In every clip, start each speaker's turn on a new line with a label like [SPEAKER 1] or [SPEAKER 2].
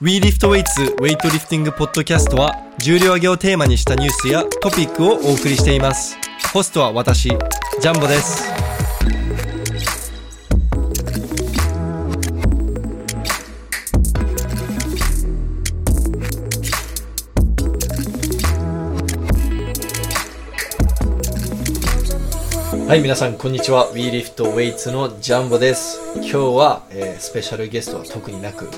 [SPEAKER 1] We Lift Weights ウェイトリフティングポッドキャストは重量挙げをテーマにしたニュースやトピックをお送りしていますホストは私ジャンボですはい皆さんこんにちは We Lift Weights のジャンボです今日は、えースペシャルゲストは特になくこ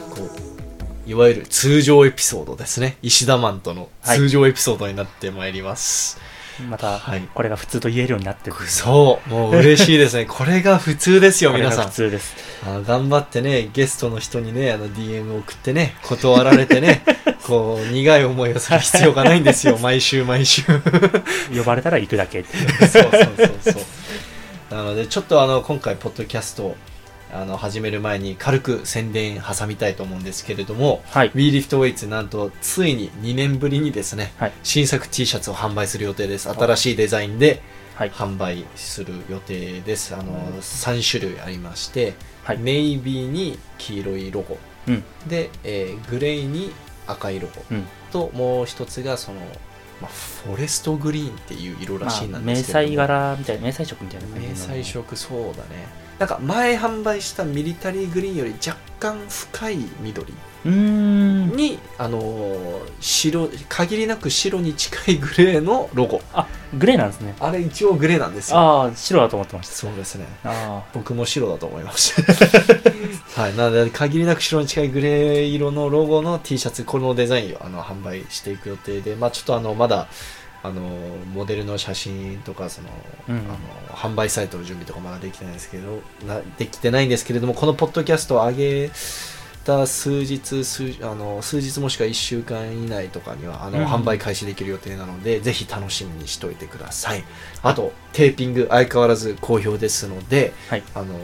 [SPEAKER 1] ういわゆる通常エピソードですね石田マンとの
[SPEAKER 2] はい
[SPEAKER 1] 通常エピソードになってまいります、
[SPEAKER 2] また
[SPEAKER 1] はい、
[SPEAKER 2] これが普通と言えるようになってる。
[SPEAKER 1] そう、もう嬉しいですね。これが普通ですよ、
[SPEAKER 2] これが
[SPEAKER 1] 皆さん
[SPEAKER 2] 普。通です。
[SPEAKER 1] あの頑張ってね、ゲストの人にね、あの DM を送ってね、断られて ね、こう、苦い思いをする必要がないんですよ、毎週毎週。そう
[SPEAKER 2] 呼ばれたら行くだけっていう。
[SPEAKER 1] そうそうそう。 なので、ちょっとあの、今回、ポッドキャストをあの始める前に、軽く宣伝挟みたいと思うんですけれども、
[SPEAKER 2] はい。
[SPEAKER 1] WeLiftWeights なんとついに2年ぶりにですね、
[SPEAKER 2] はい
[SPEAKER 1] 新作 T シャツを販売する予定です新しいデザインで
[SPEAKER 2] はい。
[SPEAKER 1] 販売する予定ですあの3種類ありまして、
[SPEAKER 2] はい
[SPEAKER 1] ネイビーに黄色いロゴ
[SPEAKER 2] うん。
[SPEAKER 1] で、えーグレーに赤いロゴ
[SPEAKER 2] うん。
[SPEAKER 1] ともう一つがその、まあ、フォレストグリーンっていう色ら
[SPEAKER 2] ま
[SPEAKER 1] し
[SPEAKER 2] あ、
[SPEAKER 1] いなんで
[SPEAKER 2] 迷
[SPEAKER 1] すけども、
[SPEAKER 2] 彩柄みたいな、迷彩色みたいな感じの。
[SPEAKER 1] 迷彩色そうだねなんか前販売したミリタリーグリーンより若干深い緑
[SPEAKER 2] うーん。
[SPEAKER 1] に、あのー白限りなく白に近いグレーのロゴ
[SPEAKER 2] あ、グレーなんですね。
[SPEAKER 1] あれ一応グレーなんですよ
[SPEAKER 2] ああ、白だと思ってまし
[SPEAKER 1] そうですね
[SPEAKER 2] た。ああ。
[SPEAKER 1] 僕も白だと思いました はいなので限りなく白に近いグレー色のロゴの T シャツこのデザインをあの販売していく予定でまあちょっとあのまだあのモデルの写真とかその、
[SPEAKER 2] うん
[SPEAKER 1] あの販売サイトの準備とかまだできてないですけどなできてないんですけれどもこのポッドキャストを上げた数日数あの数日もしくは1週間以内とかにはあの、
[SPEAKER 2] うん
[SPEAKER 1] 販売開始できる予定なのでぜひ楽しみにしておいてくださいあとテーピング相変わらず好評ですので、
[SPEAKER 2] はい
[SPEAKER 1] あの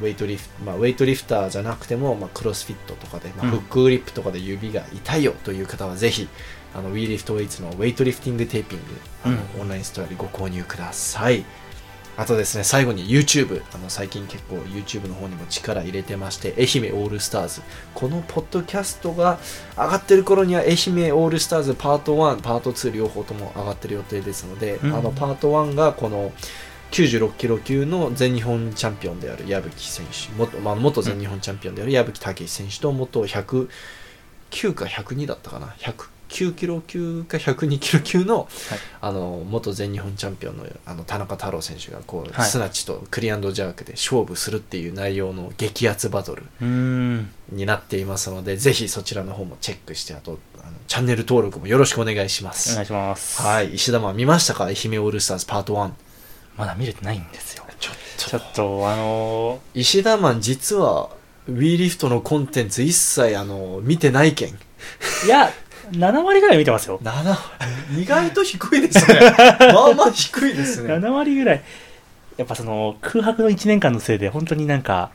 [SPEAKER 1] ウェイトリフ、まあ、ウェイトリフターじゃなくても、まあ、クロスフィットとかで、まあ、
[SPEAKER 2] うん
[SPEAKER 1] フックグリップとかで指が痛いよという方はぜひあの WeLiftWeights のウェイトリフティングテーピングあの、オンラインストアでご購入くださいあとですね最後に YouTube あの最近結構 YouTube の方にも力入れてまして愛媛オールスターズこのポッドキャストが上がってる頃には愛媛オールスターズパート1パート2両方とも上がってる予定ですので、
[SPEAKER 2] うん
[SPEAKER 1] あのパート1がこの96キロ級の全日本チャンピオンである矢吹選手元,、まあ、元全日本チャンピオンである矢吹武選手と元109か102だったかな109キロ級か102キロ級の、あの元全日本チャンピオンのあの田中太郎選手がこう、
[SPEAKER 2] はい
[SPEAKER 1] スナッチとクリアンドジャークで勝負するっていう内容の激アツバトル
[SPEAKER 2] うーん。
[SPEAKER 1] になっていますのでぜひそちらの方もチェックしてあとあのチャンネル登録もよろしくお願いしま
[SPEAKER 2] お
[SPEAKER 1] す
[SPEAKER 2] 願いします。。
[SPEAKER 1] はいい石田マン見ましたか愛媛オールスターズパート1
[SPEAKER 2] まだ見れてないんですよ。
[SPEAKER 1] ちょ
[SPEAKER 2] ちょっと、あの
[SPEAKER 1] 石田マン実は w リフトのコンテンツ一切あの見てないけん
[SPEAKER 2] ーいや、7割ぐらい見てますよ。
[SPEAKER 1] 7意外と低いです ねまあまあ低いですね
[SPEAKER 2] 7割ぐらいやっぱその空白の1年間のせいで本当になんか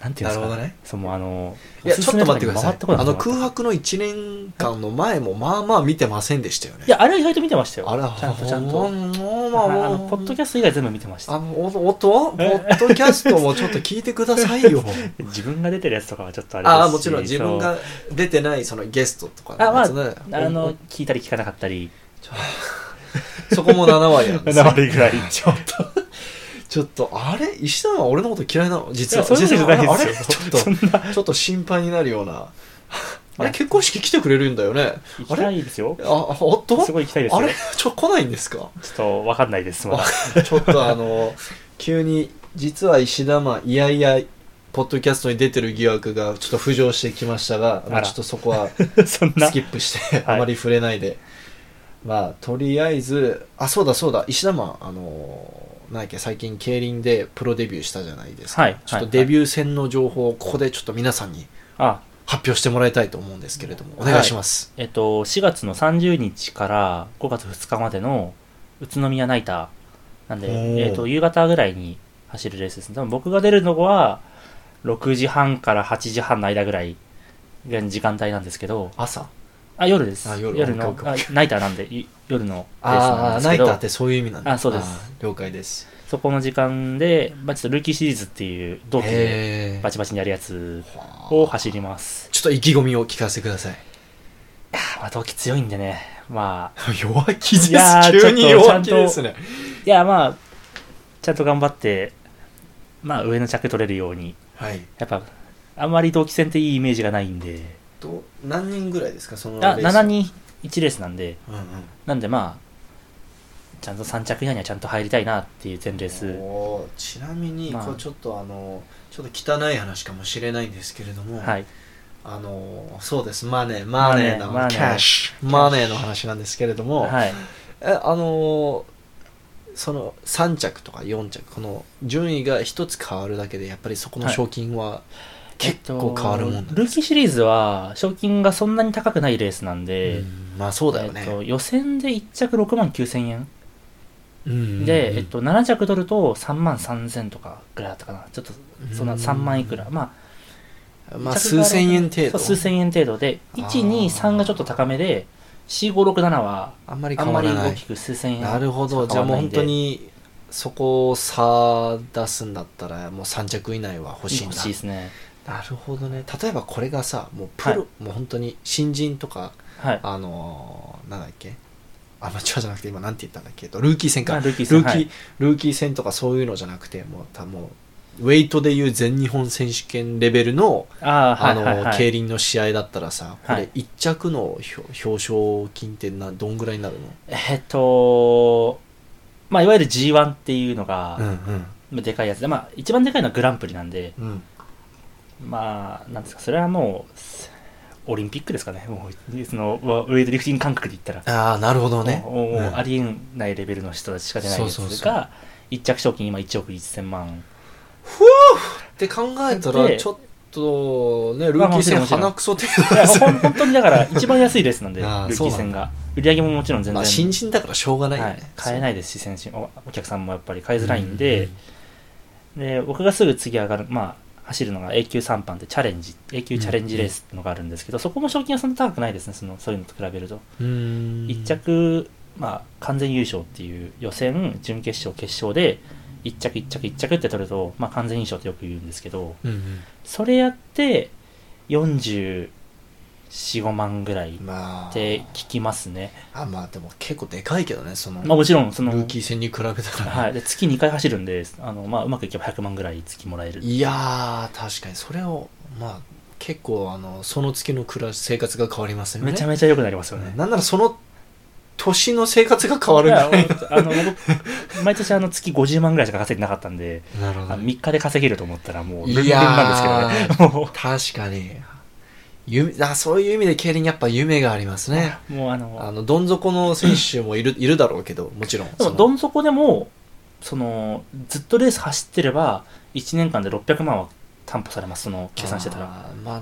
[SPEAKER 2] なんていうんです
[SPEAKER 1] な
[SPEAKER 2] か
[SPEAKER 1] るほどね
[SPEAKER 2] そのあの
[SPEAKER 1] いや、ちょっと待ってくださ
[SPEAKER 2] おすす
[SPEAKER 1] い
[SPEAKER 2] めと。かに
[SPEAKER 1] あ
[SPEAKER 2] 回
[SPEAKER 1] の
[SPEAKER 2] ってこ
[SPEAKER 1] 空
[SPEAKER 2] なかっ
[SPEAKER 1] 白の1年間の前も、まあまあ見てませんでしたよね。
[SPEAKER 2] たい、やあれは意外と見てましたよ
[SPEAKER 1] あら、
[SPEAKER 2] ちゃんとちゃん
[SPEAKER 1] ほ
[SPEAKER 2] と
[SPEAKER 1] ん
[SPEAKER 2] あ
[SPEAKER 1] まあ
[SPEAKER 2] の
[SPEAKER 1] ま
[SPEAKER 2] あ
[SPEAKER 1] あ
[SPEAKER 2] のポッドキャスト以外全部見てまし
[SPEAKER 1] あ
[SPEAKER 2] た
[SPEAKER 1] の、お音ポッドキャストもちょっと聞いてください よ。
[SPEAKER 2] 自分が出てるやつとかはちょっとあれですし
[SPEAKER 1] ああ、もちろん自分が出てないそのゲストとか
[SPEAKER 2] あまあ
[SPEAKER 1] のやつ
[SPEAKER 2] そう
[SPEAKER 1] ね
[SPEAKER 2] あの聞いたり聞かなかったり
[SPEAKER 1] そこも7割なんです
[SPEAKER 2] 7
[SPEAKER 1] よ。
[SPEAKER 2] 割ぐらい
[SPEAKER 1] ちょっと、ちょっと、あれ石田は俺のこと嫌いなの実は。
[SPEAKER 2] いやそういうことじゃないですよ
[SPEAKER 1] あれちょっと、ちょっと心配になるよう な。あれ、結婚式来てくれるんだよね。
[SPEAKER 2] 行き
[SPEAKER 1] あ
[SPEAKER 2] た
[SPEAKER 1] れ
[SPEAKER 2] いですよ
[SPEAKER 1] あ、おっと
[SPEAKER 2] すごい行きたいです
[SPEAKER 1] あ
[SPEAKER 2] よ
[SPEAKER 1] れちょ、来ないんですか
[SPEAKER 2] ちょっとわかんないですまだ
[SPEAKER 1] ちょっとあの、急に、実は石田マン、いやいや、ポッドキャストに出てる疑惑がちょっと浮上してきましたが、まあ、
[SPEAKER 2] あら
[SPEAKER 1] ちょっとそこは
[SPEAKER 2] そん な
[SPEAKER 1] スキップして、
[SPEAKER 2] はい
[SPEAKER 1] あまり触れないで。まあ、とりあえず、あ、そうだそうだ、石田マン、あの、なんやっけ、最近、競輪でプロデビューしたじゃないですか。
[SPEAKER 2] はいはい
[SPEAKER 1] ちょっとデビュー戦の情報を、ここでちょっと皆さんに
[SPEAKER 2] あ
[SPEAKER 1] 発表してもらいたいと思うんですけれども、お願いします。
[SPEAKER 2] えっと、4月の30日から5月2日までの宇都宮ナイターなんで
[SPEAKER 1] お、ー
[SPEAKER 2] えっと、夕方ぐらいに走るレースですね。多分僕が出るのは6時半から8時半の間ぐらいが時間帯なんですけど、
[SPEAKER 1] 朝。
[SPEAKER 2] あ、夜です。
[SPEAKER 1] あ
[SPEAKER 2] 夜
[SPEAKER 1] 夜
[SPEAKER 2] の
[SPEAKER 1] OK
[SPEAKER 2] あ、ナイターなんで、い夜のレースなん
[SPEAKER 1] あ
[SPEAKER 2] で
[SPEAKER 1] あ、
[SPEAKER 2] す
[SPEAKER 1] ナ
[SPEAKER 2] け
[SPEAKER 1] イタ
[SPEAKER 2] ど
[SPEAKER 1] ーってそういう意味なんだ。
[SPEAKER 2] あそうです
[SPEAKER 1] ー。了解です。
[SPEAKER 2] そこの時間で、まあ、ちょっとルーキーシリーズっていう同期で
[SPEAKER 1] へ
[SPEAKER 2] バ
[SPEAKER 1] ー
[SPEAKER 2] チバチにやるやつ
[SPEAKER 1] は
[SPEAKER 2] を
[SPEAKER 1] あ
[SPEAKER 2] 走ります。
[SPEAKER 1] ちょっと意気込みを聞かせてください。
[SPEAKER 2] まあ、同期強いんでね。まあ、
[SPEAKER 1] 弱気です
[SPEAKER 2] いやー。
[SPEAKER 1] 急に
[SPEAKER 2] ちょっと
[SPEAKER 1] 弱気ですね。
[SPEAKER 2] いや、まあ、ちゃんと頑張って、まあ、上の着取れるように。
[SPEAKER 1] はい。
[SPEAKER 2] やっぱ、あんまり同期戦っていいイメージがないんで、
[SPEAKER 1] と何人ぐらいですかその
[SPEAKER 2] あ
[SPEAKER 1] レース
[SPEAKER 2] 7。人1レースなんで、
[SPEAKER 1] うんうん。
[SPEAKER 2] なんでまあ、ちゃんと3着以内にはちゃんと入りたいなっていう全レース。
[SPEAKER 1] おーちなみに、
[SPEAKER 2] まあ
[SPEAKER 1] これちょっとあのちょっと汚い話かもしれないんですけれども、
[SPEAKER 2] はい。
[SPEAKER 1] あのそうですマネーマネーの
[SPEAKER 2] マネーマネー
[SPEAKER 1] キャッシュマネーの話なんですけれども、
[SPEAKER 2] はい。
[SPEAKER 1] えあのその3着とか4着この順位が1つ変わるだけでやっぱりそこの賞金は結構変わるもんな
[SPEAKER 2] え
[SPEAKER 1] ん
[SPEAKER 2] っ
[SPEAKER 1] です
[SPEAKER 2] とルーキーシリーズは賞金がそんなに高くないレースなんで、
[SPEAKER 1] うんまあそうだよね、
[SPEAKER 2] えっと、予選で1着6万9000円、
[SPEAKER 1] うんうんうん
[SPEAKER 2] で、えっと、7着取ると3万3000とかぐらいだったかなちょっとそんな
[SPEAKER 1] うん
[SPEAKER 2] 3万いくら、ま
[SPEAKER 1] まあ
[SPEAKER 2] 着が
[SPEAKER 1] 数千円程
[SPEAKER 2] あ
[SPEAKER 1] 度
[SPEAKER 2] そう数千円程度で
[SPEAKER 1] あー
[SPEAKER 2] 123がちょっと高めで4567は
[SPEAKER 1] あんまり
[SPEAKER 2] あ
[SPEAKER 1] 変
[SPEAKER 2] んま
[SPEAKER 1] わ
[SPEAKER 2] り
[SPEAKER 1] らな
[SPEAKER 2] 大
[SPEAKER 1] い
[SPEAKER 2] きく数千円
[SPEAKER 1] なるほど。
[SPEAKER 2] しか
[SPEAKER 1] じゃあ
[SPEAKER 2] 変わ
[SPEAKER 1] もう本
[SPEAKER 2] らないんで
[SPEAKER 1] 当に、そこを差出すんだったら、もう3着以内は欲しいん
[SPEAKER 2] 欲
[SPEAKER 1] だ。
[SPEAKER 2] しいですね
[SPEAKER 1] なるほどね。例えばこれがさ、もうプロ、
[SPEAKER 2] はい
[SPEAKER 1] もう本当に新人とか、
[SPEAKER 2] はい
[SPEAKER 1] あのーなんだっけアマチュアじゃなくて今なんて言ったんだっけとルーキー戦か。
[SPEAKER 2] まあ
[SPEAKER 1] ルー
[SPEAKER 2] ルーキ
[SPEAKER 1] キ
[SPEAKER 2] ー
[SPEAKER 1] ー、
[SPEAKER 2] 戦はい
[SPEAKER 1] ルーキー戦とかそういうのじゃなくて、もうたもう、ウェイトでいう全日本選手権レベルの、
[SPEAKER 2] あー
[SPEAKER 1] あ
[SPEAKER 2] は
[SPEAKER 1] の
[SPEAKER 2] いはい
[SPEAKER 1] ー
[SPEAKER 2] はい
[SPEAKER 1] 競輪の試合だったらさ、こ
[SPEAKER 2] は
[SPEAKER 1] れ
[SPEAKER 2] い
[SPEAKER 1] 1着の表表彰金ってなどんぐらいになるの、
[SPEAKER 2] えっとまあいわゆる G1 っていうのが、
[SPEAKER 1] ん
[SPEAKER 2] まあでかいやつでまあ一番でかいのはグランプリなんで
[SPEAKER 1] うん。うん。
[SPEAKER 2] まあなんですかそれはもうオリンピックですかねもうそのわウェイトリフティング感覚で言ったら
[SPEAKER 1] ああなるほどね
[SPEAKER 2] もうもう
[SPEAKER 1] うん
[SPEAKER 2] ありえないレベルの人たちしか出ないやつ
[SPEAKER 1] そうそうそう
[SPEAKER 2] が一着賞金今1億1000万
[SPEAKER 1] って考えたら
[SPEAKER 2] で
[SPEAKER 1] ちょっとねルーキー
[SPEAKER 2] まあもちろんも
[SPEAKER 1] 戦
[SPEAKER 2] ちろん
[SPEAKER 1] 鼻 くそ程
[SPEAKER 2] い
[SPEAKER 1] 度
[SPEAKER 2] や
[SPEAKER 1] で
[SPEAKER 2] ほ
[SPEAKER 1] す
[SPEAKER 2] ん
[SPEAKER 1] ね
[SPEAKER 2] 本当にだから一番安いレースなんでル
[SPEAKER 1] あー
[SPEAKER 2] ーキー戦が売り上げももちろん全
[SPEAKER 1] ま
[SPEAKER 2] 然
[SPEAKER 1] あ新人だからしょうがないよ
[SPEAKER 2] は
[SPEAKER 1] ね、
[SPEAKER 2] い、買えないですし選手おお客さんもやっぱり買いづらいん
[SPEAKER 1] う
[SPEAKER 2] で
[SPEAKER 1] ん,、
[SPEAKER 2] で僕がすぐ次上がるまあ走るのが A 級3班ってチャレンジ A 級チャレンジレースってのがあるんですけど、そこも賞金はそんな高くないですねそのそういうのと比べると、
[SPEAKER 1] うーん
[SPEAKER 2] 一着、まあ、完全優勝っていう予選準決勝決勝で一着一着一着って取ると、まあ、完全優勝ってよく言うんですけど
[SPEAKER 1] うんうん
[SPEAKER 2] それやって445万ぐらいっ
[SPEAKER 1] まあ
[SPEAKER 2] て聞きますね、
[SPEAKER 1] あまあでも結構でかいけどねその、
[SPEAKER 2] まあ、もちろんその
[SPEAKER 1] ルーキー戦に比べたら、
[SPEAKER 2] はい、で月2回走るんであの、まあ、うまくいけば100万ぐらい月もらえる
[SPEAKER 1] いやー確かにそれをまあ結構あのその月の暮らし生活が変わりますよね
[SPEAKER 2] めちゃめちゃ良くなりますよね。
[SPEAKER 1] なんならその年の生活が変わるんじゃない
[SPEAKER 2] いやあの僕毎年あの月50万ぐらいしか稼いでなかったんで、
[SPEAKER 1] なるほ
[SPEAKER 2] あ
[SPEAKER 1] どね
[SPEAKER 2] 3日で稼げると思ったらもう、ルンルン
[SPEAKER 1] いや
[SPEAKER 2] なんですけどね。 もう
[SPEAKER 1] 確かに夢あそういう意味で競輪やっぱ夢がありますね
[SPEAKER 2] もうあの、
[SPEAKER 1] あのどん底の選手もいるい るだろうけどもちろん
[SPEAKER 2] で
[SPEAKER 1] そ
[SPEAKER 2] も
[SPEAKER 1] の
[SPEAKER 2] どん底でも、その、ずっとレース走ってれば、1年間で600万は担保されます、その、計算してたら。
[SPEAKER 1] あーまあ、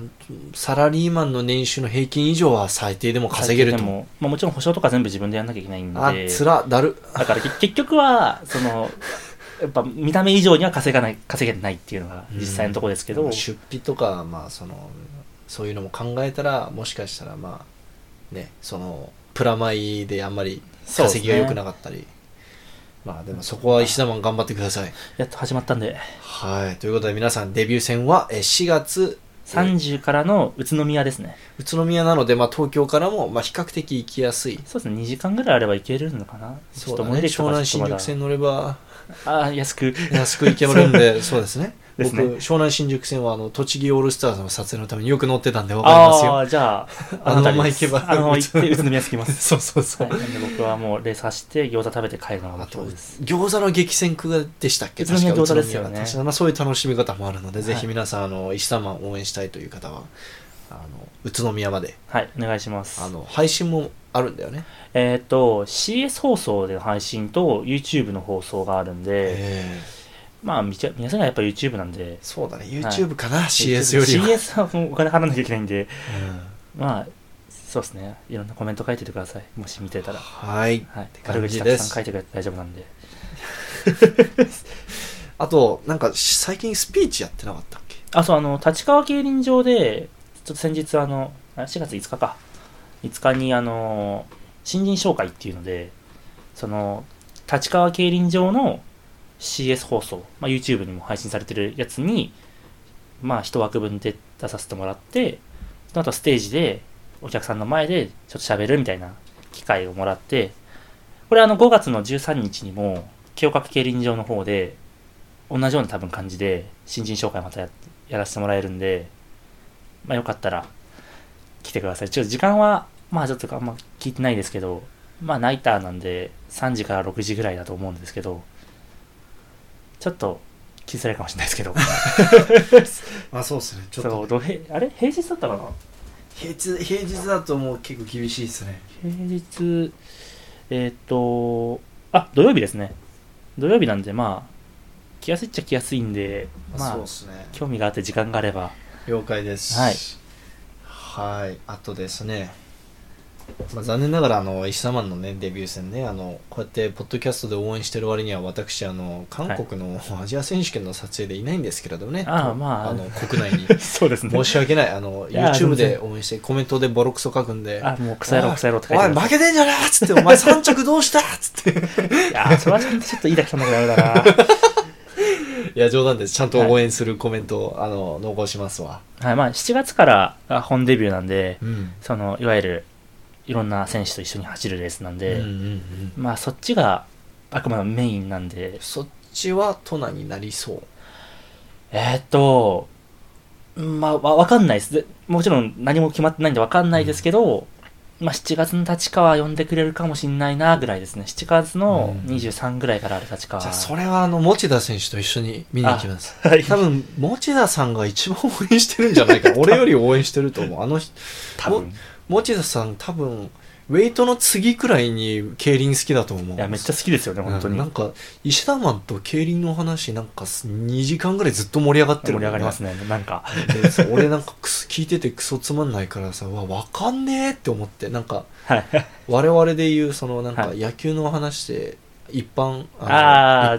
[SPEAKER 1] サラリーマンの年収の平均以上は最低でも稼げる
[SPEAKER 2] で
[SPEAKER 1] と思う
[SPEAKER 2] も、まあ、もちろん保証とか全部自分でやんなきゃいけないん
[SPEAKER 1] あ
[SPEAKER 2] で、
[SPEAKER 1] つらだる
[SPEAKER 2] だから結結局は、その、やっぱ見た目以上には稼がない、稼げないっていうのが実際のところですけど、
[SPEAKER 1] 出費とか、まあ、そのそういうのも考えたらもしかしたらまあねそのプラマイであんまり
[SPEAKER 2] そうですね
[SPEAKER 1] 稼ぎが良くなかったり、まあでもそこは石田マン頑張ってください
[SPEAKER 2] やっと始まったんで、
[SPEAKER 1] はい。ということで皆さんデビュー戦はえー4月えー
[SPEAKER 2] 30からの宇都宮ですね。
[SPEAKER 1] 宇都宮なので、まあ、東京からも、まあ、比較的行きやすい。
[SPEAKER 2] そうですね、2時間ぐらいあればいけるのかな。ちょ
[SPEAKER 1] そ
[SPEAKER 2] っ
[SPEAKER 1] う
[SPEAKER 2] と
[SPEAKER 1] だ
[SPEAKER 2] モ
[SPEAKER 1] ね。
[SPEAKER 2] デルと
[SPEAKER 1] 湘
[SPEAKER 2] か
[SPEAKER 1] 南
[SPEAKER 2] ちょ
[SPEAKER 1] 新
[SPEAKER 2] っとま
[SPEAKER 1] 宿
[SPEAKER 2] だ
[SPEAKER 1] 線乗れば
[SPEAKER 2] あー安く。
[SPEAKER 1] 安く行けるん で、そうですね。
[SPEAKER 2] ですね
[SPEAKER 1] 僕、湘南新宿線はあの栃木オールスターズの撮影のためによく乗ってたんでわかります
[SPEAKER 2] あ
[SPEAKER 1] よ。
[SPEAKER 2] あー、じゃあ、
[SPEAKER 1] あのまま行けば
[SPEAKER 2] あのまま行って宇都宮着きます。
[SPEAKER 1] そうそうそ
[SPEAKER 2] は
[SPEAKER 1] う。
[SPEAKER 2] い、なんで僕はもうレース走って餃子食べて帰るのが
[SPEAKER 1] あ
[SPEAKER 2] 目
[SPEAKER 1] と
[SPEAKER 2] 標です。
[SPEAKER 1] 餃子の激戦区でしたっけ
[SPEAKER 2] 宇都宮
[SPEAKER 1] 確か
[SPEAKER 2] 餃子ですよ
[SPEAKER 1] 宇
[SPEAKER 2] ね
[SPEAKER 1] 都宮が確かまあ、そういう楽しみ方もあるので、
[SPEAKER 2] はい
[SPEAKER 1] ぜひ皆さんあの石田マン応援したいという方はあの宇都宮まで
[SPEAKER 2] はい、お願いします
[SPEAKER 1] あ。の配信もあるんだよね。
[SPEAKER 2] えーっ、と、CS 放送での配信と YouTube の放送があるんで、
[SPEAKER 1] ええ
[SPEAKER 2] まあ、みちゃ皆さんがやっぱ YouTube なんで、
[SPEAKER 1] そうだね、
[SPEAKER 2] はい
[SPEAKER 1] YouTube かな、CS よりは。
[SPEAKER 2] CS はもうお金払わなきゃいけないんで、まあ、そうですね、いろんなコメント書いててください。もし見てたら。
[SPEAKER 1] はい。
[SPEAKER 2] はい
[SPEAKER 1] て、
[SPEAKER 2] 悪
[SPEAKER 1] 感
[SPEAKER 2] 口
[SPEAKER 1] じ
[SPEAKER 2] たく
[SPEAKER 1] です
[SPEAKER 2] さん書いてくれて大丈夫なんで。
[SPEAKER 1] あと、なんかし最近スピーチやってなかったっけ
[SPEAKER 2] あ、そう、あの、立川競輪場で、ちょっと先日、あの、あ4月5日か、 5日にあの新人紹介っていうのでその立川競輪場の CS 放送、まあ、YouTube にも配信されてるやつにまあ一枠分で出させてもらってその後ステージでお客さんの前でちょっと喋るみたいな機会をもらってこれあの5月の13日にも清角競輪場の方で同じような多分感じで新人紹介またややらせてもらえるんで、まあ、よかったら来てくださいちょっと時間はまあちょっとあんま聞いてないですけどまあナイターなんで3時から6時ぐらいだと思うんですけどちょっと聞きづらいかもしれないですけど
[SPEAKER 1] まあそうです ねちょっ
[SPEAKER 2] そ
[SPEAKER 1] と
[SPEAKER 2] うどへあれ平日だったかな
[SPEAKER 1] 平日平日だともう結構厳しいですね
[SPEAKER 2] 平日えーっ、とあ土曜日ですね土曜日なんでまあ来やすいっちゃ来やすいんでまあ
[SPEAKER 1] そうですね
[SPEAKER 2] 興味があって時間があれば
[SPEAKER 1] 了解です
[SPEAKER 2] はい
[SPEAKER 1] はいあとですね、まあ、残念ながらあの石田マンのねデビュー戦ねあのこうやってポッドキャストで応援してる割には私あの韓国のアジア選手権の撮影でいないんですけれどもね、
[SPEAKER 2] ああまあ
[SPEAKER 1] の国内に
[SPEAKER 2] そうですね
[SPEAKER 1] 申し訳ないあの
[SPEAKER 2] いや
[SPEAKER 1] YouTube で
[SPEAKER 2] 全然
[SPEAKER 1] 応援してコメントでボロクソ書くんで
[SPEAKER 2] あもう草野郎草野郎って書い
[SPEAKER 1] お
[SPEAKER 2] て
[SPEAKER 1] い
[SPEAKER 2] あ
[SPEAKER 1] お
[SPEAKER 2] る
[SPEAKER 1] い負けてんじゃねえっつってお前3着どうしたっつって
[SPEAKER 2] いやーそれはちょっとちょっといいだけそんなことダメだな
[SPEAKER 1] いや冗談ですちゃんと応援するコメントを、あの残しますわ、
[SPEAKER 2] はいまあ7月からが本デビューなんでそのいわゆるいろんな選手と一緒に走るレースなんで、
[SPEAKER 1] うんうんうん
[SPEAKER 2] まあそっちがあくまでもメインなんで
[SPEAKER 1] そっちはトナになりそう
[SPEAKER 2] えーっと、まあ、わわかんないです。でもちろん何も決まってないんでわかんないですけど、まあ、7月の立川呼んでくれるかもしんないなぐらいですね。7月の
[SPEAKER 1] うん
[SPEAKER 2] 23ぐらいからある立川。
[SPEAKER 1] じゃあそれはあの持田選手と一緒に見に行きます
[SPEAKER 2] はい
[SPEAKER 1] 多分持田さんが一番応援してるんじゃない か俺より応援してると思うあの人
[SPEAKER 2] 多分。
[SPEAKER 1] 持田さん多分ウェイトの次くらいに競輪好きだと思うい
[SPEAKER 2] いや、めっちゃ好きですよね、本当に。
[SPEAKER 1] なんか石田マンと競輪の話なんか2時間ぐらいずっと盛り上がってる
[SPEAKER 2] 盛
[SPEAKER 1] も
[SPEAKER 2] り
[SPEAKER 1] ん
[SPEAKER 2] 上がりますね、な んか。
[SPEAKER 1] でそう俺なんかクソ聞いててクソつまんないからさうわわかんねえって思ってなんか
[SPEAKER 2] はい。
[SPEAKER 1] 我々で言うそのなんか
[SPEAKER 2] は
[SPEAKER 1] 野球の話で一般
[SPEAKER 2] あ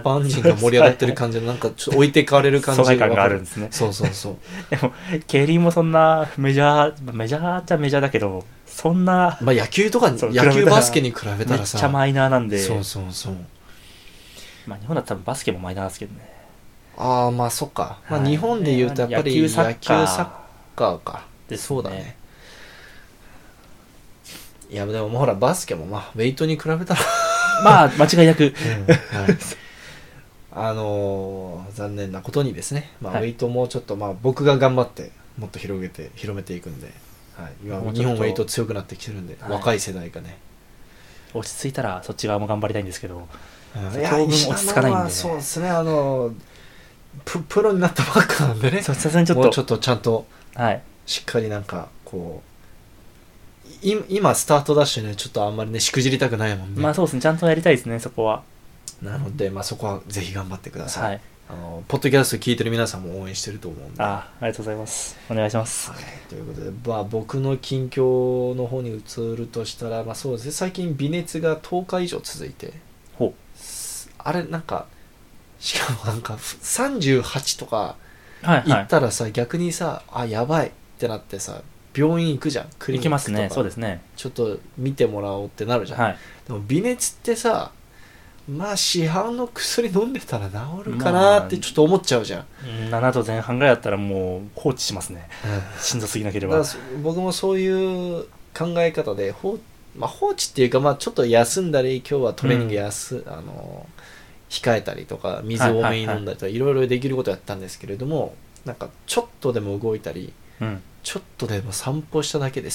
[SPEAKER 1] あ
[SPEAKER 2] ー
[SPEAKER 1] の一般人が盛り上がってる感じのなんかちょっと置いてかれる感じ
[SPEAKER 2] 疎外感があるんですね。
[SPEAKER 1] そうそうそう
[SPEAKER 2] でも、競輪もそんなメジャー、まあメジャーっちゃメジャーだけど、そんな、
[SPEAKER 1] まあ野球とかに
[SPEAKER 2] そう
[SPEAKER 1] 野
[SPEAKER 2] 比
[SPEAKER 1] 球
[SPEAKER 2] べたら
[SPEAKER 1] バスケに比
[SPEAKER 2] め
[SPEAKER 1] べた
[SPEAKER 2] っ
[SPEAKER 1] らさ
[SPEAKER 2] ちゃマイナーなんで、
[SPEAKER 1] そうそうそう
[SPEAKER 2] まあ、日本だったら多分バスケもマイナーですけどね。
[SPEAKER 1] ああまあそっか、ま
[SPEAKER 2] は
[SPEAKER 1] あ、
[SPEAKER 2] い
[SPEAKER 1] 日本で言うとやっぱり野
[SPEAKER 2] ね野球
[SPEAKER 1] 球
[SPEAKER 2] サ
[SPEAKER 1] サ
[SPEAKER 2] ッ
[SPEAKER 1] ッ
[SPEAKER 2] カー
[SPEAKER 1] カーか
[SPEAKER 2] ですね
[SPEAKER 1] そうだねいやでもほらバスケもまあウェイトに比べたら
[SPEAKER 2] まあ、間違いなく。
[SPEAKER 1] はいあのー残念なことにですね、まあ
[SPEAKER 2] はい
[SPEAKER 1] ウェイトもうちょっと、まあ、僕が頑張ってもっと広げて広めていくんで、はい、今
[SPEAKER 2] もうち
[SPEAKER 1] 日
[SPEAKER 2] ょっと
[SPEAKER 1] 本ウェイト強くなってきてるんで、
[SPEAKER 2] はい
[SPEAKER 1] 若い世代がね
[SPEAKER 2] 落ち着いたらそっち側も頑張りたいんですけど
[SPEAKER 1] うん
[SPEAKER 2] いや当分落ち着かないんでね
[SPEAKER 1] 石田のはそうですねあのーププロになったばっかなんでね
[SPEAKER 2] そうさすがにちょっ
[SPEAKER 1] も
[SPEAKER 2] と
[SPEAKER 1] うちょっとちゃんと
[SPEAKER 2] はい
[SPEAKER 1] しっかりなんかこうい今スタートダッシュねちょっとあんまりねしくじりたくないもんね、
[SPEAKER 2] まあそうですねちゃんとやりたいですねそこは
[SPEAKER 1] なので、まあ、そこはぜひ頑張ってください、
[SPEAKER 2] はい
[SPEAKER 1] あのポッドキャスト聞いてる皆さんも応援してると思うんで
[SPEAKER 2] あありがとうございますお願いします
[SPEAKER 1] ということで、まあ、僕の近況の方に移るとしたら、まあ、そうですね最近微熱が10日以上続いて
[SPEAKER 2] ほ
[SPEAKER 1] すあれなんかしかもなんかふ38とか
[SPEAKER 2] うはい
[SPEAKER 1] 行
[SPEAKER 2] は
[SPEAKER 1] ったらさ、逆にさあやばいってなってさ病院行くじゃんクリ
[SPEAKER 2] い行
[SPEAKER 1] ニ
[SPEAKER 2] き
[SPEAKER 1] ッ
[SPEAKER 2] ま
[SPEAKER 1] ク
[SPEAKER 2] す
[SPEAKER 1] とか
[SPEAKER 2] ねそうですね
[SPEAKER 1] ちょっと見てもらおうってなるじゃん、
[SPEAKER 2] はい
[SPEAKER 1] でも微熱ってさまあ市販の薬飲んでたら治るかなってちょっと思っちゃうじゃん、
[SPEAKER 2] うん7度前半ぐらいだったらもう放置しますねしんどすぎなけれ
[SPEAKER 1] だから
[SPEAKER 2] ば
[SPEAKER 1] そ僕もそういう考え方で放,、まあ、放置っていうか、まあ、ちょっと休んだり今日はトレーニングやす、あの控えたりとか水多めに飲んだりとか、いろいろできることやったんですけれどもなんかちょっとでも動いたり
[SPEAKER 2] うん
[SPEAKER 1] ちょっとでも散歩しただけで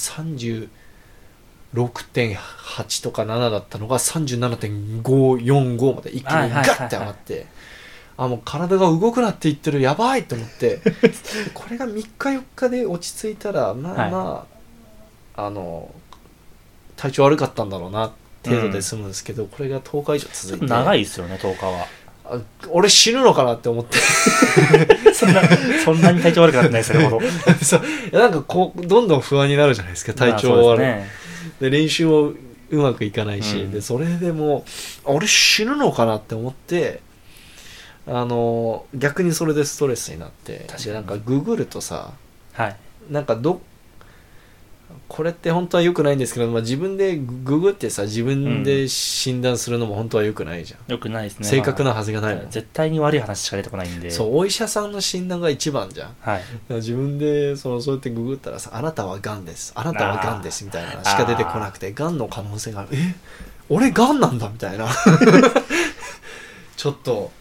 [SPEAKER 1] 36.8とか7だったのが37.545まで一気
[SPEAKER 2] はい
[SPEAKER 1] に
[SPEAKER 2] はい
[SPEAKER 1] ガ
[SPEAKER 2] はいはい
[SPEAKER 1] ッて上がって。あもう体が動くなっていってるやばいと思って これが3日4日で落ち着いたらま
[SPEAKER 2] は
[SPEAKER 1] あ
[SPEAKER 2] い
[SPEAKER 1] まあ、あの体調悪かったんだろうな程度で済むんですけど、これが10日以上
[SPEAKER 2] ちょっ
[SPEAKER 1] 続
[SPEAKER 2] と
[SPEAKER 1] いて
[SPEAKER 2] 長いですよね10日は
[SPEAKER 1] あ俺死ぬのかなって思って
[SPEAKER 2] そんなそんなに体調悪くなってないで すよほど
[SPEAKER 1] そういやなんかこうどんどん不安になるじゃないですか体調悪い、
[SPEAKER 2] まあそうですね
[SPEAKER 1] で練習もうまくいかないし、
[SPEAKER 2] うん
[SPEAKER 1] でそれでもう俺死ぬのかなって思ってあの逆にそれでストレスになって
[SPEAKER 2] 確かに
[SPEAKER 1] でなんかググるとさ
[SPEAKER 2] はい
[SPEAKER 1] なんかどこれって本当は良くないんですけど、まあ、自分でググってさ自分で診断するのも本当は良くないじゃん、
[SPEAKER 2] よくないですね。
[SPEAKER 1] 正確なはずがないもん、
[SPEAKER 2] 絶対に悪い話しか出てこないんで。
[SPEAKER 1] そうお医者さんの診断が一番じゃんだか
[SPEAKER 2] はい。
[SPEAKER 1] ら自分でそのそうやってググったらさ「あなたはがんですあなたはがんです」みたいなのしか出てこなくてがんの可能性があるえ俺がんなんだみたいな ちょっと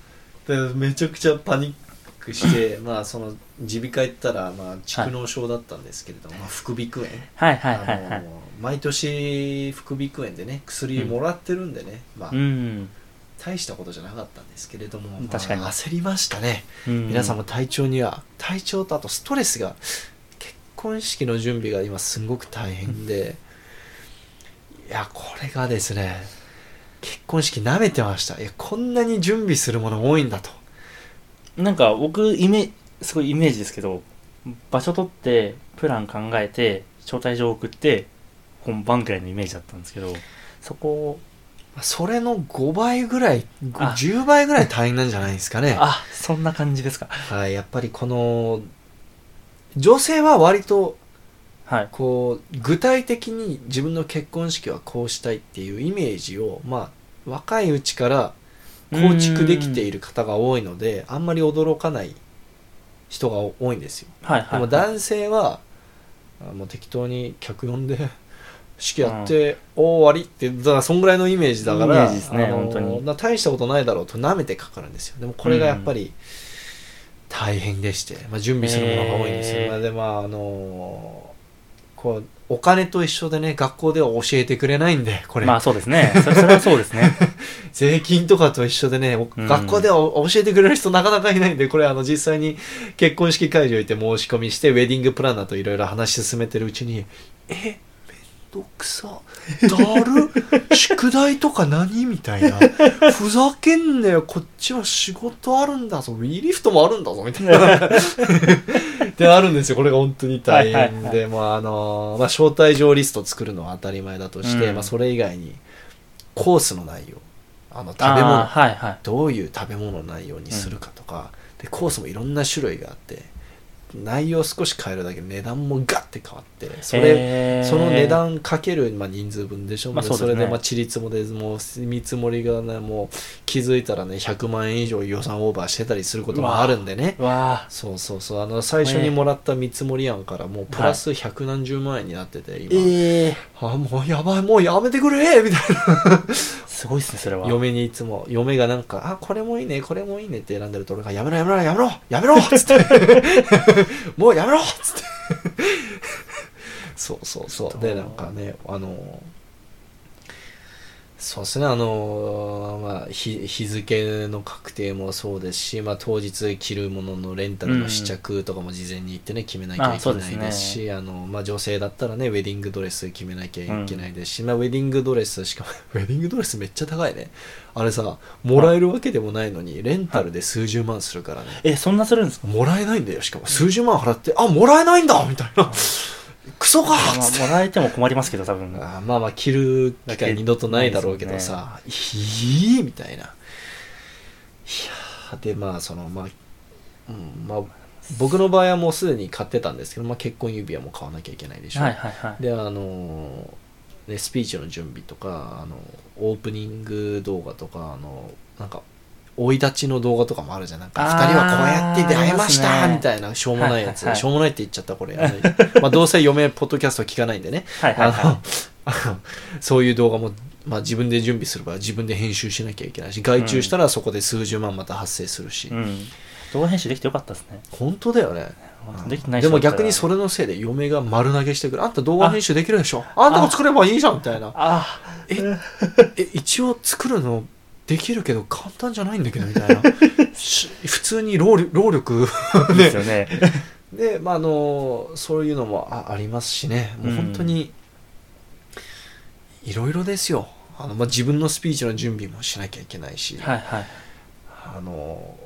[SPEAKER 1] でめちゃくちゃパニック してまあその耳鼻科行ったらまあ蓄膿症だったんですけれども、まあ副鼻腔炎
[SPEAKER 2] はいはいはいは
[SPEAKER 1] あ
[SPEAKER 2] い。
[SPEAKER 1] の毎年副鼻腔炎でね薬もらってるんでね、まあ
[SPEAKER 2] うん。
[SPEAKER 1] 大したことじゃなかったんですけれども、まあ
[SPEAKER 2] 確かに
[SPEAKER 1] 焦りましたね、
[SPEAKER 2] うん
[SPEAKER 1] 皆さんも体調には体調とあとストレスが結婚式の準備が今すごく大変で、いやこれがですね結婚式舐めてましたいやこんなに準備するもの多いんだと
[SPEAKER 2] なんか僕イメすごいイメージですけど場所取ってプラン考えて招待状送って本番くらいのイメージだったんですけどそこを
[SPEAKER 1] それの5倍ぐらい
[SPEAKER 2] あ
[SPEAKER 1] 10倍ぐらい大変なんじゃないですかね
[SPEAKER 2] あそんな感じですか
[SPEAKER 1] はいやっぱりこの女性は割と
[SPEAKER 2] はい
[SPEAKER 1] こう具体的に自分の結婚式はこうしたいっていうイメージを、まあ、若いうちから構築できている方が多いのであんまり驚かない人が多いんですよ
[SPEAKER 2] はいは
[SPEAKER 1] で
[SPEAKER 2] い
[SPEAKER 1] も男性はあもう適当に客呼んで 式やって、終わりってだからそんぐらいのイメージだから
[SPEAKER 2] イメージですね
[SPEAKER 1] あの
[SPEAKER 2] 本当に
[SPEAKER 1] だから大したことないだろうと舐めてかかるんですよでもこれがやっぱり大変でして、まあ、準備するものが多いんですよ、
[SPEAKER 2] へー
[SPEAKER 1] まあでまああのこうお金と一緒でね学校では教えてくれないんでこれ、
[SPEAKER 2] まあそうですねそれそれはそうですね
[SPEAKER 1] 税金とかと一緒でね、お
[SPEAKER 2] うん
[SPEAKER 1] 学校では教えてくれる人なかなかいないんで、これあの実際に結婚式会場行って申し込みして、ウェディングプランナーといろいろ話し進めてるうちに、え、めんどくさ、だ る、宿題とか何みたいな、ふざけんなよ、こっちは仕事あるんだぞ、ウィーリフトもあるんだぞ、みたい な。で、あるんですよ、これが本当に大変
[SPEAKER 2] はいはい
[SPEAKER 1] で、もうあのー、まあ、招待状リスト作るのは当たり前だとして、
[SPEAKER 2] うん
[SPEAKER 1] まあ、それ以外に、コースの内容あの食べ
[SPEAKER 2] あー
[SPEAKER 1] 物
[SPEAKER 2] はいはい
[SPEAKER 1] どういう食べ物の内容にするかとか、でコースもいろんな種類があって内容を少し変えるだけで値段もガッて変わってそれ
[SPEAKER 2] へー
[SPEAKER 1] その値段かける、まあ、人数分でしょ、
[SPEAKER 2] まあ
[SPEAKER 1] で
[SPEAKER 2] そうです
[SPEAKER 1] そ
[SPEAKER 2] ね
[SPEAKER 1] れでまあちりつもでもう見積もりがねもう気づいたらね100万円以上予算オーバーしてたりすることもあるんでね
[SPEAKER 2] わ
[SPEAKER 1] そうそうそうあの最初にもらった見積もり案からもうプラス百何十万円になってて今、
[SPEAKER 2] ええ
[SPEAKER 1] あもうやばいもうやめてくれみたいな
[SPEAKER 2] すごいですねそれは
[SPEAKER 1] 嫁にいつも嫁がなんか「あこれもいいねこれもいいね」って選んでると俺が「やめろやめろやめろやめろ」っつって 「もうやめろ」っつってそうそうそうでなんかねあのそうですねあのまあ日日付の確定もそうですし、まあ、当日着るもののレンタルの試着とかも事前に言ってね決めなきゃい
[SPEAKER 2] あそ
[SPEAKER 1] け
[SPEAKER 2] うで
[SPEAKER 1] な
[SPEAKER 2] す
[SPEAKER 1] い
[SPEAKER 2] ね
[SPEAKER 1] ですしあの、まあ、女性だったらねウェディングドレス決めなきゃいけないですし、まあ、ウェディングドレスしかもウェディングドレスめっちゃ高いねあれさもらえるわけでもないのにレンタルで数十万するからね
[SPEAKER 2] えそんなするんですか
[SPEAKER 1] もらえないんだよしかも数十万払ってあもらえないんだみたいなクソか
[SPEAKER 2] ま
[SPEAKER 1] っつって
[SPEAKER 2] あもらえても困りますけど多分
[SPEAKER 1] あーまあまあ着る機会二度とないだろうけどさ「ひ、いみたいないやーでまあそのまあ、うんまあ、僕の場合はもうすでに買ってたんですけど、まあ、結婚指輪も買わなきゃいけないでしょ、
[SPEAKER 2] はいはいはい
[SPEAKER 1] であのーね、スピーチの準備とかあのオープニング動画とかあのなんか生い立ちの動画とかもあるじゃんなんか
[SPEAKER 2] あー
[SPEAKER 1] 2人はこうやって出会いました
[SPEAKER 2] ありますね
[SPEAKER 1] みたいなしょうもないやつ、
[SPEAKER 2] はいはいはい
[SPEAKER 1] しょうもないって言っちゃったこれあのまあどうせ嫁ポッドキャスト聞かないんでね
[SPEAKER 2] はいはい
[SPEAKER 1] あ
[SPEAKER 2] は
[SPEAKER 1] のあの そういう動画も、まあ、自分で準備すれば自分で編集しなきゃいけないし外注したらそこで数十万また発生するし、
[SPEAKER 2] いうん動画編集できてよかったですね
[SPEAKER 1] 本当だよね
[SPEAKER 2] できてない
[SPEAKER 1] で
[SPEAKER 2] 人だ
[SPEAKER 1] も
[SPEAKER 2] ったら
[SPEAKER 1] 逆にそれのせいで嫁が丸投げしてくるあんた動画編集できるでしょあんたが作ればいいじゃんみたいな
[SPEAKER 2] あ
[SPEAKER 1] え一応作るのできるけど簡単じゃないんだけどみたいな し普通に労力労力
[SPEAKER 2] あ、ですよ ね。
[SPEAKER 1] で、まあ、あのそういうのもあありますしねもう本当にいろいろですよあの、まあ、自分のスピーチの準備もしなきゃいけないし、
[SPEAKER 2] はいはい。
[SPEAKER 1] あの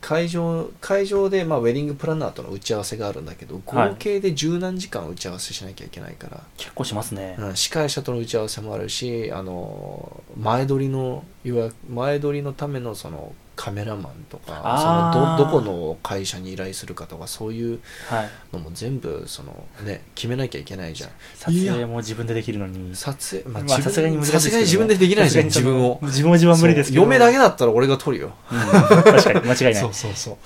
[SPEAKER 1] 会場会場で、まあ、ウェディングプランナーとの打ち合わせがあるんだけど
[SPEAKER 2] はい
[SPEAKER 1] 合計で十何時間打ち合わせしなきゃいけないから、
[SPEAKER 2] 結構しますね。
[SPEAKER 1] うん、司会者との打ち合わせもあるしあの前撮りのいわ前撮りのためのそのカメラマンとか
[SPEAKER 2] あ
[SPEAKER 1] そ
[SPEAKER 2] ー
[SPEAKER 1] のどどこの会社に依頼するかとかそういう
[SPEAKER 2] はい、
[SPEAKER 1] のも全部その、ね、決めなきゃいけないじゃん
[SPEAKER 2] 撮影も自分でできるのに
[SPEAKER 1] 撮影、まあ
[SPEAKER 2] まあ
[SPEAKER 1] 自分
[SPEAKER 2] さすがに難しい
[SPEAKER 1] さすがに自分でできないじゃん自
[SPEAKER 2] さすがに
[SPEAKER 1] 分
[SPEAKER 2] その
[SPEAKER 1] を
[SPEAKER 2] 自分を自分は無理ですけど
[SPEAKER 1] そう嫁だけだったら俺が撮るよ
[SPEAKER 2] うん確かに間違いない
[SPEAKER 1] そうそうそう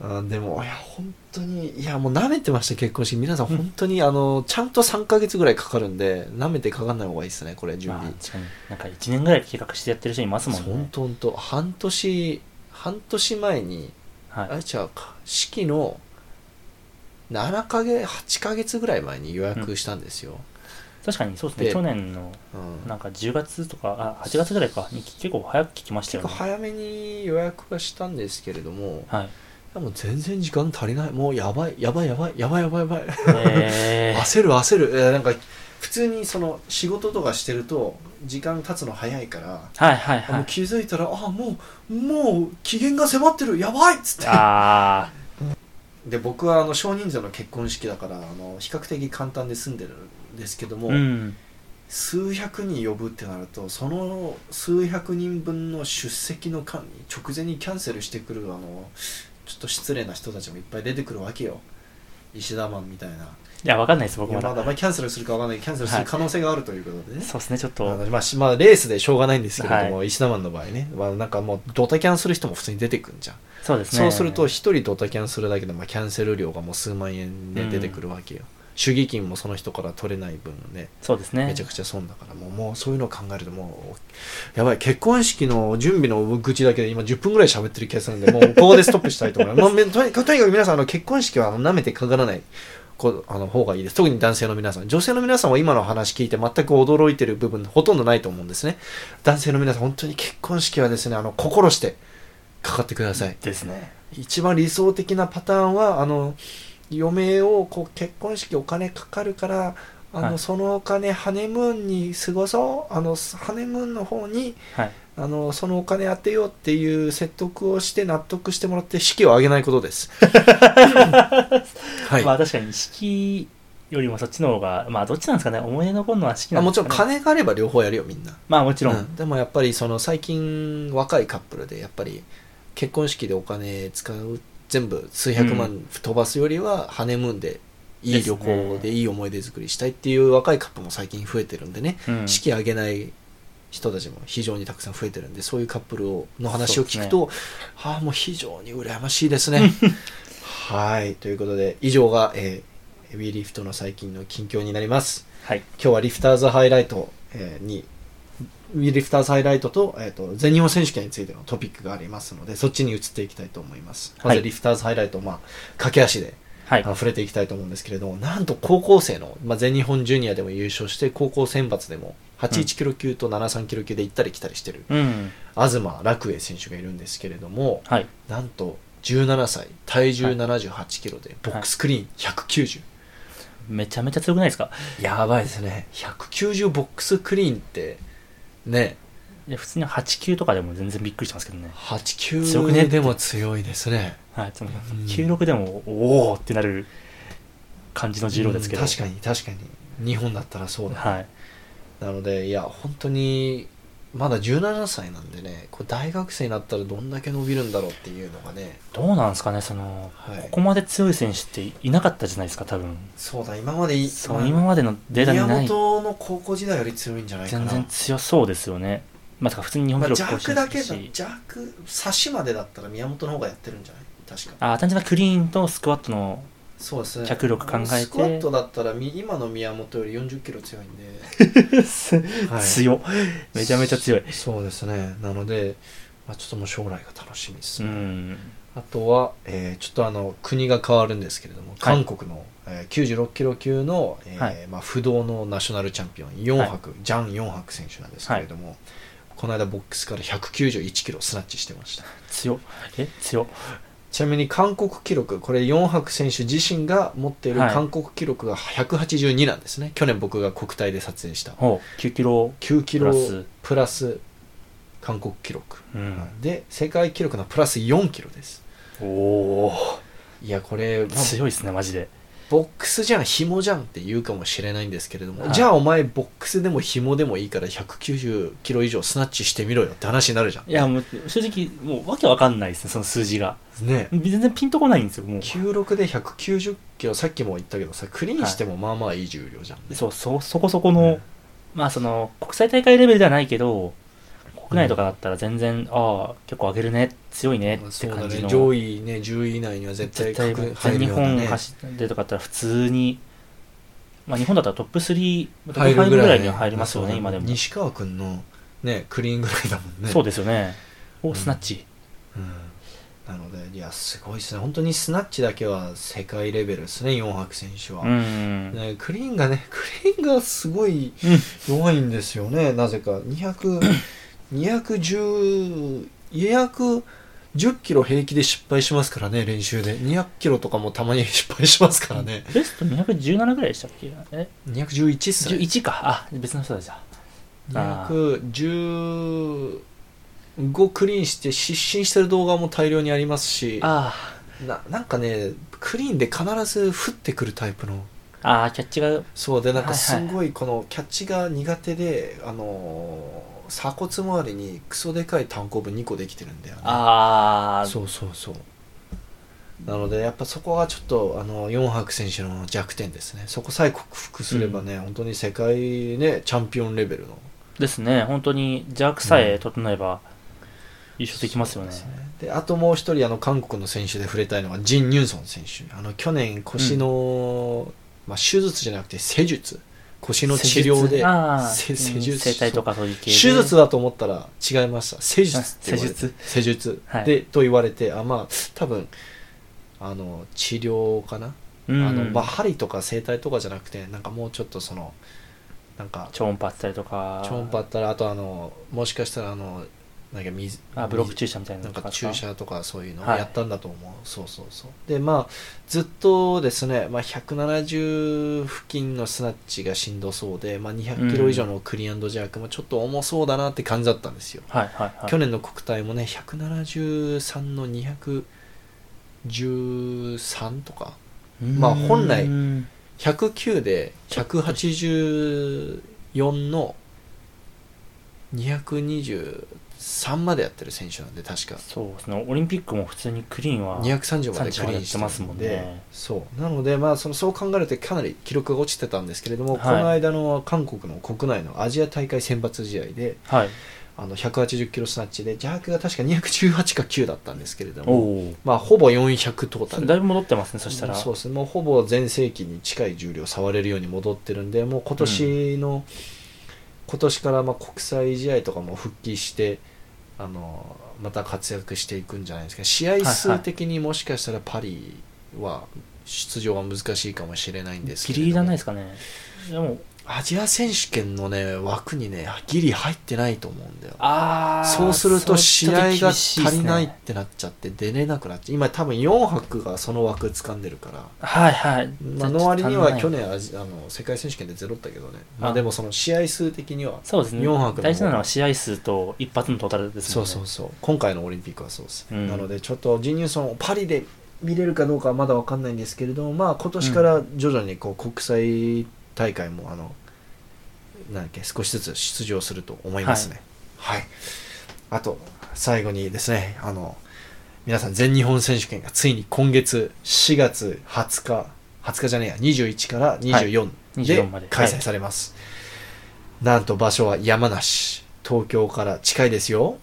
[SPEAKER 1] あーでもいや本当にいやもう舐めてました結婚式皆さん本当に、あのちゃんと3ヶ月ぐらいかかるんで舐めてかかんない方がいいですねこれ準
[SPEAKER 2] まあ、
[SPEAKER 1] 備、
[SPEAKER 2] 確かになんか1年ぐらい計画してやってる人いますもん
[SPEAKER 1] 本
[SPEAKER 2] ね、
[SPEAKER 1] 当本当半年半年前に
[SPEAKER 2] はい
[SPEAKER 1] あれ違うか式の7ヶ月8ヶ月ぐらい前に予約したんですよ、
[SPEAKER 2] 確かにそうですね
[SPEAKER 1] で
[SPEAKER 2] 去年の
[SPEAKER 1] うん
[SPEAKER 2] なんか10月とかあ8月ぐらいかに結構早く聞きました
[SPEAKER 1] 結構
[SPEAKER 2] よね
[SPEAKER 1] 早めに予約はしたんですけれども、
[SPEAKER 2] はい
[SPEAKER 1] いやもう全然時間足りないもうやばいやばいやばいやばいやばいやばい
[SPEAKER 2] えー、
[SPEAKER 1] 焦る焦る、えーなんか普通にその仕事とかしてると時間経つの早いから、
[SPEAKER 2] はいはいは
[SPEAKER 1] もう
[SPEAKER 2] い
[SPEAKER 1] 気づいたらあもうもう期限が迫ってるやばいっつって
[SPEAKER 2] ああ
[SPEAKER 1] で僕はあの少人数の結婚式だからあの比較的簡単で済んでるんですけども、
[SPEAKER 2] うん
[SPEAKER 1] 数百人呼ぶってなるとその数百人分の出席の間に直前にキャンセルしてくるあのちょっと失礼な人たちもいっぱい出てくるわけよ石田マンみたいない
[SPEAKER 2] やわかんないです僕
[SPEAKER 1] いや
[SPEAKER 2] も
[SPEAKER 1] まだまあキャンセルするかわかんないキャンセルする可能性があるということでね、
[SPEAKER 2] そうですねちょっ
[SPEAKER 1] あ
[SPEAKER 2] と
[SPEAKER 1] のまあしまあ、レースでしょうがないんですけれども、石田マンの場合ね、まあ、なんかもうドタキャンする人も普通に出てくるじゃん
[SPEAKER 2] そうですね
[SPEAKER 1] そうすると1人ドタキャンするだけで、まあ、キャンセル料がもう数万円で出てくるわけよ、祝儀金もその人から取れない分ね
[SPEAKER 2] そうですね
[SPEAKER 1] めちゃくちゃ損だからもうもうそういうのを考えるともうやばい結婚式の準備の愚痴だけで今10分ぐらい喋ってる気がするんでもうここでストップしたいと思い ます、まあめとにとにかく皆さんあの結婚式はあの舐めてかからないこうあの方がいいです特に男性の皆さん女性の皆さんは今の話聞いて全く驚いてる部分ほとんどないと思うんですね男性の皆さん本当に結婚式はですねあの心してかかってください
[SPEAKER 2] ですね
[SPEAKER 1] 一番理想的なパターンはあの嫁をこう結婚式お金かかるからあの、
[SPEAKER 2] はい
[SPEAKER 1] そのお金ハネムーンに過ごそうあのハネムーンの方に
[SPEAKER 2] はい
[SPEAKER 1] あのそのお金当てようっていう説得をして納得してもらって式を上げないことです。 はい、
[SPEAKER 2] まあ確かに式よりもそっちの方がまあどっちなんですかね思い出残るのは式な
[SPEAKER 1] あ
[SPEAKER 2] ん
[SPEAKER 1] も
[SPEAKER 2] です
[SPEAKER 1] ち
[SPEAKER 2] か、
[SPEAKER 1] ろ
[SPEAKER 2] ね、
[SPEAKER 1] ん金があれば両方やるよみんな。
[SPEAKER 2] まあもちろん、
[SPEAKER 1] うんでもやっぱりその最近若いカップルでやっぱり結婚式でお金使う全部数百
[SPEAKER 2] う
[SPEAKER 1] 万飛ばすよりはハネムーンでいい旅行
[SPEAKER 2] です
[SPEAKER 1] で
[SPEAKER 2] ね
[SPEAKER 1] いい思い出作りしたいっていう若いカップルも最近増えてるんでね、
[SPEAKER 2] うん
[SPEAKER 1] 式挙げない人たちも非常にたくさん増えてるんでそういうカップルをの話
[SPEAKER 2] そ
[SPEAKER 1] を
[SPEAKER 2] うです
[SPEAKER 1] 聞
[SPEAKER 2] ね
[SPEAKER 1] くと、ああもう非常に羨ましいですね。 はいということで以上が、えー、ウィーリフトの最近の近況になります。
[SPEAKER 2] はい
[SPEAKER 1] 今日はリフターズハイライトえーに、リフターズハイライトと,、えー、と全日本選手権についてのトピックがありますので、そっちに移っていきたいと思います。ま
[SPEAKER 2] は
[SPEAKER 1] ず
[SPEAKER 2] い
[SPEAKER 1] リフターズハイライト、まあ、駆け足で、
[SPEAKER 2] はい
[SPEAKER 1] あの触れていきたいと思うんですけれども、なんと高校生の、まあ、全日本ジュニアでも優勝して、高校選抜でも81キロ級と73キロ級で行ったり来たりしてる、
[SPEAKER 2] うん
[SPEAKER 1] 東楽栄選手がいるんですけれども、
[SPEAKER 2] はい
[SPEAKER 1] なんと17歳、体重78キロで、ボックスクリーン190。
[SPEAKER 2] めちゃめちゃ強くないですか
[SPEAKER 1] やばいですね190ボックスクリーンってね
[SPEAKER 2] いや普通に8級とかでも全然びっくりしてますけどね、
[SPEAKER 1] 89
[SPEAKER 2] 強くね
[SPEAKER 1] でも強いですね
[SPEAKER 2] はい、その
[SPEAKER 1] ん
[SPEAKER 2] 96でもおおってなる感じの重量ですけど、
[SPEAKER 1] うん確かに確かに日本だったらそうだ、
[SPEAKER 2] はい、
[SPEAKER 1] なのでいや本当にまだ17歳なんでねこれ大学生になったらどんだけ伸びるんだろうっていうのがね、
[SPEAKER 2] どうなんですかねその、
[SPEAKER 1] はい
[SPEAKER 2] ここまで強い選手っていなかったじゃないですか多分
[SPEAKER 1] そうだ今までい
[SPEAKER 2] そう、
[SPEAKER 1] まあ
[SPEAKER 2] 今までのデータにない
[SPEAKER 1] 宮本の高校時代より強いんじゃないかな
[SPEAKER 2] 全然強そうですよねまさか普通に日本
[SPEAKER 1] ま
[SPEAKER 2] 記
[SPEAKER 1] あ、
[SPEAKER 2] 録更新
[SPEAKER 1] 弱だけ
[SPEAKER 2] る
[SPEAKER 1] だ
[SPEAKER 2] し、
[SPEAKER 1] 弱差しまでだったら宮本の方がやってるんじゃない確か
[SPEAKER 2] あー単純なクリーンとスクワッ トの
[SPEAKER 1] そうですね
[SPEAKER 2] 脚力考えて
[SPEAKER 1] スクワットだったらみ今の宮本より40キロ強いんで、い
[SPEAKER 2] 強っ めちゃめちゃ強い
[SPEAKER 1] そうですねなので、まあ、ちょっともう将来が楽しみです
[SPEAKER 2] う
[SPEAKER 1] ね、
[SPEAKER 2] ん
[SPEAKER 1] あとは、えーちょっとあの国が変わるんですけれども韓国の、えー96キロ級の、えー
[SPEAKER 2] はい
[SPEAKER 1] まあ、不動のナショナルチャンピオン4泊、ジャン・4泊選手なんですけれども、この間ボックスから191キロスナッチしてました
[SPEAKER 2] 強っえ強っ
[SPEAKER 1] ちなみに韓国記録これ4泊選手自身が持っている
[SPEAKER 2] はい
[SPEAKER 1] 韓国記録が182なんですね、去年僕が国体で撮影した
[SPEAKER 2] ほう9キロ
[SPEAKER 1] 9キロ
[SPEAKER 2] プラス
[SPEAKER 1] プラス韓国記録、
[SPEAKER 2] うん、
[SPEAKER 1] で世界記録のプラス4キロです
[SPEAKER 2] おお
[SPEAKER 1] いやこれ、まあ
[SPEAKER 2] 強いですねマジで
[SPEAKER 1] ボックスじゃん紐じゃんって言うかもしれないんですけれども、
[SPEAKER 2] はい
[SPEAKER 1] じゃあお前ボックスでも紐でもいいから190キロ以上スナッチしてみろよって話になるじゃん
[SPEAKER 2] いやもう正直もうわけわかんないですねその数字が
[SPEAKER 1] ね
[SPEAKER 2] 全然ピンとこないんですよもう
[SPEAKER 1] 96で190キロさっきも言ったけどさクリーンしてもまあまあいい重量じゃん、
[SPEAKER 2] そうそうそこそこの、まあその国際大会レベルではないけど国内とかだったら全然、ああ結構上げるね強いねって
[SPEAKER 1] そうだ
[SPEAKER 2] 感じ
[SPEAKER 1] ね
[SPEAKER 2] の、
[SPEAKER 1] 上位ね10位以内には絶対
[SPEAKER 2] 絶対
[SPEAKER 1] 確認
[SPEAKER 2] 全
[SPEAKER 1] 入る
[SPEAKER 2] 日
[SPEAKER 1] ような
[SPEAKER 2] 本
[SPEAKER 1] ね
[SPEAKER 2] 走ってとかだったら普通に、まあ、日本だったらトップ3トッ
[SPEAKER 1] 入
[SPEAKER 2] プ
[SPEAKER 1] る
[SPEAKER 2] 5
[SPEAKER 1] ぐ
[SPEAKER 2] ぐ
[SPEAKER 1] ら
[SPEAKER 2] ら
[SPEAKER 1] い
[SPEAKER 2] いには入りますよね
[SPEAKER 1] そう
[SPEAKER 2] 今でも
[SPEAKER 1] 西川君のねクリーンぐらいだもんね
[SPEAKER 2] そうですよね
[SPEAKER 1] うん
[SPEAKER 2] おスナッチ、
[SPEAKER 1] うんなのでいやすごいですね本当にスナッチだけは世界レベルですね4泊選手は、
[SPEAKER 2] うんうん
[SPEAKER 1] ね、クリーンがねクリーンがすごい弱いんですよねなぜか200 210キロ平気で失敗しますからね練習で200キロとかもたまに失敗しますからね
[SPEAKER 2] ベスト217ぐらいでしたっけえ
[SPEAKER 1] 211っすね
[SPEAKER 2] 11かあ別の人でしたあ
[SPEAKER 1] 215クリーンして失神してる動画も大量にありますし
[SPEAKER 2] あ
[SPEAKER 1] ななんかねクリーンで必ず降ってくるタイプの
[SPEAKER 2] あああキャッチが
[SPEAKER 1] そうでなんか
[SPEAKER 2] はい
[SPEAKER 1] す
[SPEAKER 2] はい
[SPEAKER 1] ごいこのキャッチが苦手で、あのー鎖骨周りにクソでかい単行部2個できてるんだよね
[SPEAKER 2] ああ
[SPEAKER 1] そうそうそうなのでやっぱそこはちょっとあの4泊選手の弱点ですねそこさえ克服すればね、本当に世界ねチャンピオンレベルの
[SPEAKER 2] ですね本当に邪悪さえ整えば優勝できますよね,、
[SPEAKER 1] そうですであともう一人あの韓国の選手で触れたいのはジン・ニュンソン選手あの去年腰の、まあ、手術じゃなくて施術腰の治療で
[SPEAKER 2] ああ
[SPEAKER 1] せ施
[SPEAKER 2] うん
[SPEAKER 1] 術
[SPEAKER 2] 整体とかそういう系
[SPEAKER 1] 手
[SPEAKER 2] で
[SPEAKER 1] 術だと思ったら違いました施術って言われて
[SPEAKER 2] 施術
[SPEAKER 1] 施術
[SPEAKER 2] はい
[SPEAKER 1] で、と言われてあまあ多分あの治療かな、
[SPEAKER 2] うん
[SPEAKER 1] あのまあ、針とか整体とかじゃなくてなんかもうちょっとそのなんか
[SPEAKER 2] 超音波あったりとか
[SPEAKER 1] 超音波あったらあとあのもしかしたらあのなんか水
[SPEAKER 2] あブロック注射みたいな
[SPEAKER 1] な
[SPEAKER 2] の
[SPEAKER 1] ん
[SPEAKER 2] と
[SPEAKER 1] か
[SPEAKER 2] です
[SPEAKER 1] 注射とかそういうのを
[SPEAKER 2] はい
[SPEAKER 1] やったんだと思う、そうそうそうでまあずっとですね、まあ、170付近のスナッチがしんどそうで、まあ、200キロ以上のクリアンドジャークもちょっと重そうだなって感じだったんですよ、
[SPEAKER 2] はいはいはい
[SPEAKER 1] 去年の国体もね173の213とかまあ本来
[SPEAKER 2] うん
[SPEAKER 1] 109で184の223までやってる選手なんで確か
[SPEAKER 2] そうですねオリンピックも普通にクリーンは
[SPEAKER 1] 230まで
[SPEAKER 2] 30
[SPEAKER 1] クリーンして
[SPEAKER 2] までやってますもんね
[SPEAKER 1] そうなので、まあ、そのそう考えるとかなり記録が落ちてたんですけれども、
[SPEAKER 2] はい
[SPEAKER 1] この間の韓国の国内のアジア大会選抜試合で
[SPEAKER 2] はい
[SPEAKER 1] あの180キロスナッチでジャークが確か218か9だったんですけれど
[SPEAKER 2] お
[SPEAKER 1] も、
[SPEAKER 2] お
[SPEAKER 1] まあ、ほぼ400トータル
[SPEAKER 2] だいぶ戻ってますねそしたら
[SPEAKER 1] そうですねもうほぼ全盛期に近い重量触れるように戻ってるんでもう今年の、今年からまあ国際試合とかも復帰してあのまた活躍していくんじゃないですか試合
[SPEAKER 2] はい
[SPEAKER 1] 数
[SPEAKER 2] はい
[SPEAKER 1] 的にもしかしたらパリは出場は難しいかもしれないんですけ
[SPEAKER 2] ギ
[SPEAKER 1] れ
[SPEAKER 2] リ
[SPEAKER 1] ど
[SPEAKER 2] ギ
[SPEAKER 1] も
[SPEAKER 2] リなんないですかねでも
[SPEAKER 1] アジア選手権のね枠にねギリ入ってないと思うんだよ
[SPEAKER 2] ああ
[SPEAKER 1] そうすると試合が足りないっ
[SPEAKER 2] ね、
[SPEAKER 1] てなっちゃって出れなくなっちゃう今多分4泊がその枠掴んでるから
[SPEAKER 2] はいはい
[SPEAKER 1] まあ、の割には去年アジあの世界選手権でゼロだったけどね、まあ、
[SPEAKER 2] あ
[SPEAKER 1] でもその試合数的には
[SPEAKER 2] そうですね
[SPEAKER 1] 4泊の
[SPEAKER 2] 大事なのは試合数と一発のトータルです
[SPEAKER 1] そ
[SPEAKER 2] も
[SPEAKER 1] うん
[SPEAKER 2] ね
[SPEAKER 1] そうそう今回のオリンピックはそうですね、
[SPEAKER 2] うん
[SPEAKER 1] なのでちょっとジンニューソンをパリで見れるかどうかはまだ分かんないんですけれども、まあ、今年から徐々にこう国際大会もあのなんだっけ少しずつ出場すると思いますね。はい、あと最後にですねあの皆さん全日本選手権がついに今月4月20日20日じゃねえや21から24で
[SPEAKER 2] 24まで
[SPEAKER 1] 開
[SPEAKER 2] は
[SPEAKER 1] 催
[SPEAKER 2] い
[SPEAKER 1] されます、なんと場所は山梨東京から近いですよ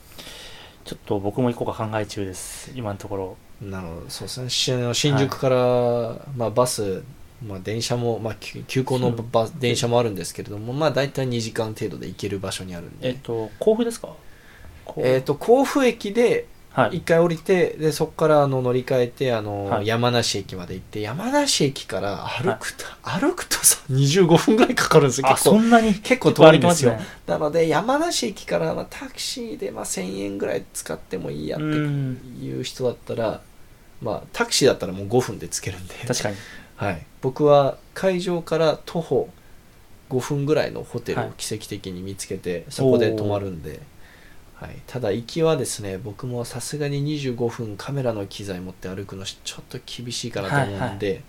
[SPEAKER 2] ちょっと僕も行こうか考え中です今のところ
[SPEAKER 1] なのそうですねしあの新宿から、まあ、バス、まあ、電車も、まあ、急急行のバス電車もあるんですけれども、まあ、大体2時間程度で行ける場所にあるん
[SPEAKER 2] え
[SPEAKER 1] で
[SPEAKER 2] っ、、と甲府ですか甲府
[SPEAKER 1] えー、と甲府駅で
[SPEAKER 2] はい
[SPEAKER 1] 1回降りてでそこからあの乗り換えてあの、
[SPEAKER 2] はい
[SPEAKER 1] 山梨駅まで行って山梨駅から歩くと、歩くとさ25分ぐらいかかるんですよ
[SPEAKER 2] あ
[SPEAKER 1] 結
[SPEAKER 2] そ
[SPEAKER 1] 構
[SPEAKER 2] んなに
[SPEAKER 1] 結構遠いんですよ
[SPEAKER 2] 結構歩いて
[SPEAKER 1] なので山梨駅からまあタクシーでまあ1000円ぐらい使ってもいいやって
[SPEAKER 2] うん
[SPEAKER 1] いう人だったら、まあ、タクシーだったらもう5分で着けるんで、
[SPEAKER 2] 確かに
[SPEAKER 1] はい、僕は会場から徒歩5分ぐらいのホテル
[SPEAKER 2] は
[SPEAKER 1] を
[SPEAKER 2] い
[SPEAKER 1] 奇跡的に見つけて、そこで泊まるんで、はい、ただ行きはですね僕もさすがに25分カメラの機材持って歩くのちょっと厳しいかなと思うんで、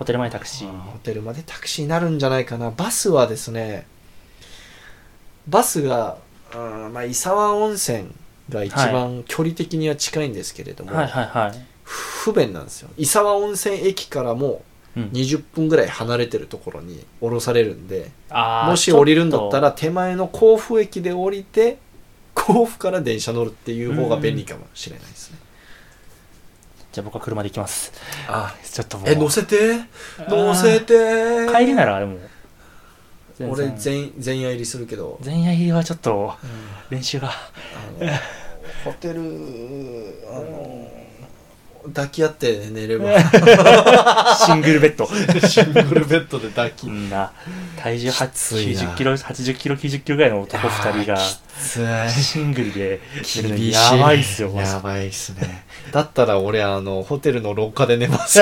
[SPEAKER 2] ホテル前タクシー。
[SPEAKER 1] ホテルまでタクシーになるんじゃないかなバスはですねバスが、うんまあ、伊沢温泉が一番距離的には近いんですけれども、
[SPEAKER 2] はいはいはい。
[SPEAKER 1] 不便なんですよ伊沢温泉駅からも
[SPEAKER 2] うん
[SPEAKER 1] 20分ぐらい離れてるところに降ろされるんで
[SPEAKER 2] あー
[SPEAKER 1] もし降りるんだった、
[SPEAKER 2] ちょ
[SPEAKER 1] ら手前の甲府駅で降りて甲府から電車乗るっていう方が便利かもしれないですね、
[SPEAKER 2] とじゃあ僕は車で行 きます。
[SPEAKER 1] あ
[SPEAKER 2] ちょっともう。
[SPEAKER 1] え乗せて乗せて
[SPEAKER 2] あー帰りならあれもう。
[SPEAKER 1] 俺全全夜入りするけど、
[SPEAKER 2] 全夜入りはちょっと練習が。
[SPEAKER 1] あのホテルあの抱き合って寝れ ば
[SPEAKER 2] シングルベッド。
[SPEAKER 1] シングルベッドで抱き
[SPEAKER 2] みんな、体重
[SPEAKER 1] きついな
[SPEAKER 2] 90キロ、80キロ、90キロぐらいの男2人が、シングルで寝るの
[SPEAKER 1] 厳しい
[SPEAKER 2] やばいっすよ、マジ
[SPEAKER 1] やばいっすねだったら俺あのホテルの廊下で寝ます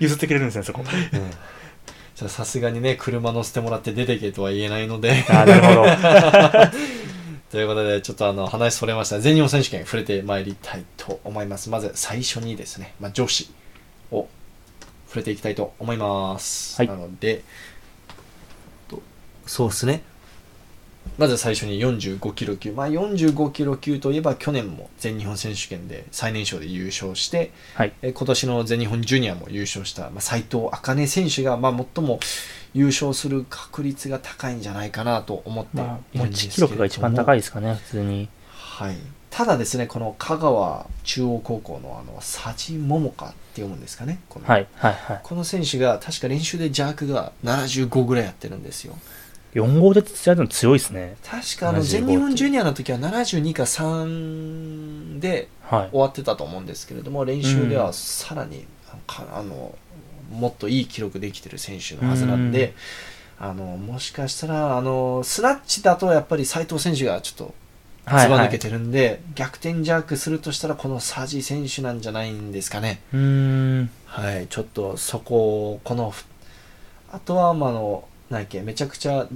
[SPEAKER 2] 譲ってくれるんですね、そこ。
[SPEAKER 1] じゃあさすがにね車乗せてもらって出てけとは言えないの で
[SPEAKER 2] あーなるほど。
[SPEAKER 1] ということでちょっとあの話それました全日本選手権触れてまいりたいと思いますまず最初にですね、まあ、女子を触れていきたいと思います、
[SPEAKER 2] はい
[SPEAKER 1] なのでとそうですねまず最初に45キロ級、まあ、45キロ級といえば去年も全日本選手権で最年少で優勝して、
[SPEAKER 2] はい。
[SPEAKER 1] えー今年の全日本ジュニアも優勝した、まあ、斉藤茜選手が、まあ、最も優勝する確率が高いんじゃないかなと思って
[SPEAKER 2] まあ、
[SPEAKER 1] いるんです
[SPEAKER 2] 1
[SPEAKER 1] けれ
[SPEAKER 2] 記
[SPEAKER 1] ども、
[SPEAKER 2] 録が一番高いですかね、普通に。
[SPEAKER 1] はい、ただですねこの香川中央高校のあの佐治桃香って読むんですかねこの,、
[SPEAKER 2] はい、はい、はい。
[SPEAKER 1] この選手が確か練習で邪悪が75ぐらいやってるんですよ
[SPEAKER 2] 4号で土屋でも強いですね。
[SPEAKER 1] 確かあの
[SPEAKER 2] 75
[SPEAKER 1] 全日本ジュニアの時は72か3で
[SPEAKER 2] はい。
[SPEAKER 1] 終わってたと思うんですけれども練習で
[SPEAKER 2] う
[SPEAKER 1] は
[SPEAKER 2] ん
[SPEAKER 1] さらにかあのもっといい記録できてる選手のはずなんで、あのもしかしたらあのスナッチだとやっぱり斉藤選手がちょっと
[SPEAKER 2] はい
[SPEAKER 1] ずば
[SPEAKER 2] は
[SPEAKER 1] 抜
[SPEAKER 2] い
[SPEAKER 1] けてるんで、逆転ジャークするとしたらこのサジ選手なんじゃないんですかね。
[SPEAKER 2] うーん。
[SPEAKER 1] はい、ちょっとそこをこのふあとはまああの何やっけめちゃくちゃ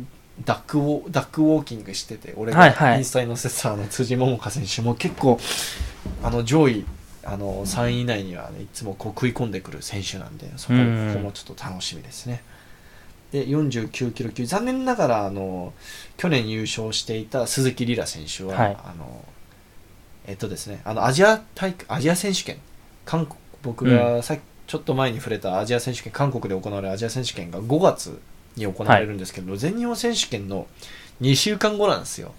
[SPEAKER 1] ダックウォーダックウォーキングしてて俺
[SPEAKER 2] はいは
[SPEAKER 1] が
[SPEAKER 2] い
[SPEAKER 1] インスタに載せてたあの辻桃香選手も結構あの上位あの3位以内には、ね、いつもこう食い込んでくる選手なんでそこここ
[SPEAKER 2] うん
[SPEAKER 1] もちょっと楽しみですね。で49キロ級残念ながらあの去年優勝していた鈴木リラ選手は、
[SPEAKER 2] はい
[SPEAKER 1] あのえっとですねあのアジア大会アジア選手権韓国僕がさっきちょっと前に触れたアジア選手権韓国で行われるアジア選手権が5月に行われるんですけど、全日本選手権の2週間後なんですよ。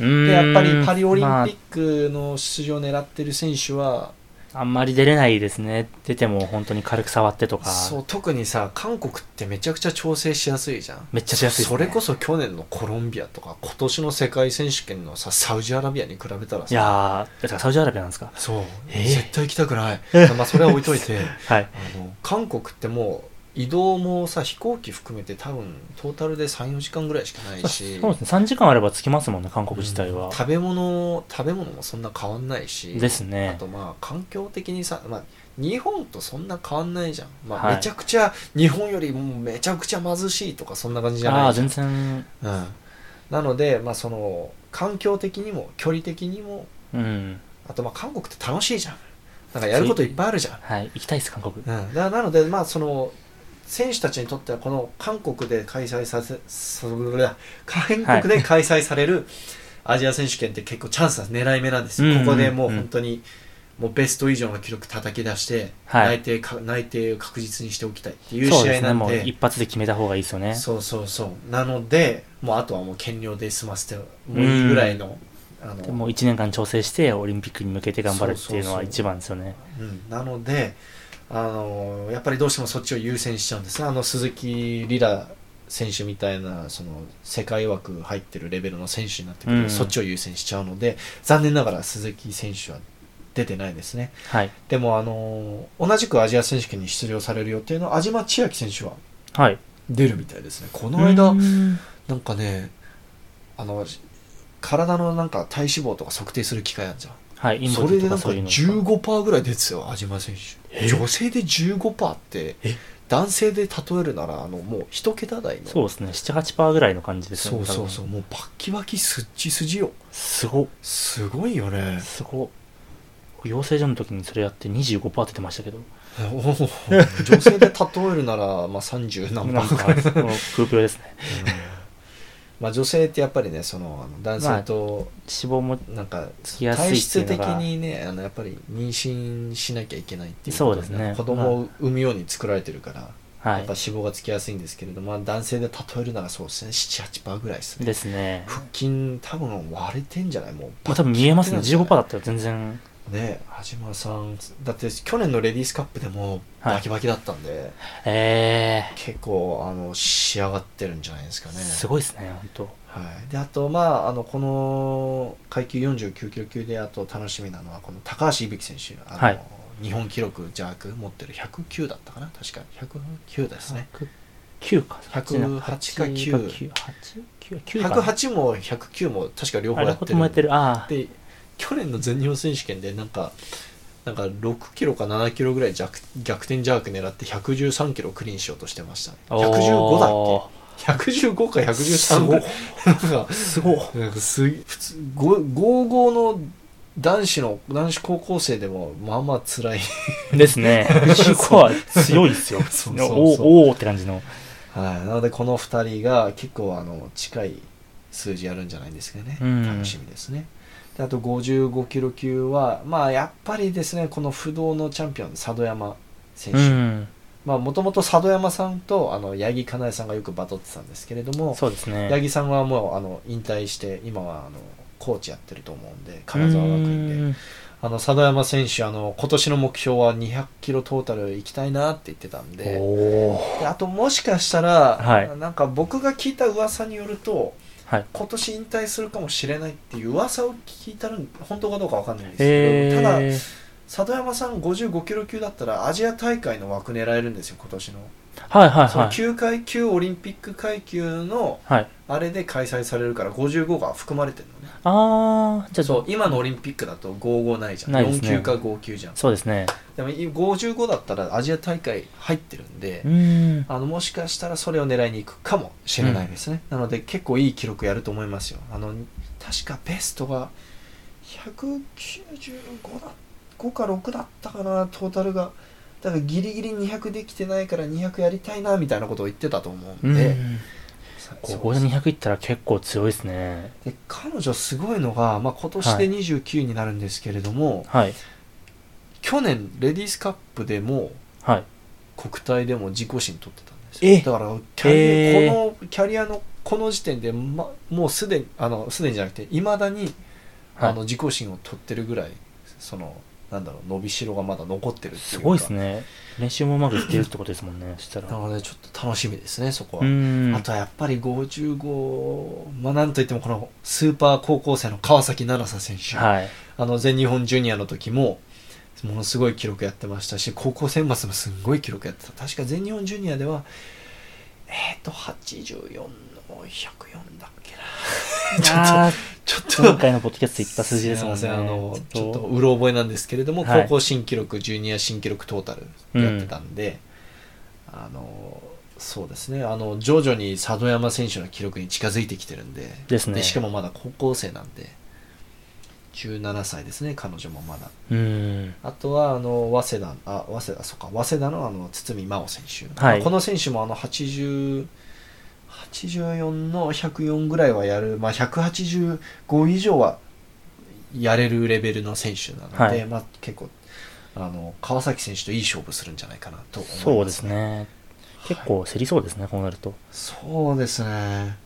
[SPEAKER 2] うーん
[SPEAKER 1] でやっぱりパリオリンピ
[SPEAKER 2] まあ
[SPEAKER 1] ックの出場を狙ってる選手は、
[SPEAKER 2] あんまり出れないですね。出ても本当に軽く触ってとか。
[SPEAKER 1] そう特にさ韓国ってめちゃくちゃ調整しやすいじゃん
[SPEAKER 2] めっちゃしやすいです
[SPEAKER 1] そ
[SPEAKER 2] ね
[SPEAKER 1] れこそ去年のコロンビアとか今年の世界選手権のさサウジアラビアに比べたらさ
[SPEAKER 2] いやー、だからサウジアラビアなんですか。
[SPEAKER 1] そう、
[SPEAKER 2] えー
[SPEAKER 1] 絶対行きたくない まあそれは置いといて
[SPEAKER 2] はい。
[SPEAKER 1] あの韓国ってもう移動もさ飛行機含めて多分トータルで34時間ぐらいしかないし
[SPEAKER 2] そうですね。3時間あれば着きますもんね、韓国自体は。
[SPEAKER 1] 食べ物食べ物もそんな変わんないし
[SPEAKER 2] です
[SPEAKER 1] あ
[SPEAKER 2] ね。
[SPEAKER 1] とまあ環境的にさ、まあ、日本とそんな変わんないじゃん、ま
[SPEAKER 2] は
[SPEAKER 1] あ、
[SPEAKER 2] い
[SPEAKER 1] めちゃくちゃ、日本よりもめちゃくちゃ貧しいとかそんな感じじゃ
[SPEAKER 2] あ
[SPEAKER 1] な
[SPEAKER 2] あー、
[SPEAKER 1] いじゃん
[SPEAKER 2] 全然、
[SPEAKER 1] うん、なので、まあ、その環境的にも距離的にも
[SPEAKER 2] うん。
[SPEAKER 1] あとまあ韓国って楽しいじゃんなんかやることいっぱいあるじゃん
[SPEAKER 2] はい。行きたいです、韓国。
[SPEAKER 1] うん、だなので、まあ、その選手たちにとってはこの韓国で開催させそ韓国で開催されるアジア選手権って結構チャンスなんです狙い目なんですよ、
[SPEAKER 2] うんうん
[SPEAKER 1] ここでもう
[SPEAKER 2] うん
[SPEAKER 1] 本当にもうベスト以上の記録叩き出して、
[SPEAKER 2] はい
[SPEAKER 1] 内定か内定を確実にしておきたいっていう
[SPEAKER 2] そう
[SPEAKER 1] 試
[SPEAKER 2] で
[SPEAKER 1] 合
[SPEAKER 2] すね。
[SPEAKER 1] なん
[SPEAKER 2] もう
[SPEAKER 1] で
[SPEAKER 2] 一発で決めた方がいいですよね。
[SPEAKER 1] そうそうそうなのでもうあとはもう兼量で済ませてもいいぐらいの,、あ
[SPEAKER 2] で
[SPEAKER 1] の
[SPEAKER 2] もう1年間調整して、オリンピックに向けて頑張るっていうの
[SPEAKER 1] そうそうそ
[SPEAKER 2] は
[SPEAKER 1] う
[SPEAKER 2] 一番ですよね。
[SPEAKER 1] うん、なのであのやっぱりどうしてもそっちを優先しちゃうんですねあの鈴木リラ選手みたいなその世界枠入ってるレベルの選手になってくると、
[SPEAKER 2] うん
[SPEAKER 1] そっちを優先しちゃうので残念ながら鈴木選手は出てないですね
[SPEAKER 2] はい。
[SPEAKER 1] でもあの同じくアジア選手権に出場される予定の安嶋千秋選手は
[SPEAKER 2] はい。
[SPEAKER 1] 出るみたいですねこの間
[SPEAKER 2] うーん
[SPEAKER 1] なんかねあの体のなんか体脂肪とか測定する機会あるじゃん
[SPEAKER 2] はい。インボ
[SPEAKER 1] そ
[SPEAKER 2] イ
[SPEAKER 1] れ
[SPEAKER 2] ス
[SPEAKER 1] で
[SPEAKER 2] と
[SPEAKER 1] な
[SPEAKER 2] か
[SPEAKER 1] んか
[SPEAKER 2] そういうのとか。
[SPEAKER 1] 15%ぐらい出てたよ、安嶋選手。
[SPEAKER 2] え
[SPEAKER 1] 女性で15%って
[SPEAKER 2] え、
[SPEAKER 1] 男性で例えるなら、あのもう一桁台の、
[SPEAKER 2] そうですね。7、8%ぐらいの感じですよ
[SPEAKER 1] そ
[SPEAKER 2] ね。。
[SPEAKER 1] うそうそうう、もうバッキバキすっちすじよ。
[SPEAKER 2] すごっ。
[SPEAKER 1] すごいよね。
[SPEAKER 2] すごっ。養成所の時にそれやって25%出てましたけど。
[SPEAKER 1] おー女性で例えるなら、まあ、30何
[SPEAKER 2] な
[SPEAKER 1] 番
[SPEAKER 2] んか、
[SPEAKER 1] か、うん
[SPEAKER 2] もうプロプロですね。
[SPEAKER 1] まあ、女性ってやっぱりねそのあの男性と
[SPEAKER 2] 脂肪も、
[SPEAKER 1] なんか
[SPEAKER 2] つきやすい
[SPEAKER 1] 体
[SPEAKER 2] ってい
[SPEAKER 1] 質
[SPEAKER 2] うの
[SPEAKER 1] 的
[SPEAKER 2] が
[SPEAKER 1] にねあのやっぱり妊娠しなきゃいけないっていう
[SPEAKER 2] そうですね
[SPEAKER 1] なんか子供を産むように作られてるから、
[SPEAKER 2] は
[SPEAKER 1] やっ
[SPEAKER 2] い
[SPEAKER 1] ぱ。脂肪がつきやすいんですけれども、まあ、男性で例えるならそうですね78%ぐらいですね
[SPEAKER 2] ですね。
[SPEAKER 1] 腹筋多分割れてんじゃないもう
[SPEAKER 2] まあ多分見えますね。
[SPEAKER 1] バッキバ
[SPEAKER 2] 15%
[SPEAKER 1] キ
[SPEAKER 2] だったら全然。
[SPEAKER 1] ねはじまさんだって去年のレディースカップでも
[SPEAKER 2] はい
[SPEAKER 1] バキバキだったんで、
[SPEAKER 2] え
[SPEAKER 1] 結構あの仕上がってるんじゃないですか
[SPEAKER 2] ー、
[SPEAKER 1] ね
[SPEAKER 2] すごいですね、本当
[SPEAKER 1] はい、であとまああのこの階級49キロ級であと楽しみなのはこの高橋響樹選手あの、
[SPEAKER 2] はい
[SPEAKER 1] 日本記録弱持ってる109だったかな確か109ですね
[SPEAKER 2] 9か。
[SPEAKER 1] 108か9
[SPEAKER 2] 9。8 9かな。
[SPEAKER 1] 108も109も確か両方
[SPEAKER 2] あ
[SPEAKER 1] や
[SPEAKER 2] れ、
[SPEAKER 1] っ
[SPEAKER 2] こ
[SPEAKER 1] て
[SPEAKER 2] と
[SPEAKER 1] る
[SPEAKER 2] もやってる。ああ。
[SPEAKER 1] で去年の全日本選手権でなんかなんか6キロか7キロぐらい弱逆転ジャーク狙って113キロクリーンしようとしてましたね115だっ
[SPEAKER 2] っ
[SPEAKER 1] け115か113ぐらいなんか
[SPEAKER 2] すごい。
[SPEAKER 1] なんかす普通ご55の男子の男子高校生でもまあまあ辛い
[SPEAKER 2] ですね。
[SPEAKER 1] そう
[SPEAKER 2] 15は強いですよ。
[SPEAKER 1] そうそう
[SPEAKER 2] お
[SPEAKER 1] そう
[SPEAKER 2] おおーって感じの。
[SPEAKER 1] はいなのでこの2人が結構あの近い数字やるんじゃないんですかね、
[SPEAKER 2] うん
[SPEAKER 1] 楽しみですねであと55キロ級はまあやっぱりですねこの不動のチャンピオン佐渡山選
[SPEAKER 2] う
[SPEAKER 1] 手、
[SPEAKER 2] ん。
[SPEAKER 1] まあもともと佐渡山さんとあの八木かなえさんがよくバトってたんですけれども
[SPEAKER 2] そうですね。
[SPEAKER 1] 八木さんはもうあの引退して今はあのコーチやってると思うんで金沢学院で
[SPEAKER 2] うん
[SPEAKER 1] あの佐渡山選手あの今年の目標は200キロトータル行きたいなって言ってたんで
[SPEAKER 2] おお。
[SPEAKER 1] であともしかしたら、
[SPEAKER 2] はい
[SPEAKER 1] なんか僕が聞いた噂によると、
[SPEAKER 2] はい
[SPEAKER 1] 今年引退するかもしれないっていう噂を聞いたら本当かどうかわかんないんですけ
[SPEAKER 2] え
[SPEAKER 1] ど、ただ
[SPEAKER 2] ー。
[SPEAKER 1] 佐渡山さん55キロ級だったらアジア大会の枠狙えるんですよ今年の,、
[SPEAKER 2] はいはい
[SPEAKER 1] その
[SPEAKER 2] はい。
[SPEAKER 1] 9階級オリンピック階級の
[SPEAKER 2] はい。
[SPEAKER 1] あれで開催されるから55が含まれてるのね
[SPEAKER 2] ああ、じゃあ、
[SPEAKER 1] そう今のオリンピックだと55ないじゃん、
[SPEAKER 2] ないです
[SPEAKER 1] 4
[SPEAKER 2] ね
[SPEAKER 1] 級か5級じゃん
[SPEAKER 2] そうですね。
[SPEAKER 1] でも55だったらアジア大会入ってるんで、
[SPEAKER 2] うん。
[SPEAKER 1] あのもしかしたらそれを狙いに行くかもしれないですね、なので結構いい記録やると思いますよあの確かベストが195だ5か6だったかなトータルがだからギリギリ200できてないから200やりたいなみたいなことを言ってたと思う
[SPEAKER 2] うん
[SPEAKER 1] で、
[SPEAKER 2] ん。
[SPEAKER 1] さ
[SPEAKER 2] こ
[SPEAKER 1] そう
[SPEAKER 2] こで200いったら結構強いですね。
[SPEAKER 1] で彼女すごいのが、まあ、今年で29になるんですけれども、
[SPEAKER 2] はい。
[SPEAKER 1] 去年レディースカップでも
[SPEAKER 2] はい。
[SPEAKER 1] 国体でも自己新取ってたんです
[SPEAKER 2] え
[SPEAKER 1] よだからキャリア、
[SPEAKER 2] へー
[SPEAKER 1] このキャリアのこの時点で、ま、もうすでにあのすでにじゃなくていまだに、
[SPEAKER 2] はい
[SPEAKER 1] あの自己新を取ってるぐらいそのなんだろう伸びしろがまだ残ってるっていうか
[SPEAKER 2] すごいですね。練習もうまくいってるってことですもんね。そしたら。
[SPEAKER 1] なのでちょっと楽しみですねそこは、
[SPEAKER 2] うん。
[SPEAKER 1] あとはやっぱり55まあなんといってもこのスーパー高校生の川崎奈々紗選手、
[SPEAKER 2] はい。
[SPEAKER 1] あの全日本ジュニアの時もものすごい記録やってましたし高校選抜もすんごい記録やってた確か全日本ジュニアではえっ、ー、と84の104だっけなちょっと
[SPEAKER 2] ああ、
[SPEAKER 1] ちょっ
[SPEAKER 2] 今
[SPEAKER 1] と
[SPEAKER 2] 回のポッドキャスト行った数字ですもんね。
[SPEAKER 1] いませあのちょっと
[SPEAKER 2] と
[SPEAKER 1] うろ覚えなんですけれども、
[SPEAKER 2] はい
[SPEAKER 1] 高校新記録ジュニア新記録トータルやってたんで、あのそうですねあの徐々に佐渡山選手の記録に近づいてきてるんで
[SPEAKER 2] ですね
[SPEAKER 1] しかもまだ高校生なんで17歳ですね彼女もまだ
[SPEAKER 2] うん。
[SPEAKER 1] あとはあの早稲田あ早稲田そっか早稲田のあの堤真央選手、
[SPEAKER 2] はい
[SPEAKER 1] まあこの選手もあの80 84の104ぐらいはやる、まあ、185以上はやれるレベルの選手なので、
[SPEAKER 2] はい
[SPEAKER 1] まあ、結構あの川崎選手といい勝負するんじゃないかなと思います、
[SPEAKER 2] そうですね。結
[SPEAKER 1] はい
[SPEAKER 2] 構競りそうですね、こうなると。
[SPEAKER 1] そうですね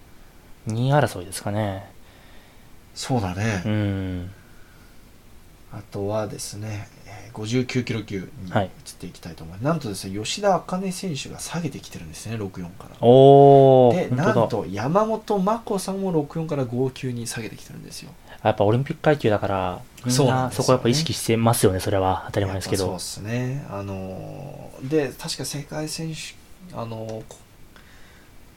[SPEAKER 2] 2位争いですかね。
[SPEAKER 1] そうだね、
[SPEAKER 2] うん。
[SPEAKER 1] あとはですね、えー59キロ級に移
[SPEAKER 2] はい
[SPEAKER 1] っていきたいと思います、なんとですね吉田茜選手が下げてきてるんですね64から
[SPEAKER 2] お
[SPEAKER 1] で
[SPEAKER 2] ー、
[SPEAKER 1] な
[SPEAKER 2] 本
[SPEAKER 1] ん
[SPEAKER 2] 当
[SPEAKER 1] と山本真子さんも64から59に下げてきてるんですよ
[SPEAKER 2] だ。やっぱオリンピック階級だから、み
[SPEAKER 1] そうんなん
[SPEAKER 2] な
[SPEAKER 1] ですよね
[SPEAKER 2] そこやっぱ意識してますよね、それは。当たり前ですけ
[SPEAKER 1] やっぱ
[SPEAKER 2] ど。
[SPEAKER 1] そうですねあのーで確か世界選手あのー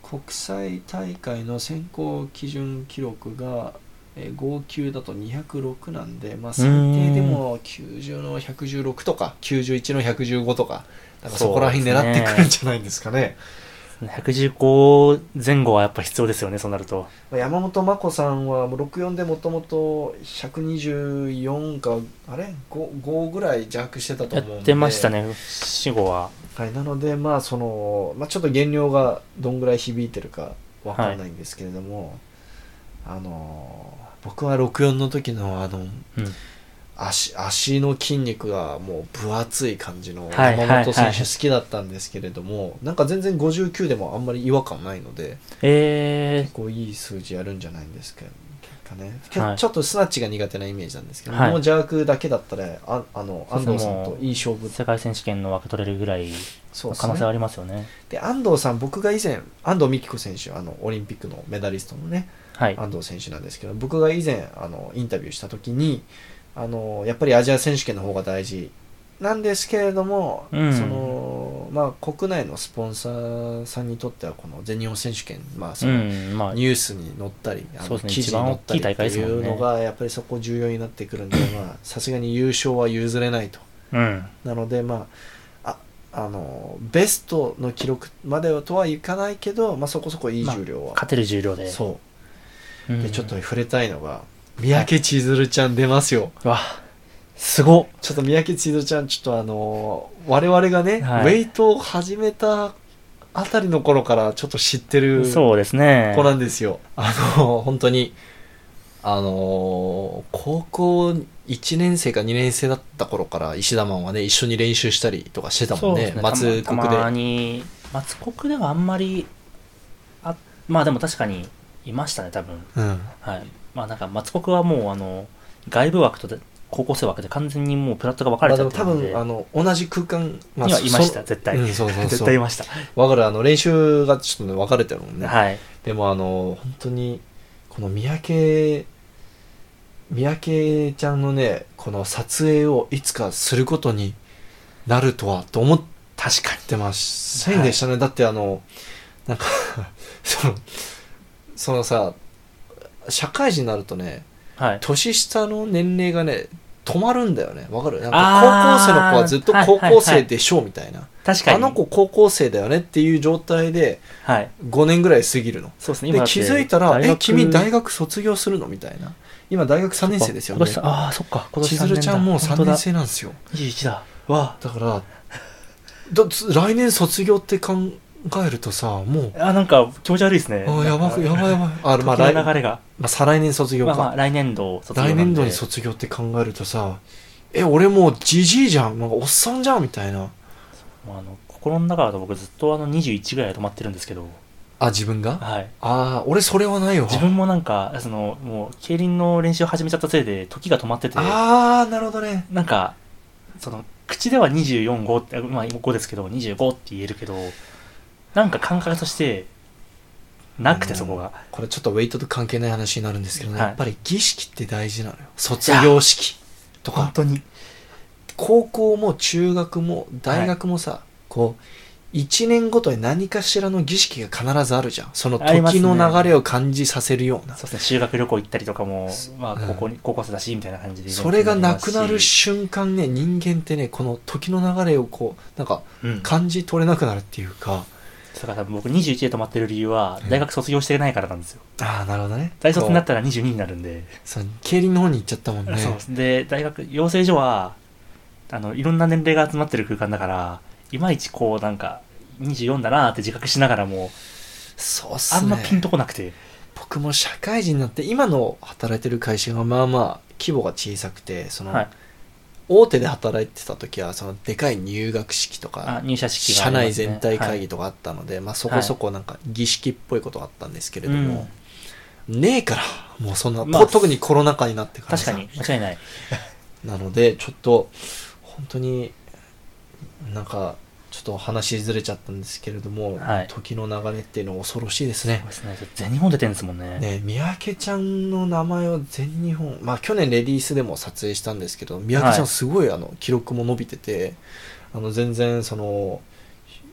[SPEAKER 1] こ国際大会の選考基準記録が、えー、59だと206なんで、まあ、最低でも90の116とか91の115とかだからそこら辺狙ってくるんじゃないんですかね
[SPEAKER 2] 115前後はやっぱ必要ですよね、そうなると。
[SPEAKER 1] まあ山本真子さんはもう64でもともと124かあれ 5, 5ぐらい弱してたと
[SPEAKER 2] や
[SPEAKER 1] 思
[SPEAKER 2] っ
[SPEAKER 1] うんで
[SPEAKER 2] てましたね、死後は。
[SPEAKER 1] はい、なので、まあそのまあ、ちょっと減量がどんぐらい響いてるかわかんないんですけれども、あの僕は64の時のあの
[SPEAKER 2] うん。
[SPEAKER 1] 足足の筋肉がもう分厚い感じの
[SPEAKER 2] はい
[SPEAKER 1] 山本選
[SPEAKER 2] はい
[SPEAKER 1] 手
[SPEAKER 2] はい
[SPEAKER 1] 好きだったんですけれども、なんか全然59でもあんまり違和感ないので
[SPEAKER 2] え
[SPEAKER 1] 結構いい数字やるんじゃないんですけど。結果ねけ
[SPEAKER 2] はい
[SPEAKER 1] ちょっとスナッチが苦手なイメージなんですけど、
[SPEAKER 2] はい
[SPEAKER 1] もう邪悪だけだったらああの
[SPEAKER 2] そう
[SPEAKER 1] 安
[SPEAKER 2] ですね
[SPEAKER 1] 藤さんといい勝負
[SPEAKER 2] ー、世界選手権の枠取れるぐらい
[SPEAKER 1] そう
[SPEAKER 2] の
[SPEAKER 1] です
[SPEAKER 2] 可
[SPEAKER 1] ね
[SPEAKER 2] 能性はありますよね。
[SPEAKER 1] で安藤さん僕が以前安藤美希子選手あのオリンピックのメダリストのね
[SPEAKER 2] はい。
[SPEAKER 1] 安藤選手なんですけど僕が以前あのインタビューした時にあのやっぱりアジア選手権の方が大事なんですけれども、
[SPEAKER 2] うん
[SPEAKER 1] そのまあ、国内のスポンサーさんにとってはこの全日本選手権、まあそうの
[SPEAKER 2] ん、まあ、
[SPEAKER 1] ニュースに載ったり、あの
[SPEAKER 2] そうですね
[SPEAKER 1] 記事に載ったり
[SPEAKER 2] 一番大きい大
[SPEAKER 1] って
[SPEAKER 2] 会ですも
[SPEAKER 1] い
[SPEAKER 2] ん
[SPEAKER 1] う
[SPEAKER 2] ね
[SPEAKER 1] のがやっぱりそこ重要になってくるんでまあさすがに優勝は譲れないと
[SPEAKER 2] うん。
[SPEAKER 1] なのでまあああのベストの記録までとはいかないけど、まあ、そこそこいい重量は、
[SPEAKER 2] 勝てる重量で。
[SPEAKER 1] そううで
[SPEAKER 2] ん
[SPEAKER 1] ちょっと触れたいのが三宅千鶴ちゃん出ますよ
[SPEAKER 2] わ、すごっ
[SPEAKER 1] ちょっと三宅千鶴ちゃんちょっとあの我々がね、
[SPEAKER 2] はい
[SPEAKER 1] ウェイトを始めたあたりの頃からちょっと知ってる子
[SPEAKER 2] そうですね。
[SPEAKER 1] なんですよ、あの本当にあの高校1年生か2年生だった頃から石田マンはね一緒に練習したりとかしてたもん
[SPEAKER 2] そう
[SPEAKER 1] ね
[SPEAKER 2] ですね
[SPEAKER 1] 松
[SPEAKER 2] た
[SPEAKER 1] 国
[SPEAKER 2] ま
[SPEAKER 1] で
[SPEAKER 2] たまに松国ではあんまりあまあでも確かにいましたね多分
[SPEAKER 1] うん
[SPEAKER 2] はいまあなんか松国はもうあの外部枠とで高校生枠で完全にもうプラットが分か
[SPEAKER 1] ま
[SPEAKER 2] れ
[SPEAKER 1] あ
[SPEAKER 2] ち
[SPEAKER 1] で
[SPEAKER 2] ゃ
[SPEAKER 1] も
[SPEAKER 2] って
[SPEAKER 1] 多
[SPEAKER 2] るので、
[SPEAKER 1] 分あの同じ空間、まあ、
[SPEAKER 2] にはいました
[SPEAKER 1] そ
[SPEAKER 2] 絶対、
[SPEAKER 1] うん、そうそうそう
[SPEAKER 2] 絶対いました
[SPEAKER 1] わかるあの練習がちょっとね分かれてるもんね、
[SPEAKER 2] はい
[SPEAKER 1] でもあの本当にこの三宅三宅ちゃんのねこの撮影をいつかすることになるとはと思確かにってませんでしたね、だってあのなんか そのそのさ社会人になるとね
[SPEAKER 2] はい
[SPEAKER 1] 年下の年齢がね止まるんだよねわかるなん
[SPEAKER 2] あ
[SPEAKER 1] か高
[SPEAKER 2] ー
[SPEAKER 1] 校生の子はずっと高校生でしょうみたいな、
[SPEAKER 2] 確かに
[SPEAKER 1] あの子高校生だよねっていう状態で
[SPEAKER 2] はい
[SPEAKER 1] 5年ぐらい過ぎるの
[SPEAKER 2] そうですね
[SPEAKER 1] で気づいたら「え君大
[SPEAKER 2] 学
[SPEAKER 1] 学卒業するの?」みたいな今大学3年生ですよね
[SPEAKER 2] 今年ああそっか今
[SPEAKER 1] 千
[SPEAKER 2] 年3年
[SPEAKER 1] 鶴
[SPEAKER 2] だ
[SPEAKER 1] ちゃんもう3
[SPEAKER 2] 本当だ
[SPEAKER 1] 年生なんですよ
[SPEAKER 2] 21だ
[SPEAKER 1] わだからだつ来年卒業って考えるとさもう
[SPEAKER 2] あなんか気持ち悪いですね
[SPEAKER 1] あやばくやばいやばいあ、まあ、
[SPEAKER 2] 時
[SPEAKER 1] 来
[SPEAKER 2] の
[SPEAKER 1] ま
[SPEAKER 2] 流れが、
[SPEAKER 1] あ再来年卒業
[SPEAKER 2] ま
[SPEAKER 1] か、
[SPEAKER 2] あ、まあ来年度卒業なん
[SPEAKER 1] 来
[SPEAKER 2] で
[SPEAKER 1] 年度に卒業って考えるとさえ俺もうじじいじゃんなんかおっさんじゃんみたいな
[SPEAKER 2] もうあの心の中だと僕ずっとあの21ぐらいで止まってるんですけど、
[SPEAKER 1] あ自分が
[SPEAKER 2] はい、
[SPEAKER 1] ああ俺それはないわ
[SPEAKER 2] 自分もなんかそのもう競輪の練習を始めちゃったせいで時が止まってて
[SPEAKER 1] ああなるほどね
[SPEAKER 2] なんかその口では245ってあまあ5ですけど25って言えるけどなんか感覚としてなくて
[SPEAKER 1] うん
[SPEAKER 2] そこが、
[SPEAKER 1] これちょっとウェイトと関係ない話になるんですけどね、
[SPEAKER 2] はい
[SPEAKER 1] やっぱり儀式って大事なのよ卒業式とか
[SPEAKER 2] 当に
[SPEAKER 1] 高校も中学も大学もさ、こう1年ごとに何かしらの儀式が必ずあるじゃんその
[SPEAKER 2] あります
[SPEAKER 1] 時
[SPEAKER 2] ね
[SPEAKER 1] の流れを感じさせるような、
[SPEAKER 2] そうですね修学旅行行ったりとかも、まあ、
[SPEAKER 1] うん
[SPEAKER 2] 高校に、高校生だしみたいな感じで
[SPEAKER 1] それがなくなる
[SPEAKER 2] し、
[SPEAKER 1] 瞬間ね人間ってねこの時の流れをこうなんか
[SPEAKER 2] うん、だ
[SPEAKER 1] 感じ取れなくなるっていうか、
[SPEAKER 2] から多分僕21で止まってる理由は大学卒業してないからなんですよ
[SPEAKER 1] ああなるほどね
[SPEAKER 2] 大卒になったたら22になるんで
[SPEAKER 1] 競輪の方に行っちゃったもんね
[SPEAKER 2] そうですで大学養成所はあのいろんな年齢が集まってる空間だからいまいちこうなんか24だなーって自覚しながらも
[SPEAKER 1] そうっすね
[SPEAKER 2] あんまピンとこなくて、
[SPEAKER 1] 僕も社会人になって今の働いてる会社がまあまあ規模が小さくてその、
[SPEAKER 2] はい、
[SPEAKER 1] 大手で働いてた時はそのでかい入学式と
[SPEAKER 2] あ
[SPEAKER 1] か、
[SPEAKER 2] 入社式があ
[SPEAKER 1] 社
[SPEAKER 2] りま
[SPEAKER 1] 内
[SPEAKER 2] すね
[SPEAKER 1] 全体会議
[SPEAKER 2] は
[SPEAKER 1] とかあったので、まあ、そこそこなんか儀式っぽいことがあったんですけれど
[SPEAKER 2] う
[SPEAKER 1] も
[SPEAKER 2] ん、
[SPEAKER 1] ねえからもうそんな、
[SPEAKER 2] まあ
[SPEAKER 1] こ特にコロナ禍になってか
[SPEAKER 2] い
[SPEAKER 1] ら
[SPEAKER 2] 確
[SPEAKER 1] さ
[SPEAKER 2] かに間違いない
[SPEAKER 1] なのでちょっと本当になんかちょっと話ずれちゃったんですけれども、
[SPEAKER 2] はい
[SPEAKER 1] 時の流れっていうのは恐ろしいですね
[SPEAKER 2] そうですね全日本出てるんですもんね
[SPEAKER 1] ね、三宅ちゃんの名前は全日本、まあ、去年レディースでも撮影したんですけど三宅ちゃ
[SPEAKER 2] は
[SPEAKER 1] ん
[SPEAKER 2] い
[SPEAKER 1] すごいあの記録も伸びててあの全然その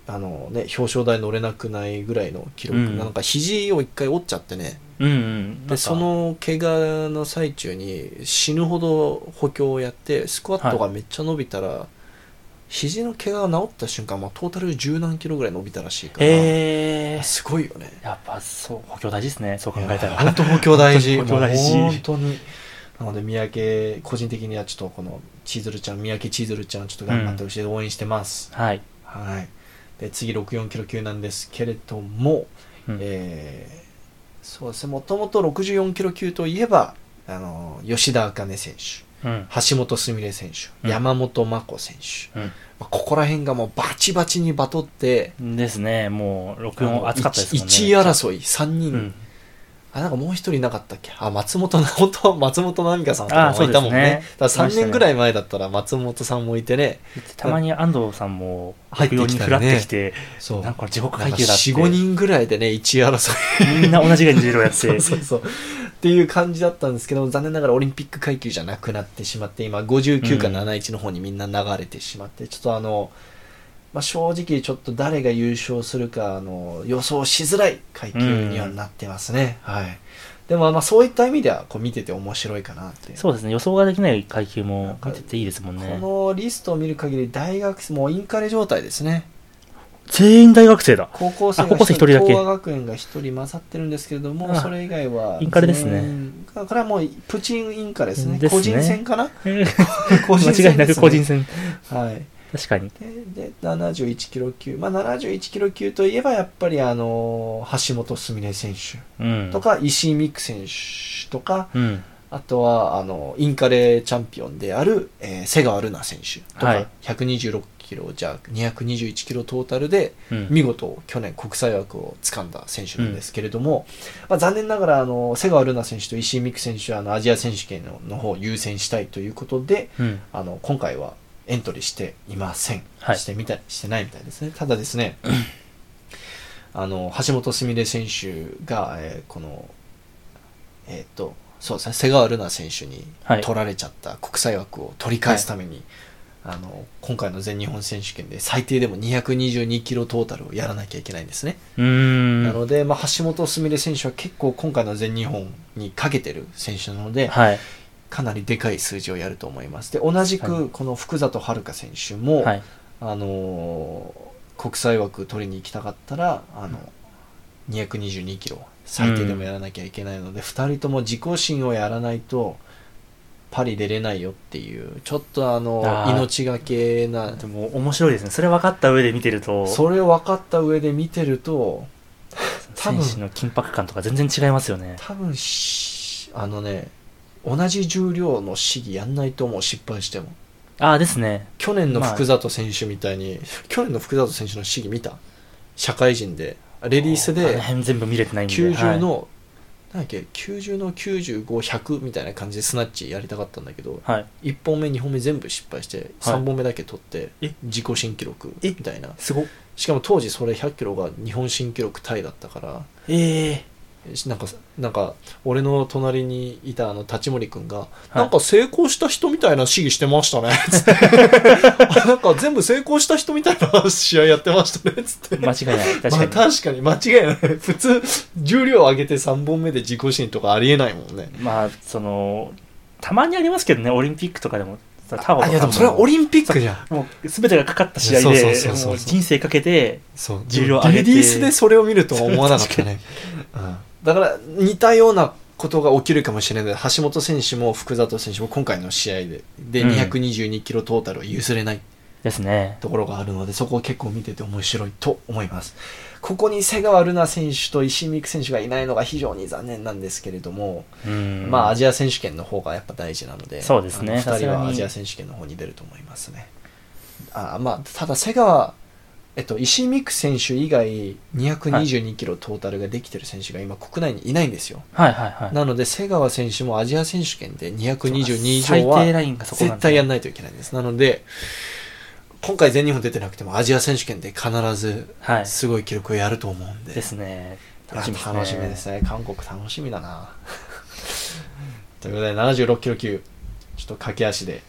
[SPEAKER 1] あの、ね、表彰台乗れなくないぐらいの記録、
[SPEAKER 2] うん
[SPEAKER 1] なんか肘を一回折っちゃってね
[SPEAKER 2] うんうん
[SPEAKER 1] でその怪我の最中に死ぬほど補強をやってスクワットがめっちゃ伸びたら、肘の怪我が治った瞬間、まあ、トータル十何キロぐらい伸びたらしいから、
[SPEAKER 2] えー、
[SPEAKER 1] すごいよね
[SPEAKER 2] やっぱそう補強大事ですねそう考
[SPEAKER 1] い
[SPEAKER 2] えた
[SPEAKER 1] や
[SPEAKER 2] ら
[SPEAKER 1] 本当補強大事
[SPEAKER 2] 補強大事
[SPEAKER 1] もう本当になので三宅個人的にはちょっとこの千鶴ちゃん三宅千鶴ちゃんちょっと頑張ってほしい、応援してます
[SPEAKER 2] はい、
[SPEAKER 1] はいで次64キロ級なんですけれども、
[SPEAKER 2] うん
[SPEAKER 1] えーそうですねもともと64キロ級といえばあの吉田茜選手
[SPEAKER 2] うん
[SPEAKER 1] 橋本すみれ選手、
[SPEAKER 2] うん
[SPEAKER 1] 山本真子選手、
[SPEAKER 2] うん
[SPEAKER 1] まあここら辺がもうバチバチにバトって
[SPEAKER 2] ですね、もう
[SPEAKER 1] あ
[SPEAKER 2] 64
[SPEAKER 1] の
[SPEAKER 2] 熱かったですもんね。
[SPEAKER 1] 1位争い3人、
[SPEAKER 2] うん、
[SPEAKER 1] あなんかもう一人いなかったっけあ松本 な本当は松本奈美香さんとか
[SPEAKER 2] あそ
[SPEAKER 1] も
[SPEAKER 2] う
[SPEAKER 1] い
[SPEAKER 2] です
[SPEAKER 1] た
[SPEAKER 2] ね
[SPEAKER 1] もんねだから
[SPEAKER 2] い
[SPEAKER 1] 3
[SPEAKER 2] ましたね
[SPEAKER 1] 年ぐらい前だったら松本さんもいてね
[SPEAKER 2] たまに安藤さんも
[SPEAKER 1] 入ってきたね
[SPEAKER 2] 64にふらってきて、
[SPEAKER 1] そう
[SPEAKER 2] なんか地獄
[SPEAKER 1] なん
[SPEAKER 2] 階
[SPEAKER 1] か
[SPEAKER 2] 級だって、
[SPEAKER 1] 45人ぐらいでね1位争い
[SPEAKER 2] みんな同じぐらいの色をやって、
[SPEAKER 1] そうそうそうっていう感じだったんですけど残念ながらオリンピック階級じゃなくなってしまって今59か
[SPEAKER 2] うん
[SPEAKER 1] 71の方にみんな流れてしまって、ちょっとあの、まあ、正直ちょっと誰が優勝するかあの予想しづらい階級にはなってますね、はいでもまあそういった意味ではこう見てて面白いかなっていう
[SPEAKER 2] そうですね、予想ができない階級も見てていいですもんね。
[SPEAKER 1] このリストを見る限り大学生もうインカレ状態ですね
[SPEAKER 2] 全員大学 生だ。
[SPEAKER 1] 高校生
[SPEAKER 2] あ
[SPEAKER 1] が
[SPEAKER 2] 高校生一人だけ
[SPEAKER 1] 東亜学園が一人混ざってるんですけれども
[SPEAKER 2] あ
[SPEAKER 1] それ以外は
[SPEAKER 2] インカレですね
[SPEAKER 1] 全員これはもうプチンインカレですね
[SPEAKER 2] ですね
[SPEAKER 1] 個人戦かな個人戦ですね
[SPEAKER 2] 間違いなく個人戦。
[SPEAKER 1] はい
[SPEAKER 2] 確かに。
[SPEAKER 1] でで71キロ級まあ71キロ級といえばやっぱりあのー橋本すみれ選手
[SPEAKER 2] うん。
[SPEAKER 1] とか石井美空選手とか
[SPEAKER 2] うん。
[SPEAKER 1] あとは、あの、インカレチャンピオンである、えー瀬川ルナ選手とか、
[SPEAKER 2] はい
[SPEAKER 1] 126キロじゃ221キロトータルで、
[SPEAKER 2] うん
[SPEAKER 1] 見事、去年国際枠を掴んだ選手なんですけれども、まあ、残念ながら、あの、瀬川ルナ選手と石井美空選手は、あの、アジア選手権のの方を優先したいということで、
[SPEAKER 2] うん。
[SPEAKER 1] あの、今回はエントリーしていません。
[SPEAKER 2] はい
[SPEAKER 1] してみた、してないみたいですね。ただです ね、あの、橋本すみれ選手が、えーこの、えーっと、そうですね、瀬川瑠奈選手に
[SPEAKER 2] はい
[SPEAKER 1] 取られちゃった国際枠を取り返すために、あの今回の全日本選手権で最低でも222キロトータルをやらなきゃいけないんですね、
[SPEAKER 2] うー。
[SPEAKER 1] なんので、まあ、橋本すみれ選手は結構今回の全日本にかけてる選手なので、
[SPEAKER 2] はい。
[SPEAKER 1] かなりでかい数字をやると思います。で、同じ
[SPEAKER 2] は
[SPEAKER 1] くこの福里遥香選手も、
[SPEAKER 2] はい。
[SPEAKER 1] あのー国際枠取りに行きたかったら、あの、222キロ最低でもやらなきゃいけないので、2人とも自己心をやらないと、パリ出れないよっていう、ちょっとあの、
[SPEAKER 2] あー
[SPEAKER 1] 命がけな、
[SPEAKER 2] でも面白いですね。それ分かった上で見てると、
[SPEAKER 1] それを分かった上で見てると、多
[SPEAKER 2] 選
[SPEAKER 1] 分
[SPEAKER 2] 手の緊迫感とか全然違いますよね。
[SPEAKER 1] 多分しあのね、同じ重量の試技やんないと思う、失敗しても。
[SPEAKER 2] ああ、ですね。
[SPEAKER 1] 去年の福里選手みたいに、去年の福里選手の試技見た社会人でレディース
[SPEAKER 2] あの
[SPEAKER 1] で
[SPEAKER 2] 辺全部見れてないんで。
[SPEAKER 1] 90
[SPEAKER 2] は
[SPEAKER 1] の、なんだっけ90の95100みたいな感じでスナッチやりたかったんだけど
[SPEAKER 2] い、はい。
[SPEAKER 1] 1本目2本目全部失敗して
[SPEAKER 2] はい
[SPEAKER 1] 3本目だけ取って
[SPEAKER 2] え
[SPEAKER 1] 自己新記録
[SPEAKER 2] え
[SPEAKER 1] みたいな
[SPEAKER 2] すご
[SPEAKER 1] しかも当時それ100キロが日本新記録タイだったから
[SPEAKER 2] ええ
[SPEAKER 1] なんかなんか俺の隣にいたあの立森君が、
[SPEAKER 2] い
[SPEAKER 1] なんか成功した人みたいな試技してま したねつって あなんか全部成功した人みたいな試合やってましたねつって
[SPEAKER 2] 間違い ない。確かに。
[SPEAKER 1] まあ、確かに間違いない普通重量上げて3本目で自己新とかありえないもんね
[SPEAKER 2] まあ、その、たまにありますけどね、オリンピックとかでも、そのタオと
[SPEAKER 1] あ
[SPEAKER 2] か
[SPEAKER 1] いやでもそれはオ
[SPEAKER 2] リ
[SPEAKER 1] リンピックじゃん
[SPEAKER 2] もう全てがかかった試合
[SPEAKER 1] そう
[SPEAKER 2] で
[SPEAKER 1] そうそう、そう
[SPEAKER 2] もう人生かけて、
[SPEAKER 1] そう
[SPEAKER 2] 重量上げて
[SPEAKER 1] レディースでそれを見るとは思わなかったね、うん、だから似たようなことが起きるかもしれないので橋本選手も福里選手も今回の試合でで
[SPEAKER 2] うん
[SPEAKER 1] 222キロトータルを譲れない
[SPEAKER 2] ですね。
[SPEAKER 1] ところがあるのでそこを結構見てて面白いと思いますここに瀬川瑠奈選手と石井美空選手がいないのが非常に残念なんですけれども、
[SPEAKER 2] うん。
[SPEAKER 1] まあ、アジア選手権の方がやっぱ大事なので、
[SPEAKER 2] そうですね
[SPEAKER 1] あの
[SPEAKER 2] さ
[SPEAKER 1] 2
[SPEAKER 2] す
[SPEAKER 1] 人
[SPEAKER 2] がに
[SPEAKER 1] はアジア選手権の方に出ると思いますね。あまあ、ただ、瀬川、えっと、石井美空選手以外、222キロトータルができてる選手が今、国内にいないんですよ。
[SPEAKER 2] はいはいはい。
[SPEAKER 1] なので、瀬川選手もアジア選手権で222以上
[SPEAKER 2] 最低ラ
[SPEAKER 1] は
[SPEAKER 2] インがそこなん
[SPEAKER 1] 絶
[SPEAKER 2] で
[SPEAKER 1] 対やんないといけないんです。なので、今回全日本出てなくても、アジア選手権で必ず
[SPEAKER 2] はい。
[SPEAKER 1] すごい記録をやると思うんで、
[SPEAKER 2] ですね。楽
[SPEAKER 1] 楽
[SPEAKER 2] し
[SPEAKER 1] し
[SPEAKER 2] み
[SPEAKER 1] み
[SPEAKER 2] で
[SPEAKER 1] ですす
[SPEAKER 2] ね。
[SPEAKER 1] ね韓国楽しみだな ということで76キロ級ちょっと駆け足で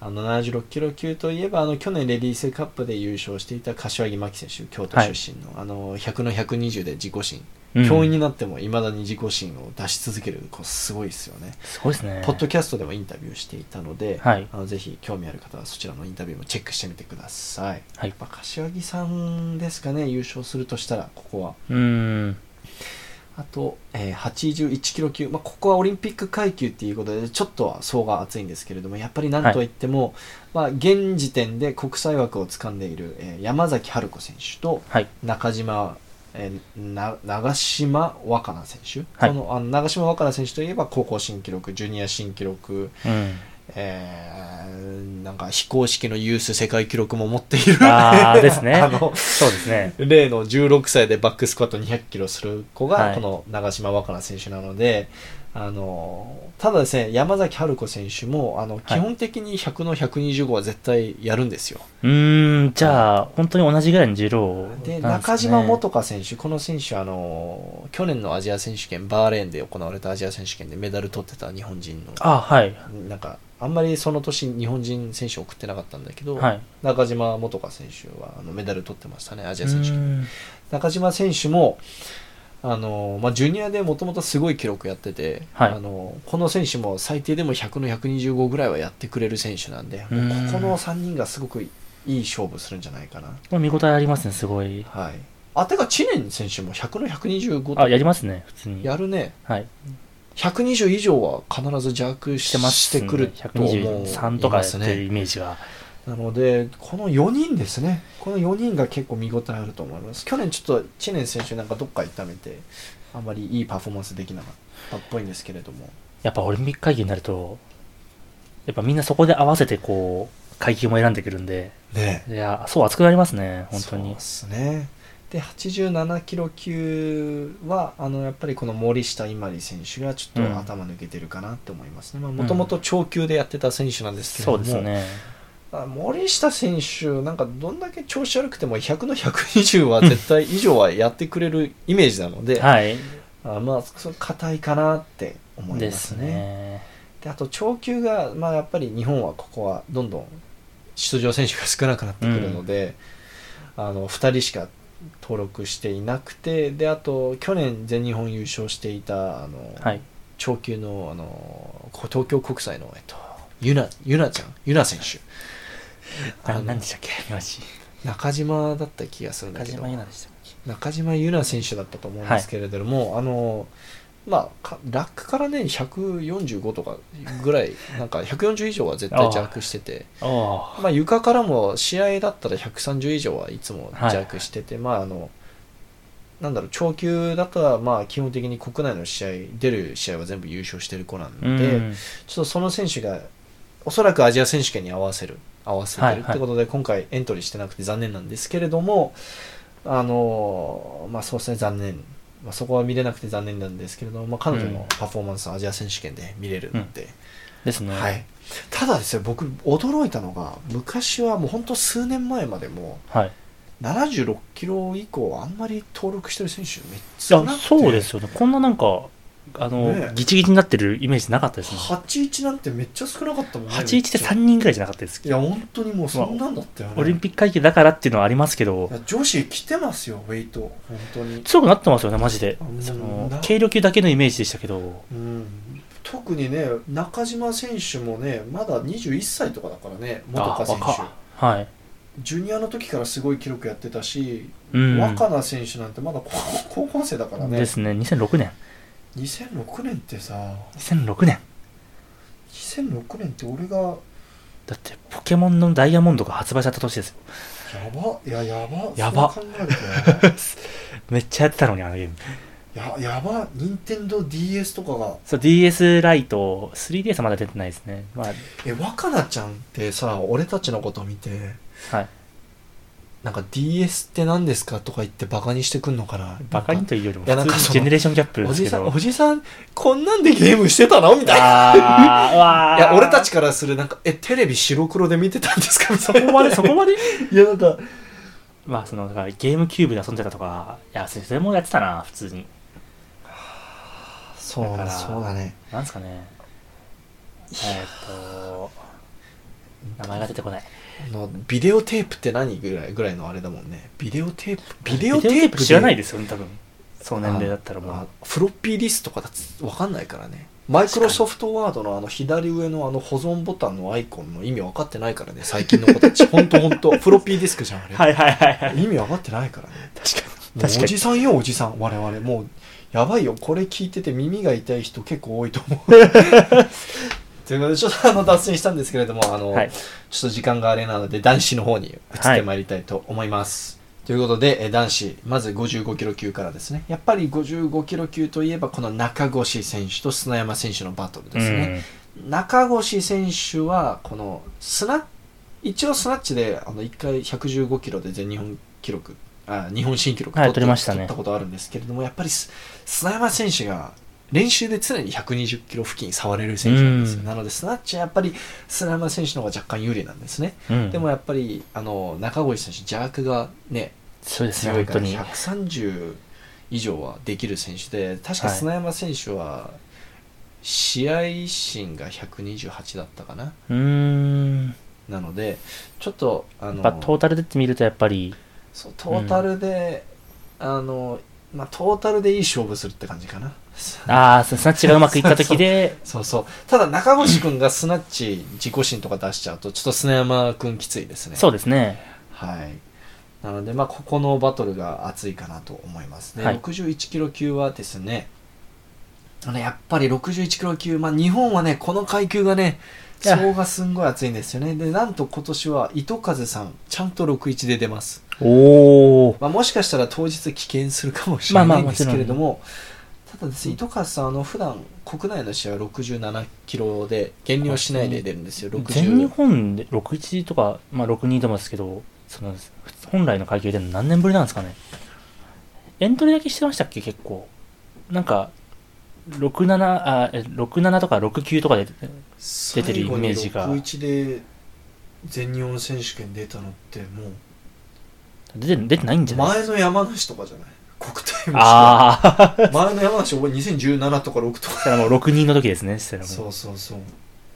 [SPEAKER 1] あの76キロ級といえばあの去年レディースカップで優勝していた柏木真希選手京都出身の、あの100の120で自己新
[SPEAKER 2] うん
[SPEAKER 1] 教員になってもいまだに自己心を出し続ける子すごいですよね、
[SPEAKER 2] すごいですね
[SPEAKER 1] ポッドキャストでもインタビューしていたので、
[SPEAKER 2] はい
[SPEAKER 1] あのぜひ興味ある方はそちらのインタビューもチェックしてみてください、
[SPEAKER 2] は
[SPEAKER 1] や
[SPEAKER 2] い
[SPEAKER 1] っぱ柏木さんですかね優勝するとしたらここは
[SPEAKER 2] うーん
[SPEAKER 1] あと、えー81キロ級、まあ、ここはオリンピック階級ということで、ちょっとは層が厚いんですけれども、やっぱりなんといっても、まあ、現時点で国際枠を掴んでいる、えー山崎春子選手と
[SPEAKER 2] はい
[SPEAKER 1] 中島、えーな長島若菜選手、
[SPEAKER 2] はい
[SPEAKER 1] このあの長島若菜選手といえば高校新記録、ジュニア新記録、
[SPEAKER 2] うん
[SPEAKER 1] えーなんか非公式のユース世界記録も持っている、
[SPEAKER 2] あーです ね
[SPEAKER 1] あの
[SPEAKER 2] そうですね
[SPEAKER 1] 例の16歳でバックスクワット200キロする子
[SPEAKER 2] は
[SPEAKER 1] が
[SPEAKER 2] い
[SPEAKER 1] この長島若菜選手なので、あのただですね山崎春子選手もあの基本的に100の125は絶対やるんですよ、
[SPEAKER 2] うーんじゃあ本当に同じぐらいの重量なんです
[SPEAKER 1] で
[SPEAKER 2] ね
[SPEAKER 1] 中島元香選手この選手あの去年のアジア選手権バーレーンで行われたアジア選手権でメダル取ってた日本人の
[SPEAKER 2] あはい
[SPEAKER 1] なんかあんまりその年日本人選手送ってなかったんだけど、
[SPEAKER 2] はい
[SPEAKER 1] 中島元香選手はあのメダル取ってましたねアジア選手権
[SPEAKER 2] うーん
[SPEAKER 1] 中島選手も、あのまあ、ジュニアでもともとすごい記録やってて、
[SPEAKER 2] はい
[SPEAKER 1] あのこの選手も最低でも100の125ぐらいはやってくれる選手なんで、
[SPEAKER 2] うん
[SPEAKER 1] ここの3人がすごくいい勝負するんじゃないかな。
[SPEAKER 2] これ見応えありますねすごい
[SPEAKER 1] はい、あてか、知念選手も100の125
[SPEAKER 2] あ
[SPEAKER 1] と
[SPEAKER 2] やりますね普通に
[SPEAKER 1] やるね、
[SPEAKER 2] はい
[SPEAKER 1] 120以上は必ず弱
[SPEAKER 2] し
[SPEAKER 1] して
[SPEAKER 2] ます
[SPEAKER 1] てくると思う
[SPEAKER 2] 123とかやってるイメージが
[SPEAKER 1] なので、この4人ですね、この4人が結構見応えあると思います。去年、ちょっと知念選手、なんかどっか痛めて、あんまりいいパフォーマンスできなかったっぽいんですけれども、
[SPEAKER 2] やっぱオリンピック会議になるとやっぱみんなそこで合わせてこう階級も選んでくるんで
[SPEAKER 1] ね
[SPEAKER 2] いやそう熱くなりますね本当
[SPEAKER 1] そう
[SPEAKER 2] に
[SPEAKER 1] ですね。で、87キロ級は、あのやっぱりこの森下今里選手がちょっ
[SPEAKER 2] うん
[SPEAKER 1] と頭抜けてるかなって思いますね。もともと超級でやってた選手なんですけれ
[SPEAKER 2] そ
[SPEAKER 1] ど
[SPEAKER 2] う
[SPEAKER 1] も、
[SPEAKER 2] ですね
[SPEAKER 1] あ森下選手、なんかどんだけ調子悪くても、100の120は絶対以上はやってくれるイメージなので。
[SPEAKER 2] はい
[SPEAKER 1] あまあそ硬いかなって思い
[SPEAKER 2] で
[SPEAKER 1] ます
[SPEAKER 2] す
[SPEAKER 1] ね
[SPEAKER 2] ね
[SPEAKER 1] であと長級が、まあ、やっぱり日本はここはどんどん出場選手が少なくなってくるので、あの2人しか登録していなくてであと去年全日本優勝していたあの、
[SPEAKER 2] はい
[SPEAKER 1] 長級のあのこ東京国際の、えっと、ゆなゆなちゃんゆな選手あ
[SPEAKER 2] あ
[SPEAKER 1] の
[SPEAKER 2] 何でしたっけよし
[SPEAKER 1] 中島だった気がするんだ
[SPEAKER 2] 中
[SPEAKER 1] けど
[SPEAKER 2] 島優奈でしたっけ
[SPEAKER 1] 中島優奈選手だったと思うんですけれども、あのまあかラックからね145とかぐらい なんか140以上は絶対弱してて
[SPEAKER 2] あ
[SPEAKER 1] まあ床からも試合だったら130以上はいつも弱してて、まああのなんだろう長級だったらまあ基本的に国内の試合出る試合は全部優勝してる子なん
[SPEAKER 2] あう
[SPEAKER 1] で、
[SPEAKER 2] ん
[SPEAKER 1] ちょっとその選手がおそらくアジア選手権に合わせる合わせて
[SPEAKER 2] はい
[SPEAKER 1] る
[SPEAKER 2] はい
[SPEAKER 1] ってことで、今回エントリーしてなくて残念なんですけれどもあのまあそうですね残念、まあ、そこは見れなくて残念なんですけれども、まあ、彼女
[SPEAKER 2] うん
[SPEAKER 1] のパフォーマンスはアジア選手権で見れるので、
[SPEAKER 2] ですね
[SPEAKER 1] はい、ただですね僕驚いたのが昔はもう本当数年前までも
[SPEAKER 2] はいい
[SPEAKER 1] 76キロ以降あんまり登録してる選手めっちゃ
[SPEAKER 2] や
[SPEAKER 1] なくて
[SPEAKER 2] そうですよねこんななんかあ
[SPEAKER 1] ね
[SPEAKER 2] の
[SPEAKER 1] え
[SPEAKER 2] ギチギチになってるイメージなかったですね
[SPEAKER 1] 81なんてめっちゃ少なかったもんね
[SPEAKER 2] 81って3人ぐらいじゃなかったです
[SPEAKER 1] いや本当にもうそんなんだったよね、
[SPEAKER 2] オリンピック会議だからっていうのはありますけど
[SPEAKER 1] いや女子来てますよウェイト本当に、
[SPEAKER 2] 強くなってますよねマジで
[SPEAKER 1] うん
[SPEAKER 2] その
[SPEAKER 1] な
[SPEAKER 2] 軽量級だけのイメージでしたけど
[SPEAKER 1] うん、特にね中島選手もねまだ21歳とかだからね元
[SPEAKER 2] あ
[SPEAKER 1] 香選
[SPEAKER 2] 若はい
[SPEAKER 1] 手ジュニアの時からすごい記録やってたし、
[SPEAKER 2] うん
[SPEAKER 1] 若菜選手なんてまだ高 高校生だからね
[SPEAKER 2] ですね2006年
[SPEAKER 1] 2006年ってさ
[SPEAKER 2] 2006年
[SPEAKER 1] 2006年って俺がや
[SPEAKER 2] だってポケモンのダイヤモンドが発売された年ですよ
[SPEAKER 1] ばいややば
[SPEAKER 2] やば
[SPEAKER 1] そう考えるとね
[SPEAKER 2] めっちゃやってたのにあのゲーム
[SPEAKER 1] や やば任天堂 d s とかが
[SPEAKER 2] そう DS ライト 3DS はまだ出てないですねまあ
[SPEAKER 1] え若菜ちゃんってさ俺たちのこと見て
[SPEAKER 2] はい
[SPEAKER 1] なんか DS って何ですかとか言ってバカにしてくんのかな
[SPEAKER 2] バカに
[SPEAKER 1] なんか
[SPEAKER 2] というよりも
[SPEAKER 1] いやなん
[SPEAKER 2] 普
[SPEAKER 1] か
[SPEAKER 2] 通に
[SPEAKER 1] その
[SPEAKER 2] ジェネレーションギャップで
[SPEAKER 1] お
[SPEAKER 2] す
[SPEAKER 1] じ
[SPEAKER 2] け
[SPEAKER 1] さん
[SPEAKER 2] ど
[SPEAKER 1] おじさんこんなんでゲームしてたのみたいな
[SPEAKER 2] あーうわ
[SPEAKER 1] い
[SPEAKER 2] ー
[SPEAKER 1] や俺たちからするなんかえテレビ白黒で見てたんですかみ
[SPEAKER 2] そ
[SPEAKER 1] たい
[SPEAKER 2] こ
[SPEAKER 1] な
[SPEAKER 2] までそこま で
[SPEAKER 1] いやなんか
[SPEAKER 2] まあそのだからゲームキューブで遊んでたとかいやそれそれもやってたな普通に
[SPEAKER 1] そう
[SPEAKER 2] だから
[SPEAKER 1] そうだね
[SPEAKER 2] なんですかねえーっと名前が出てこない
[SPEAKER 1] あのビデオテープって何ぐらいぐらいのあれだもんねビデオテープビデオテープ
[SPEAKER 2] 知らない
[SPEAKER 1] で
[SPEAKER 2] ですよね多分そう年齢だったらも
[SPEAKER 1] あ
[SPEAKER 2] う
[SPEAKER 1] フロッピーディスクとかだと分かんないからねマイクロソフトワードのあの左上のあの保存ボタンのアイコンの意味分かってないからね最近の子た ちほんとほんとフロッピーディスクじゃんあれ、
[SPEAKER 2] はいはいはいは い
[SPEAKER 1] 意味分かってないからね
[SPEAKER 2] 確かに
[SPEAKER 1] もうお
[SPEAKER 2] 確か
[SPEAKER 1] じ
[SPEAKER 2] に
[SPEAKER 1] さんよおじさん我々もうやばいよこれ聞いてて耳が痛い人結構多いと 思うということでちょっとあの脱線したんですけれどもあの、
[SPEAKER 2] はい
[SPEAKER 1] ちょっと時間があれなので男子の方に移ってまいりたいと思います、ということでえー男子まず55キロ級からですねやっぱり55キロ級といえばこの中越選手と砂山選手のバトルですね、中越選手はこのスナ一応スナッチであの1回115キロで全日本記録あ日本新記録
[SPEAKER 2] はい
[SPEAKER 1] って
[SPEAKER 2] 取りましたね
[SPEAKER 1] 取ったことあるんですけれどもやっぱりす砂山選手が練習で常に120キロ付近触れる選手なんですよ、
[SPEAKER 2] うん
[SPEAKER 1] なのでスナッチはやっぱり砂山選手の方が若干有利なんですね、
[SPEAKER 2] うん、うん
[SPEAKER 1] でもやっぱりあの中越選手邪悪がね
[SPEAKER 2] そうですね
[SPEAKER 1] 強い
[SPEAKER 2] 本
[SPEAKER 1] か
[SPEAKER 2] 当
[SPEAKER 1] ら
[SPEAKER 2] に
[SPEAKER 1] 130以上はできる選手で確か
[SPEAKER 2] はい
[SPEAKER 1] 砂山選手は試合心が128だったかな
[SPEAKER 2] うーんや
[SPEAKER 1] なのでちょっとあの
[SPEAKER 2] っぱトータルでって見るとやっぱり
[SPEAKER 1] そうトータルで、あのまあトータルでいい勝負するって感じかな
[SPEAKER 2] ああスナッチがうまくいった時で
[SPEAKER 1] そうそうただ中越君がスナッチ自己心とか出しちゃうとちょっと砂山君きついですね
[SPEAKER 2] そうですね
[SPEAKER 1] はい。なので、まあ、ここのバトルが熱いかなと思いますね。
[SPEAKER 2] はい
[SPEAKER 1] 61キロ級はですね、あのねやっぱり61キロ級、まあ、日本はね、この階級がね、
[SPEAKER 2] いや
[SPEAKER 1] 層がすんごい熱いんですよね。で、なんと今年は糸数さん、ちゃんと61で出ます。
[SPEAKER 2] おお
[SPEAKER 1] まあ、もしかしたら当日棄権するかもしれ
[SPEAKER 2] まあ
[SPEAKER 1] ない
[SPEAKER 2] まあ
[SPEAKER 1] んですけれども、ただですね、
[SPEAKER 2] うん
[SPEAKER 1] 糸数さん、あの、普段国内の試合は67キロで、減量しないで出るんですよ、
[SPEAKER 2] 全日
[SPEAKER 1] 60。
[SPEAKER 2] 本で61とか、まあ、62ともですけどその本来の階級で何年ぶりなんですかねエントリーだけしてましたっけ結構なんか67あえ67とか69とかで出てるイメージが
[SPEAKER 1] 最後に61で全日本選手権出たのってもう
[SPEAKER 2] 出て出てないんじゃない
[SPEAKER 1] 前の山梨とかじゃない国体も
[SPEAKER 2] ああ
[SPEAKER 1] 違う 前の山梨俺2017とか6と
[SPEAKER 2] そ
[SPEAKER 1] か
[SPEAKER 2] したらもう62の時ですねそしたらも
[SPEAKER 1] そううそうそう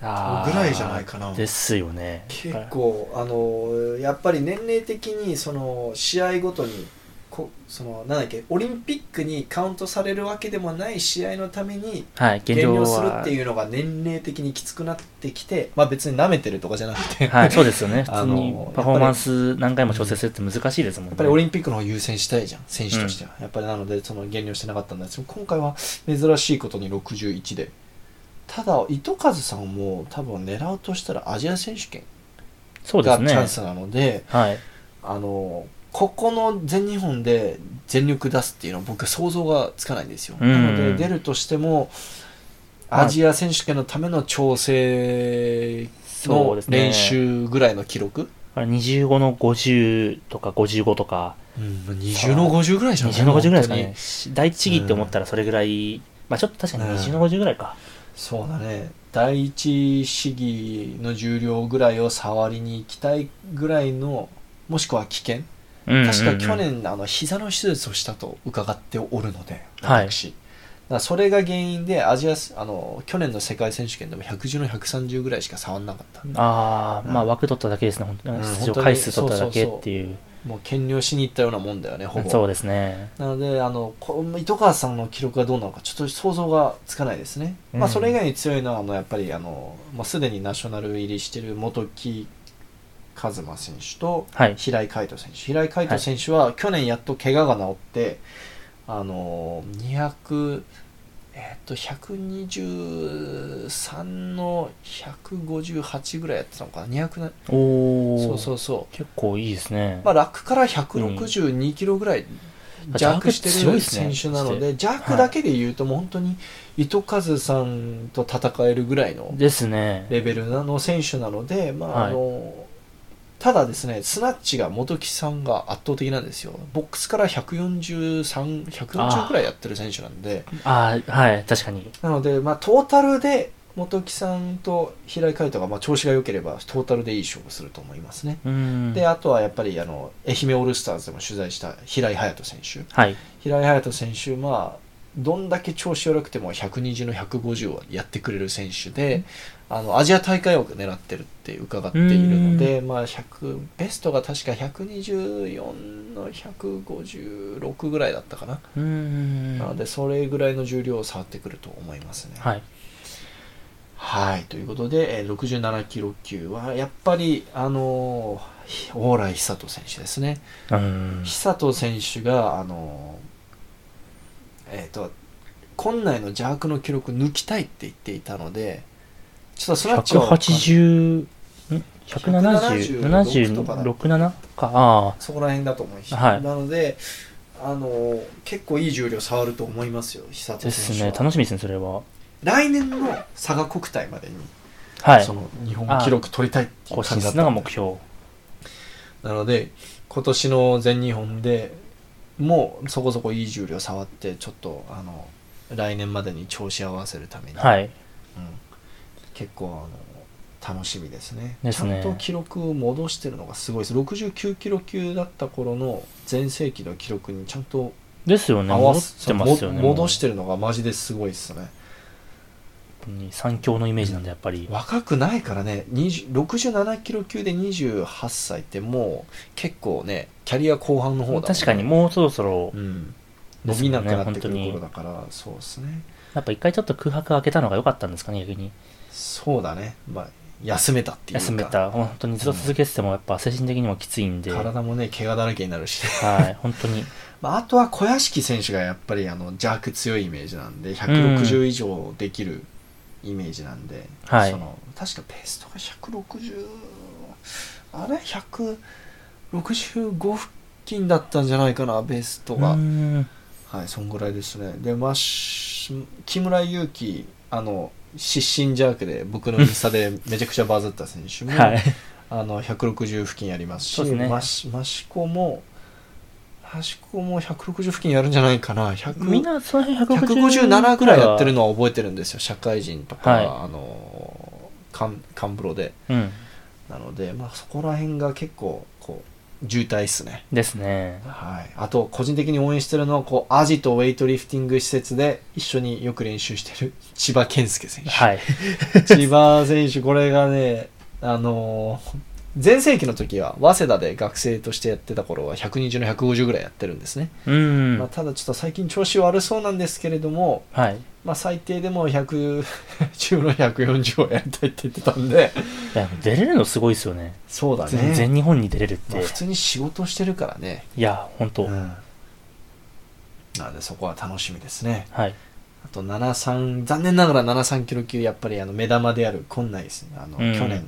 [SPEAKER 2] あー
[SPEAKER 1] ぐらいじゃないかな
[SPEAKER 2] ですよね
[SPEAKER 1] 結構あのやっぱり年齢的にその試合ごとにこそのなんだっけオリンピックにカウントされるわけでもない試合のために
[SPEAKER 2] はい
[SPEAKER 1] 減
[SPEAKER 2] 減量
[SPEAKER 1] 量
[SPEAKER 2] は
[SPEAKER 1] するっていうのが年齢的にきつくなってきてまあ別に舐めてるとかじゃなくて、
[SPEAKER 2] はいそうですよね普
[SPEAKER 1] あ
[SPEAKER 2] 通
[SPEAKER 1] の
[SPEAKER 2] にパフォーマンス何回も調整するって難しいですもんね
[SPEAKER 1] やっぱりオリンピックの方を優先したいじゃん、選手としては。やっぱりなので、その減量してなかったんですけど、今回は珍しいことに61で。ただ、糸数さんも多分狙うとしたらアジア選手権
[SPEAKER 2] そうで
[SPEAKER 1] が
[SPEAKER 2] す
[SPEAKER 1] チ
[SPEAKER 2] ね
[SPEAKER 1] ャンスなので、
[SPEAKER 2] はい
[SPEAKER 1] あの、ここの全日本で全力出すっていうのは僕は想像がつかないんですよ。
[SPEAKER 2] うん
[SPEAKER 1] なので、出るとしても、
[SPEAKER 2] まあ
[SPEAKER 1] アジア選手権のための調整
[SPEAKER 2] そう
[SPEAKER 1] の
[SPEAKER 2] ですね
[SPEAKER 1] 練習ぐらいの記録、
[SPEAKER 2] あれ25の50とか55とか、
[SPEAKER 1] うん、20の50ぐらいじゃない
[SPEAKER 2] 20の50ぐらいですか
[SPEAKER 1] 本当
[SPEAKER 2] ね
[SPEAKER 1] に。
[SPEAKER 2] 第一試技って思ったらそれぐらい、まあちょっと確かに20の50ぐらいか。
[SPEAKER 1] そうだね第一試技の重量ぐらいを触りに行きたいぐらいのもしくは危険
[SPEAKER 2] うん
[SPEAKER 1] 確か去。
[SPEAKER 2] うんう
[SPEAKER 1] 年、
[SPEAKER 2] ん
[SPEAKER 1] あの膝の手術をしたと伺っておるので
[SPEAKER 2] はい
[SPEAKER 1] 私、だからそれが原因でアジアあの去年の世界選手権でも110の130ぐらいしか触んなかった
[SPEAKER 2] ああ、まあ
[SPEAKER 1] うん
[SPEAKER 2] 枠取っただけですね、本当
[SPEAKER 1] うん
[SPEAKER 2] に
[SPEAKER 1] 本
[SPEAKER 2] 出
[SPEAKER 1] 当
[SPEAKER 2] 場
[SPEAKER 1] に
[SPEAKER 2] 回数取っただけっていう。
[SPEAKER 1] もう減量しに行ったようなもんだよねほぼ
[SPEAKER 2] そうですね。
[SPEAKER 1] なのであのこ糸川さんの記録がどうなのかちょっと想像がつかないですね、
[SPEAKER 2] うん
[SPEAKER 1] まあ、それ以外に強いのはあのやっぱりあの、まあ、すでにナショナル入りしてる元木一馬選手と
[SPEAKER 2] はい。
[SPEAKER 1] 平井海斗選手平井海斗選手は去年やっと怪我が治って、あの200えっと123の158ぐらいやってたのかな200な
[SPEAKER 2] おお。
[SPEAKER 1] そうそうそう
[SPEAKER 2] 結構いいですね。
[SPEAKER 1] まあ、楽から162キロぐらい
[SPEAKER 2] ん
[SPEAKER 1] 弱して
[SPEAKER 2] ジャーク強い
[SPEAKER 1] る
[SPEAKER 2] です
[SPEAKER 1] 選
[SPEAKER 2] ね
[SPEAKER 1] 手なので、弱だけで言うと、もう本当に糸数さんと戦えるぐらいの
[SPEAKER 2] ですね。
[SPEAKER 1] レベルの選手なので、まあ
[SPEAKER 2] はい
[SPEAKER 1] あのただですね、スナッチが元木さんが圧倒的なんですよ、ボックスから143、140ぐらいやってる選手なんで、
[SPEAKER 2] ああ、はい、確かに。
[SPEAKER 1] なので、まあ、トータルで元木さんと平井海斗が、まあ、調子が良ければ、トータルでいい勝負すると思いますね。
[SPEAKER 2] うん。
[SPEAKER 1] であとはやっぱりあの愛媛オールスターズでも取材した平井隼人選手
[SPEAKER 2] はい。
[SPEAKER 1] 平井隼人選手まあどんだけ調子悪くても120の150はやってくれる選手で、あのアジア大会を狙ってるって伺っているので、まあ、100ベストが確か124の156ぐらいだったかな、
[SPEAKER 2] うーん
[SPEAKER 1] なのでそれぐらいの重量を触ってくると思いますね。
[SPEAKER 2] はい
[SPEAKER 1] はい、ということで、えー67キロ級はやっぱり、あのー蓬莱久人選手ですね。
[SPEAKER 2] うーん
[SPEAKER 1] 久人選手が、あのーえっ、と、今内の邪悪の記録抜きたいって言っていたので、ちょっとスナッチを
[SPEAKER 2] 180ん
[SPEAKER 1] 176とかだ
[SPEAKER 2] 17かあ
[SPEAKER 1] そこら辺だと思うし、
[SPEAKER 2] はい
[SPEAKER 1] なので、あのー結構いい重量触ると思いますよ、久
[SPEAKER 2] あで
[SPEAKER 1] 人
[SPEAKER 2] す
[SPEAKER 1] 選手は
[SPEAKER 2] ね楽しみですねそれは
[SPEAKER 1] 来年の佐賀国体までに、
[SPEAKER 2] はい
[SPEAKER 1] その日本記録取りたいっていう
[SPEAKER 2] 更
[SPEAKER 1] 感
[SPEAKER 2] 新
[SPEAKER 1] じ
[SPEAKER 2] す
[SPEAKER 1] だっ
[SPEAKER 2] る
[SPEAKER 1] た
[SPEAKER 2] のが
[SPEAKER 1] ので
[SPEAKER 2] 目標
[SPEAKER 1] なので今年の全日本でもうそこそこいい重量触ってちょっとあの来年までに調子合わせるために、
[SPEAKER 2] はい
[SPEAKER 1] うん結構あの楽しみですね
[SPEAKER 2] ですね
[SPEAKER 1] ちゃんと記録を戻してるのがすごいです69キロ級だった頃の全盛期の記録にちゃんと
[SPEAKER 2] ですよね
[SPEAKER 1] 合わ
[SPEAKER 2] 戻
[SPEAKER 1] せ
[SPEAKER 2] ってますよね
[SPEAKER 1] も戻してるのがマジですごいですね
[SPEAKER 2] 本当に三強のイメージなんでやっぱり
[SPEAKER 1] 若くないからね20 67キロ級で28歳ってもう結構ねキャリア後半の方だもんね
[SPEAKER 2] 確かにもうそろそろ
[SPEAKER 1] うん、
[SPEAKER 2] で
[SPEAKER 1] 伸
[SPEAKER 2] す
[SPEAKER 1] び
[SPEAKER 2] も
[SPEAKER 1] なんく
[SPEAKER 2] ね
[SPEAKER 1] なってくる
[SPEAKER 2] 本当
[SPEAKER 1] 頃
[SPEAKER 2] に
[SPEAKER 1] だから、そうですね
[SPEAKER 2] やっぱ一回ちょっと空白開けたのが良かったんですかね逆に
[SPEAKER 1] そうだねまあ休めたっていうか
[SPEAKER 2] 休めた本当にずっと続けててもやっぱ精神的にもきついんでは
[SPEAKER 1] 体もね怪我だらけになるし、
[SPEAKER 2] い本当に
[SPEAKER 1] まあ、あとは小屋敷選手がやっぱりあの邪悪強いイメージなんで160以上できるイメージなんで、
[SPEAKER 2] はい
[SPEAKER 1] その確かペーストが160あれ165付近だったんじゃないかなベスト
[SPEAKER 2] う
[SPEAKER 1] が、
[SPEAKER 2] ーん
[SPEAKER 1] はい、そんぐらいですね。で、まあ、し木村祐希、あの、失神ジャークで僕のインスタでめちゃくちゃバズった選手も、
[SPEAKER 2] はい
[SPEAKER 1] あの160付近やりますし、
[SPEAKER 2] そうですね
[SPEAKER 1] マシマシコも、マシコも160付近やるんじゃないかな。100
[SPEAKER 2] みんなその辺150
[SPEAKER 1] 157ぐらいやってるのは覚えてるんですよ。社会人とか、
[SPEAKER 2] はい
[SPEAKER 1] あの、カンカンブロで。
[SPEAKER 2] うん
[SPEAKER 1] なので、まあ、そこら辺が結構、こう、渋滞っすね。
[SPEAKER 2] ですね
[SPEAKER 1] はい、あと個人的に応援してるのはこうアジトウェイトリフティング施設で一緒によく練習してる千葉健介選手、
[SPEAKER 2] はい
[SPEAKER 1] 千葉選手これがねあのー前世紀の時は早稲田で学生としてやってた頃は120の150ぐらいやってるんですね、
[SPEAKER 2] うー
[SPEAKER 1] まあ、
[SPEAKER 2] ん
[SPEAKER 1] ただちょっと最近調子悪そうなんですけれども、
[SPEAKER 2] はい
[SPEAKER 1] まあ、最低でも110 10の140をやりたいって言ってたんで
[SPEAKER 2] いや出れるのすごいですよね
[SPEAKER 1] そうだ
[SPEAKER 2] 全全
[SPEAKER 1] ね、
[SPEAKER 2] 日本に出れるって
[SPEAKER 1] まあ、普通に仕事してるからね、
[SPEAKER 2] いや本当
[SPEAKER 1] うん、なのでそこは楽しみですね
[SPEAKER 2] はい
[SPEAKER 1] あと73残念ながら73キロ級やっぱりあの目玉である今内ですねあの、
[SPEAKER 2] うん
[SPEAKER 1] 去年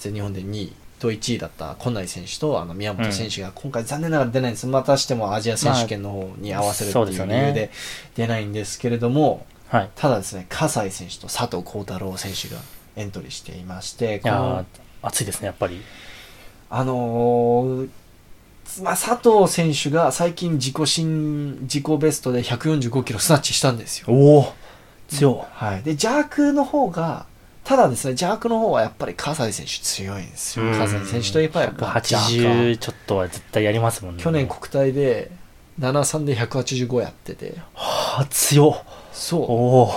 [SPEAKER 1] 全日本で2位と1位だった今内選手とあの宮本選手が今回残念ながら出ないんですまたしてもアジア選手権の方に合わせるって
[SPEAKER 2] まあ
[SPEAKER 1] い
[SPEAKER 2] そうです
[SPEAKER 1] う
[SPEAKER 2] よ
[SPEAKER 1] 理
[SPEAKER 2] ね
[SPEAKER 1] 由で出ないんですけれども、
[SPEAKER 2] はい
[SPEAKER 1] ただですね葛西選手と佐藤幸太郎選手がエントリーしていまして
[SPEAKER 2] い
[SPEAKER 1] こ
[SPEAKER 2] や
[SPEAKER 1] の
[SPEAKER 2] ー熱いですねやっぱり
[SPEAKER 1] あのーまあ、佐藤選手が最近自己新自己ベストで145キロスナッチしたんですよ。
[SPEAKER 2] おお強
[SPEAKER 1] はい、で邪悪の方がただですね邪悪の方はやっぱり葛西選手強いんですよ
[SPEAKER 2] うん
[SPEAKER 1] 葛西選手といえばやっぱジャー
[SPEAKER 2] 180ちょっとは絶対やりますもんね
[SPEAKER 1] 去年国体で73で185やってて
[SPEAKER 2] はあ強っお
[SPEAKER 1] そ
[SPEAKER 2] お
[SPEAKER 1] う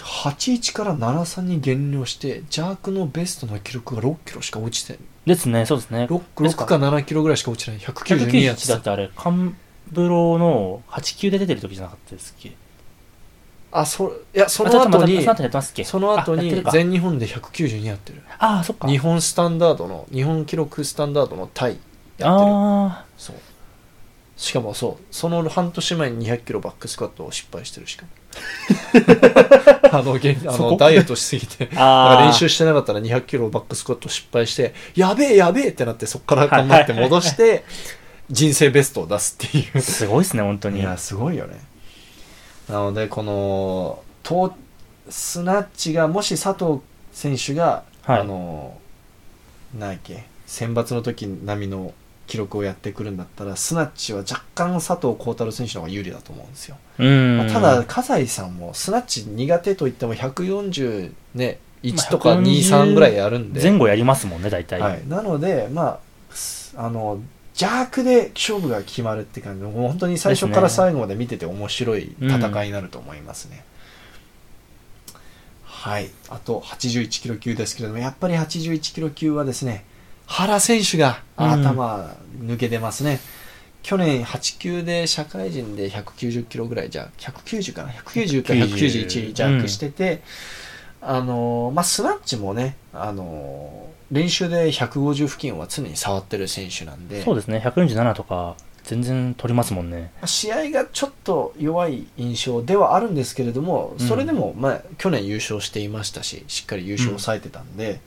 [SPEAKER 1] 81から73に減量して邪悪のベストの記録が6キロしか落ちて
[SPEAKER 2] ですねそうですね
[SPEAKER 1] 6, 6
[SPEAKER 2] か
[SPEAKER 1] か7キロぐらいしか落ちない192やって
[SPEAKER 2] 191だったてあれカンブロの8級で出てる時じゃなかったですっけ
[SPEAKER 1] あそいやその
[SPEAKER 2] あちょっとま
[SPEAKER 1] 後
[SPEAKER 2] た
[SPEAKER 1] に
[SPEAKER 2] その後やってますっけ
[SPEAKER 1] その後
[SPEAKER 2] あやって
[SPEAKER 1] に
[SPEAKER 2] るか
[SPEAKER 1] 全日本で192やってる
[SPEAKER 2] あーそっか
[SPEAKER 1] 日本スタンダードの日本記録スタンダードのタイやってる
[SPEAKER 2] ああ
[SPEAKER 1] そうしかもそうその半年前に2 0 0キロバックスクワットを失敗してるしかも あのげんあ
[SPEAKER 2] そ
[SPEAKER 1] の
[SPEAKER 2] こ
[SPEAKER 1] ダイエットしすぎ てだ
[SPEAKER 2] あ
[SPEAKER 1] か
[SPEAKER 2] ー
[SPEAKER 1] ら練習してなかったら2 0 0キロバックスクワット失敗してやべえやべえってなってそこから頑張って戻して人生ベストを出すっていう
[SPEAKER 2] すごいですね本当
[SPEAKER 1] い
[SPEAKER 2] に
[SPEAKER 1] やすごいよねなのでこのとスナッチがもし佐藤選手が、
[SPEAKER 2] はい
[SPEAKER 1] あのなんやっけ選抜の時並みの記録をやってくるんだったらスナッチは若干佐藤幸太郎選手の方が有利だと思うんですよ、
[SPEAKER 2] うん、
[SPEAKER 1] まあただ葛西さんもスナッチ苦手といっても140ね
[SPEAKER 2] まあ
[SPEAKER 1] 1とか23ぐらいやるんで、
[SPEAKER 2] 前後やりますもんね大体、
[SPEAKER 1] はい、なのでまあすあの邪悪で勝負が決まるって感じのもう本当に最初から最後まで見てて面白い戦いになると思いますね。はい、あと81キロ級ですけれどもやっぱり81キロ級はですね原選手が
[SPEAKER 2] うん
[SPEAKER 1] 頭抜けてますね、去年8級で社会人で190キロぐらいじゃ190かな190か191弱してて、あのーまあ、スナッチもね、あのー練習で150付近は常に触ってる選手なんで
[SPEAKER 2] そうですね、147とか、全然取りますも んね。
[SPEAKER 1] 試合がちょっと弱い印象ではあるんですけれども、
[SPEAKER 2] うん
[SPEAKER 1] それでも、まあ、去年優勝していましたししっかり優勝を抑えてたんで、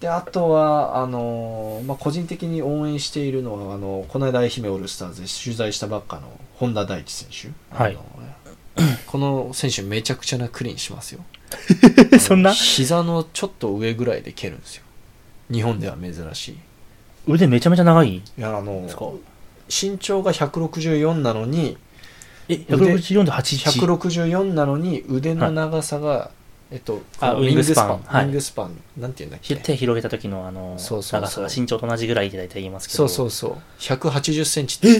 [SPEAKER 1] であとはあのーまあ、個人的に応援しているのはあのこの間愛媛オールスターズで取材したばっかの本田大地選手、
[SPEAKER 2] はい
[SPEAKER 1] あのこの選手めちゃくちゃなクリーンしますよ
[SPEAKER 2] そんな
[SPEAKER 1] 膝のちょっと上ぐらいで蹴るんですよ日本では珍しい
[SPEAKER 2] 腕めちゃめちゃ長い。
[SPEAKER 1] いやあの
[SPEAKER 2] ですか
[SPEAKER 1] 身長が164なのに
[SPEAKER 2] え、164で81。
[SPEAKER 1] 164なのに腕の長さが、えっと
[SPEAKER 2] あ
[SPEAKER 1] このウィングスパン
[SPEAKER 2] ウィングスパンはい
[SPEAKER 1] ウィングスパンなんていうんだっけ
[SPEAKER 2] 手広げた時のあの
[SPEAKER 1] そうそうそう
[SPEAKER 2] 長さが身長と同じぐらいで大体言いますけ
[SPEAKER 1] そ
[SPEAKER 2] ど。。
[SPEAKER 1] うそううそう180センチって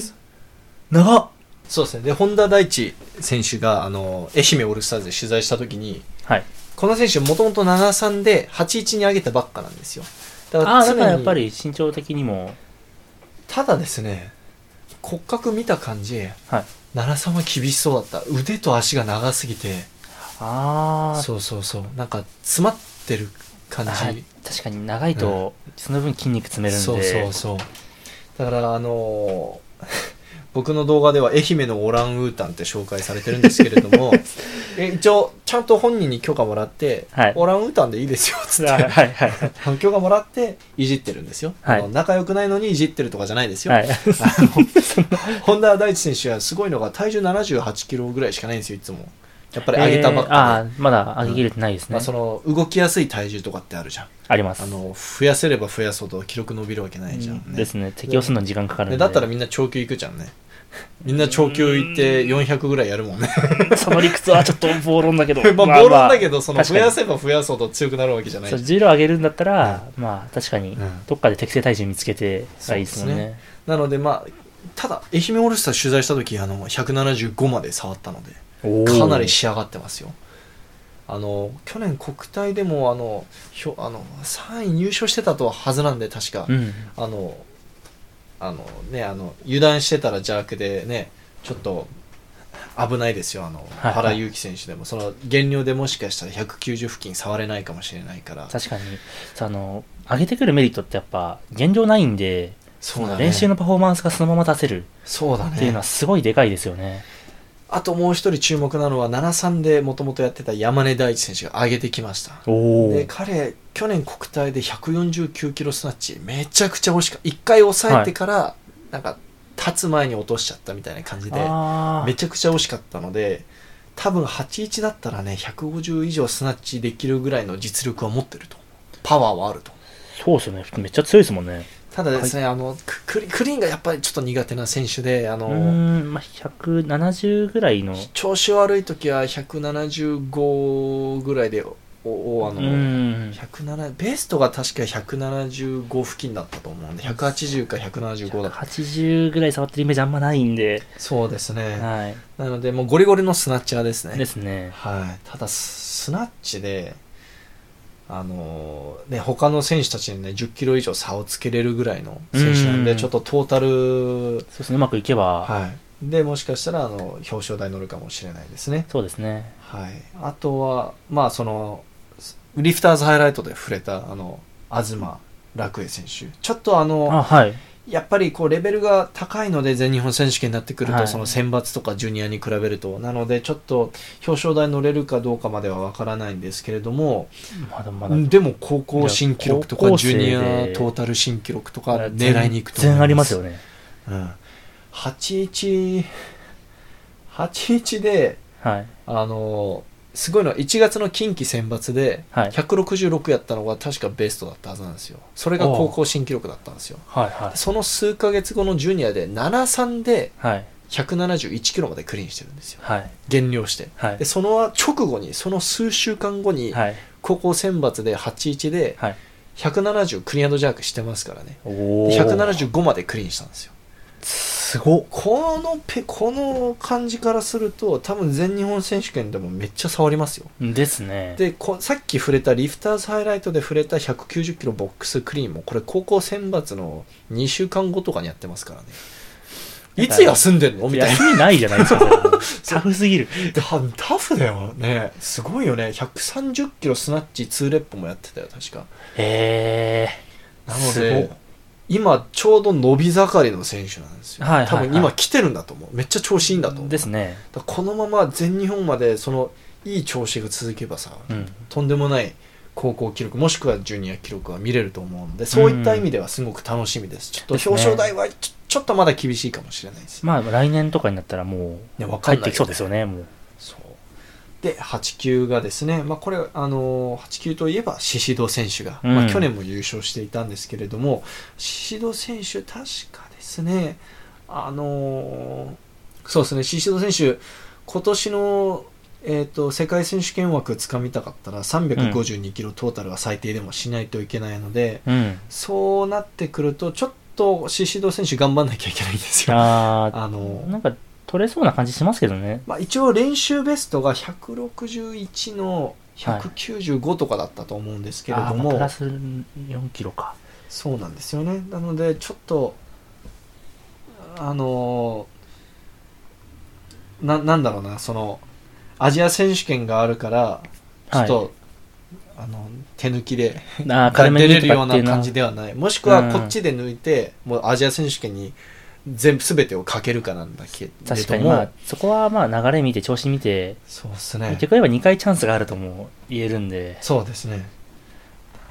[SPEAKER 2] 長っ
[SPEAKER 1] そうですねで本田大地選手があの愛媛オールスターズで取材した時に
[SPEAKER 2] はい。
[SPEAKER 1] この選手もともと73で81に上げたばっかなんですよだ
[SPEAKER 2] ああ、
[SPEAKER 1] 常
[SPEAKER 2] だ
[SPEAKER 1] に
[SPEAKER 2] からやっぱり身長的にも、
[SPEAKER 1] ただですね骨格見た感じ
[SPEAKER 2] はい。
[SPEAKER 1] 奈良様厳しそうだった腕と足が長すぎて
[SPEAKER 2] ああ、
[SPEAKER 1] そうそうそうなんか詰まってる感じ、
[SPEAKER 2] はい確かに長いと、その分筋肉詰めるんで。
[SPEAKER 1] そうそうそうだからあのー 僕の動画では愛媛のオランウータンって紹介されてるんですけれど もえ一応ちゃんと本人に許可もらって、
[SPEAKER 2] はい
[SPEAKER 1] オランウータンでいいですよっつっ
[SPEAKER 2] はい
[SPEAKER 1] て
[SPEAKER 2] はい はい。
[SPEAKER 1] あの許可もらっていじってるんですよ、
[SPEAKER 2] はい
[SPEAKER 1] あの仲良くないのにいじってるとかじゃないですよ、
[SPEAKER 2] はい。
[SPEAKER 1] あの本田大地選手はすごいのが体重78キロぐらいしかないんですよいつもやっぱり上げたばっか
[SPEAKER 2] えーあ
[SPEAKER 1] で、
[SPEAKER 2] あ、まだ上げ切れてないですね。
[SPEAKER 1] まあ、その動きやすい体重とかってあるじゃん
[SPEAKER 2] あります。
[SPEAKER 1] あの増やせれば増やすほど記録伸びるわけないじゃん、ね
[SPEAKER 2] うんですね。適応するのに時間かかるん
[SPEAKER 1] ね
[SPEAKER 2] で。
[SPEAKER 1] だったらみんな長級行くじゃんね。みんな長級行って400ぐらいやるもんね。
[SPEAKER 2] その理屈はちょっと暴論だけど
[SPEAKER 1] 。まあ、暴論だけど、その
[SPEAKER 2] 確
[SPEAKER 1] 増
[SPEAKER 2] かに
[SPEAKER 1] やせば増やすほど強くなるわけじゃない
[SPEAKER 2] そう。重量上げるんだったら、まあ確かに
[SPEAKER 1] うん、
[SPEAKER 2] どっかで適正体重見つけてがいいですもん
[SPEAKER 1] そう
[SPEAKER 2] ね。
[SPEAKER 1] なので、まあ、ただ、愛媛オールスター取材した時あの175まで触ったので、かなり仕上がってますよ。あの去年、国体でもあのひょあの3位入賞してたとはずなんで、確か。
[SPEAKER 2] うん。
[SPEAKER 1] あの、あのね、あの、油断してたら邪悪でね、ちょっと危ないですよ、あの、
[SPEAKER 2] はい
[SPEAKER 1] 原勇輝選手でも、その減量でもしかしたら190付近触れないかもしれないから、
[SPEAKER 2] 確かに、そうあの、上げてくるメリットってやっぱ、現状ないんで、
[SPEAKER 1] そうだね、
[SPEAKER 2] 練習のパフォーマンスがそのまま出せる
[SPEAKER 1] そうだ
[SPEAKER 2] っていうの
[SPEAKER 1] ね
[SPEAKER 2] は。すごいでかいですよね。
[SPEAKER 1] あともう一人注目なのは、7-3でもともとやってた山根大地選手が上げてきました。
[SPEAKER 2] お
[SPEAKER 1] で、彼、去年国体で149キロスナッチ、めちゃくちゃ惜しかった。一回抑えてから、なんか、立つ前に落としちゃったみたいな感じで。
[SPEAKER 2] あ
[SPEAKER 1] めちゃくちゃ惜しかったので多分81だったらね150以上スナッチできるぐらいの実力は持ってるとパワーはあると
[SPEAKER 2] あ、そうですよね。めっちゃ強いですもんね。
[SPEAKER 1] ただですね、あのククリクリーンがやっぱりちょっと苦手な選手であ
[SPEAKER 2] う
[SPEAKER 1] の、
[SPEAKER 2] ーん、まあ170ぐらいの、
[SPEAKER 1] 調子悪い時は175ぐらいでおおあ
[SPEAKER 2] う
[SPEAKER 1] の、
[SPEAKER 2] ーん、
[SPEAKER 1] 107ベストが確か175付近だったと思うんで180か175だった
[SPEAKER 2] 80ぐらい触ってるイメージあんまないんで、
[SPEAKER 1] そうですね
[SPEAKER 2] はい。
[SPEAKER 1] なのでもうゴリゴリのスナッチャーですね
[SPEAKER 2] ですね。
[SPEAKER 1] はい、ただス、スナッチで、あのーね、他の選手たちに、ね、10キロ以上差をつけれるぐらいの選手なんで、
[SPEAKER 2] うん
[SPEAKER 1] ちょっとトータル、
[SPEAKER 2] そうですね、うまくいけば、
[SPEAKER 1] はい、でもしかしたらあの表彰台乗るかもしれないですね。
[SPEAKER 2] そうですね。
[SPEAKER 1] はい、あとは、まあ、そのリフターズハイライトで触れたあの東楽栄選手、ちょっとあの
[SPEAKER 2] あ、はい。
[SPEAKER 1] やっぱりこうレベルが高いので全日本選手権になってくると、
[SPEAKER 2] はい
[SPEAKER 1] その選抜とかジュニアに比べるとなのでちょっと表彰台乗れるかどうかまでは分からないんですけれども
[SPEAKER 2] まだまだ。
[SPEAKER 1] でも高校新記録と
[SPEAKER 2] い
[SPEAKER 1] か
[SPEAKER 2] や
[SPEAKER 1] ジュニ
[SPEAKER 2] 高校生
[SPEAKER 1] ア
[SPEAKER 2] で
[SPEAKER 1] トータル新記録とか狙いに行くと思います
[SPEAKER 2] 全然ありますよね。
[SPEAKER 1] うん、81 81で
[SPEAKER 2] はい。
[SPEAKER 1] あのすごいのは1月の近畿選抜で
[SPEAKER 2] はい。
[SPEAKER 1] 166やったのが確かベストだったはずなんですよそれが高校新記録だったんですよ
[SPEAKER 2] はい。は
[SPEAKER 1] その数ヶ月後のジュニアで73で
[SPEAKER 2] い。はい。
[SPEAKER 1] 171キロまでクリーンしてるんですよ
[SPEAKER 2] はい。
[SPEAKER 1] 減量して
[SPEAKER 2] はい
[SPEAKER 1] で。その直後にその数週間後に
[SPEAKER 2] はい。
[SPEAKER 1] 高校選抜で81で
[SPEAKER 2] はい。
[SPEAKER 1] 170クリーンジャークしてますからね
[SPEAKER 2] おー
[SPEAKER 1] 175までクリーンしたんですよ
[SPEAKER 2] すごっ
[SPEAKER 1] このペこの感じからすると多分全日本選手権でもめっちゃ触りますよ
[SPEAKER 2] ですね
[SPEAKER 1] でこさっき触れたリフターズハイライトで触れた190キロボックスクリーンもこれ高校選抜の2週間後とかにやってますからねいつ休んでんのみたいな
[SPEAKER 2] 休みないじゃないですかそれ もうタフすぎる
[SPEAKER 1] タタフだよねすごいよね130キロスナッチ2レップもやってたよ確か
[SPEAKER 2] へえ
[SPEAKER 1] なの
[SPEAKER 2] すご
[SPEAKER 1] で
[SPEAKER 2] っ
[SPEAKER 1] 今ちょうど伸び盛りの選手なんですよ、
[SPEAKER 2] はいはいはい
[SPEAKER 1] 多分今来てるんだと思うめっちゃ調子いいんだと思う
[SPEAKER 2] ですね
[SPEAKER 1] だからこのまま全日本までそのいい調子が続けばさ、
[SPEAKER 2] うん
[SPEAKER 1] とんでもない高校記録もしくはジュニア記録が見れると思うんでそういった意味ではすごく楽しみです、ちょっと
[SPEAKER 2] です
[SPEAKER 1] 表
[SPEAKER 2] ね
[SPEAKER 1] 彰台はちょ,、ちょっとまだ厳しいかもしれないです
[SPEAKER 2] まあ来年とかになったらも
[SPEAKER 1] ねわ
[SPEAKER 2] う
[SPEAKER 1] か
[SPEAKER 2] 帰
[SPEAKER 1] んない
[SPEAKER 2] ってきそうですよねもう
[SPEAKER 1] そうで8級がですね、まあ、これ、あのー8級といえば宍戸選手が、
[SPEAKER 2] うん
[SPEAKER 1] まあ、去年も優勝していたんですけれども宍戸選手、確かですね、あのーそうですね宍戸選手、今年の、えー、と世界選手権枠つかみたかったら352キロトータルは最低でもしないといけないので、
[SPEAKER 2] うん
[SPEAKER 1] そうなってくるとちょっと宍戸選手頑張らなきゃいけないんですよ。
[SPEAKER 2] あー
[SPEAKER 1] あのー
[SPEAKER 2] なんか取れそうな感じしますけどね
[SPEAKER 1] まあ、一応練習ベストが161の195とかだったと思うんですけれど
[SPEAKER 2] あーまあ
[SPEAKER 1] も、
[SPEAKER 2] プラス4キロ か
[SPEAKER 1] そうなんですよねなのでちょっとあのーななんだろうなそのアジア選手権があるからちょっと、
[SPEAKER 2] はい
[SPEAKER 1] あの手抜きで
[SPEAKER 2] あー軽め
[SPEAKER 1] 出
[SPEAKER 2] に
[SPEAKER 1] れる
[SPEAKER 2] と
[SPEAKER 1] よ
[SPEAKER 2] か
[SPEAKER 1] う
[SPEAKER 2] ってい
[SPEAKER 1] な
[SPEAKER 2] うのは
[SPEAKER 1] 感じではないもしく
[SPEAKER 2] う
[SPEAKER 1] は
[SPEAKER 2] ん
[SPEAKER 1] こっちで抜いて、もうアジア選手権に全部全てをかけるかなんだけれども
[SPEAKER 2] 確かにまあそこはまあ流れ見て調子見て
[SPEAKER 1] そうですね
[SPEAKER 2] 見てくれば2回チャンスがあるとも言えるんで、
[SPEAKER 1] そうですね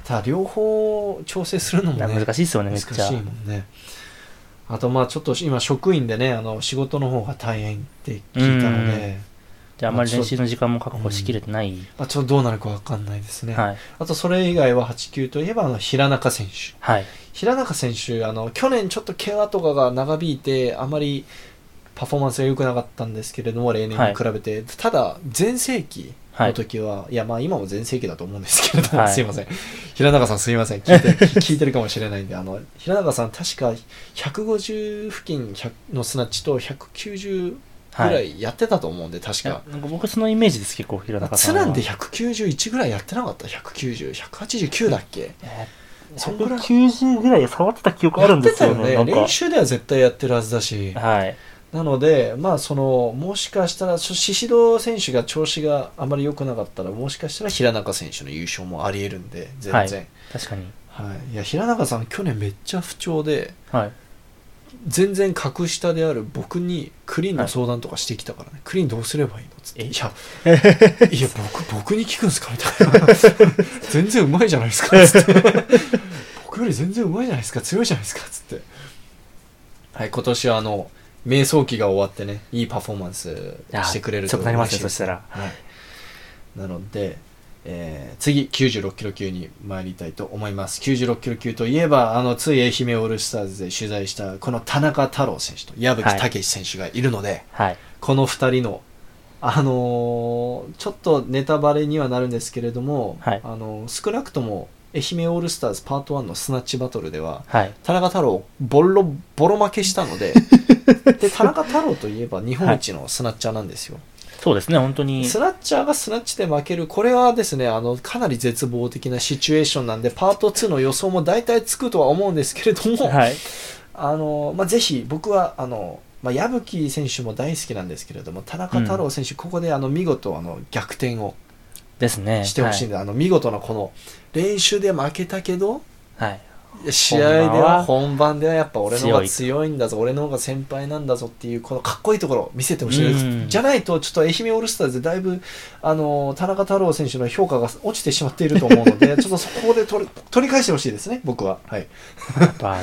[SPEAKER 1] ただ両方調整するのも、ね、
[SPEAKER 2] な難しいですよねめっち
[SPEAKER 1] 難
[SPEAKER 2] ゃ
[SPEAKER 1] しいもんねあとまあちょっと今職員でねあの仕事の方が大変って聞いたの
[SPEAKER 2] う
[SPEAKER 1] で、
[SPEAKER 2] であんまり練習の時間も確保しきれてない、
[SPEAKER 1] まあ、ちょっとどうなるかわかんないですね、
[SPEAKER 2] はい
[SPEAKER 1] あとそれ以外は8級といえばあの平中選手
[SPEAKER 2] はい
[SPEAKER 1] 平中選手あの去年ちょっと怪我とかが長引いてあまりパフォーマンスが良くなかったんですけれども例年に比べて、ただ全盛期の時は、い、やまあ今も全盛期だと思うんですけれども、
[SPEAKER 2] はい
[SPEAKER 1] すいません平中さんすいません 聞いて聞いてるかもしれないんであの平中さん確か150付近100のスナッチと190ぐ
[SPEAKER 2] は
[SPEAKER 1] ら
[SPEAKER 2] い
[SPEAKER 1] いやってたと思うんで、確
[SPEAKER 2] いや
[SPEAKER 1] か。
[SPEAKER 2] なんか僕そのイメージです結構平中さ
[SPEAKER 1] ツ
[SPEAKER 2] んは
[SPEAKER 1] ランで191ぐらいやってなかった190189だっけ
[SPEAKER 2] えー
[SPEAKER 1] そんぐらい
[SPEAKER 2] 190ぐらいで触ってた記憶あ
[SPEAKER 1] や
[SPEAKER 2] るん
[SPEAKER 1] っ
[SPEAKER 2] で
[SPEAKER 1] て
[SPEAKER 2] す
[SPEAKER 1] た
[SPEAKER 2] よ
[SPEAKER 1] よ
[SPEAKER 2] ね
[SPEAKER 1] ね
[SPEAKER 2] なんか
[SPEAKER 1] 練習では絶対やってるはずだし、
[SPEAKER 2] はい
[SPEAKER 1] なので、まあ、そのもしかしたらそ宍戸選手が調子があまり良くなかったらもしかしたら平中選手の優勝もありえるんで全然、
[SPEAKER 2] 確かに
[SPEAKER 1] はいい、や平中さん去年めっちゃ不調で
[SPEAKER 2] はい
[SPEAKER 1] 全然格下である僕にクリーンの相談とかしてきたからね、クリーンどうすればいいのっつってい
[SPEAKER 2] え
[SPEAKER 1] や いや僕僕に聞くんですかみたいな 全然うまいじゃないですかっつって 僕より全然うまいじゃないですか強いじゃないですかっつってはい今年はあの瞑想期が終わってねいいパフォーマンスしてくれる
[SPEAKER 2] となりますねそ
[SPEAKER 1] 嬉
[SPEAKER 2] し
[SPEAKER 1] い
[SPEAKER 2] たら
[SPEAKER 1] はい、なので、えー次96キロ級に参りたいと思います96キロ級といえばあのつい愛媛オールスターズで取材したこの田中太郎選手と矢吹
[SPEAKER 2] はい
[SPEAKER 1] 武選手がいるので、
[SPEAKER 2] はい
[SPEAKER 1] この2人のあのーちょっとネタバレにはなるんですけれども、
[SPEAKER 2] はい
[SPEAKER 1] あのー少なくとも愛媛オールスターズパート1のスナッチバトルでは
[SPEAKER 2] はい
[SPEAKER 1] 田中太郎ボロボロ負けしたの でで田中太郎といえば日本一のスナッチャーなんですよ、
[SPEAKER 2] そうですね本当に
[SPEAKER 1] スナッチャーがスナッチで負ける、これはですね、あの、かなり絶望的なシチュエーションなんで、パート2の予想も大体つくとは思うんですけれども、
[SPEAKER 2] はい
[SPEAKER 1] あの、まあ、ぜひ、僕は、あの、まあ、矢吹選手も大好きなんですけれども、田中太郎選手、ここで、あの、見事、あの、逆転を
[SPEAKER 2] ですね
[SPEAKER 1] してほしいんで、あの、見事なこの、練習で負けたけど、
[SPEAKER 2] はいはい
[SPEAKER 1] 試合で
[SPEAKER 2] 本番
[SPEAKER 1] は、
[SPEAKER 2] は
[SPEAKER 1] 本番ではやっぱ俺の方
[SPEAKER 2] 強
[SPEAKER 1] が
[SPEAKER 2] いと
[SPEAKER 1] 強いんだぞ、俺の方が先輩なんだぞっていう、このかっこいいところを見せてほしいです
[SPEAKER 2] うん
[SPEAKER 1] じゃないと、ちょっと愛媛オールスターズでだいぶ、あの、田中太郎選手の評価が落ちてしまっていると思うの で、ちょっとそこで取り取り返してほしいですね、僕は。はい。
[SPEAKER 2] やっぱ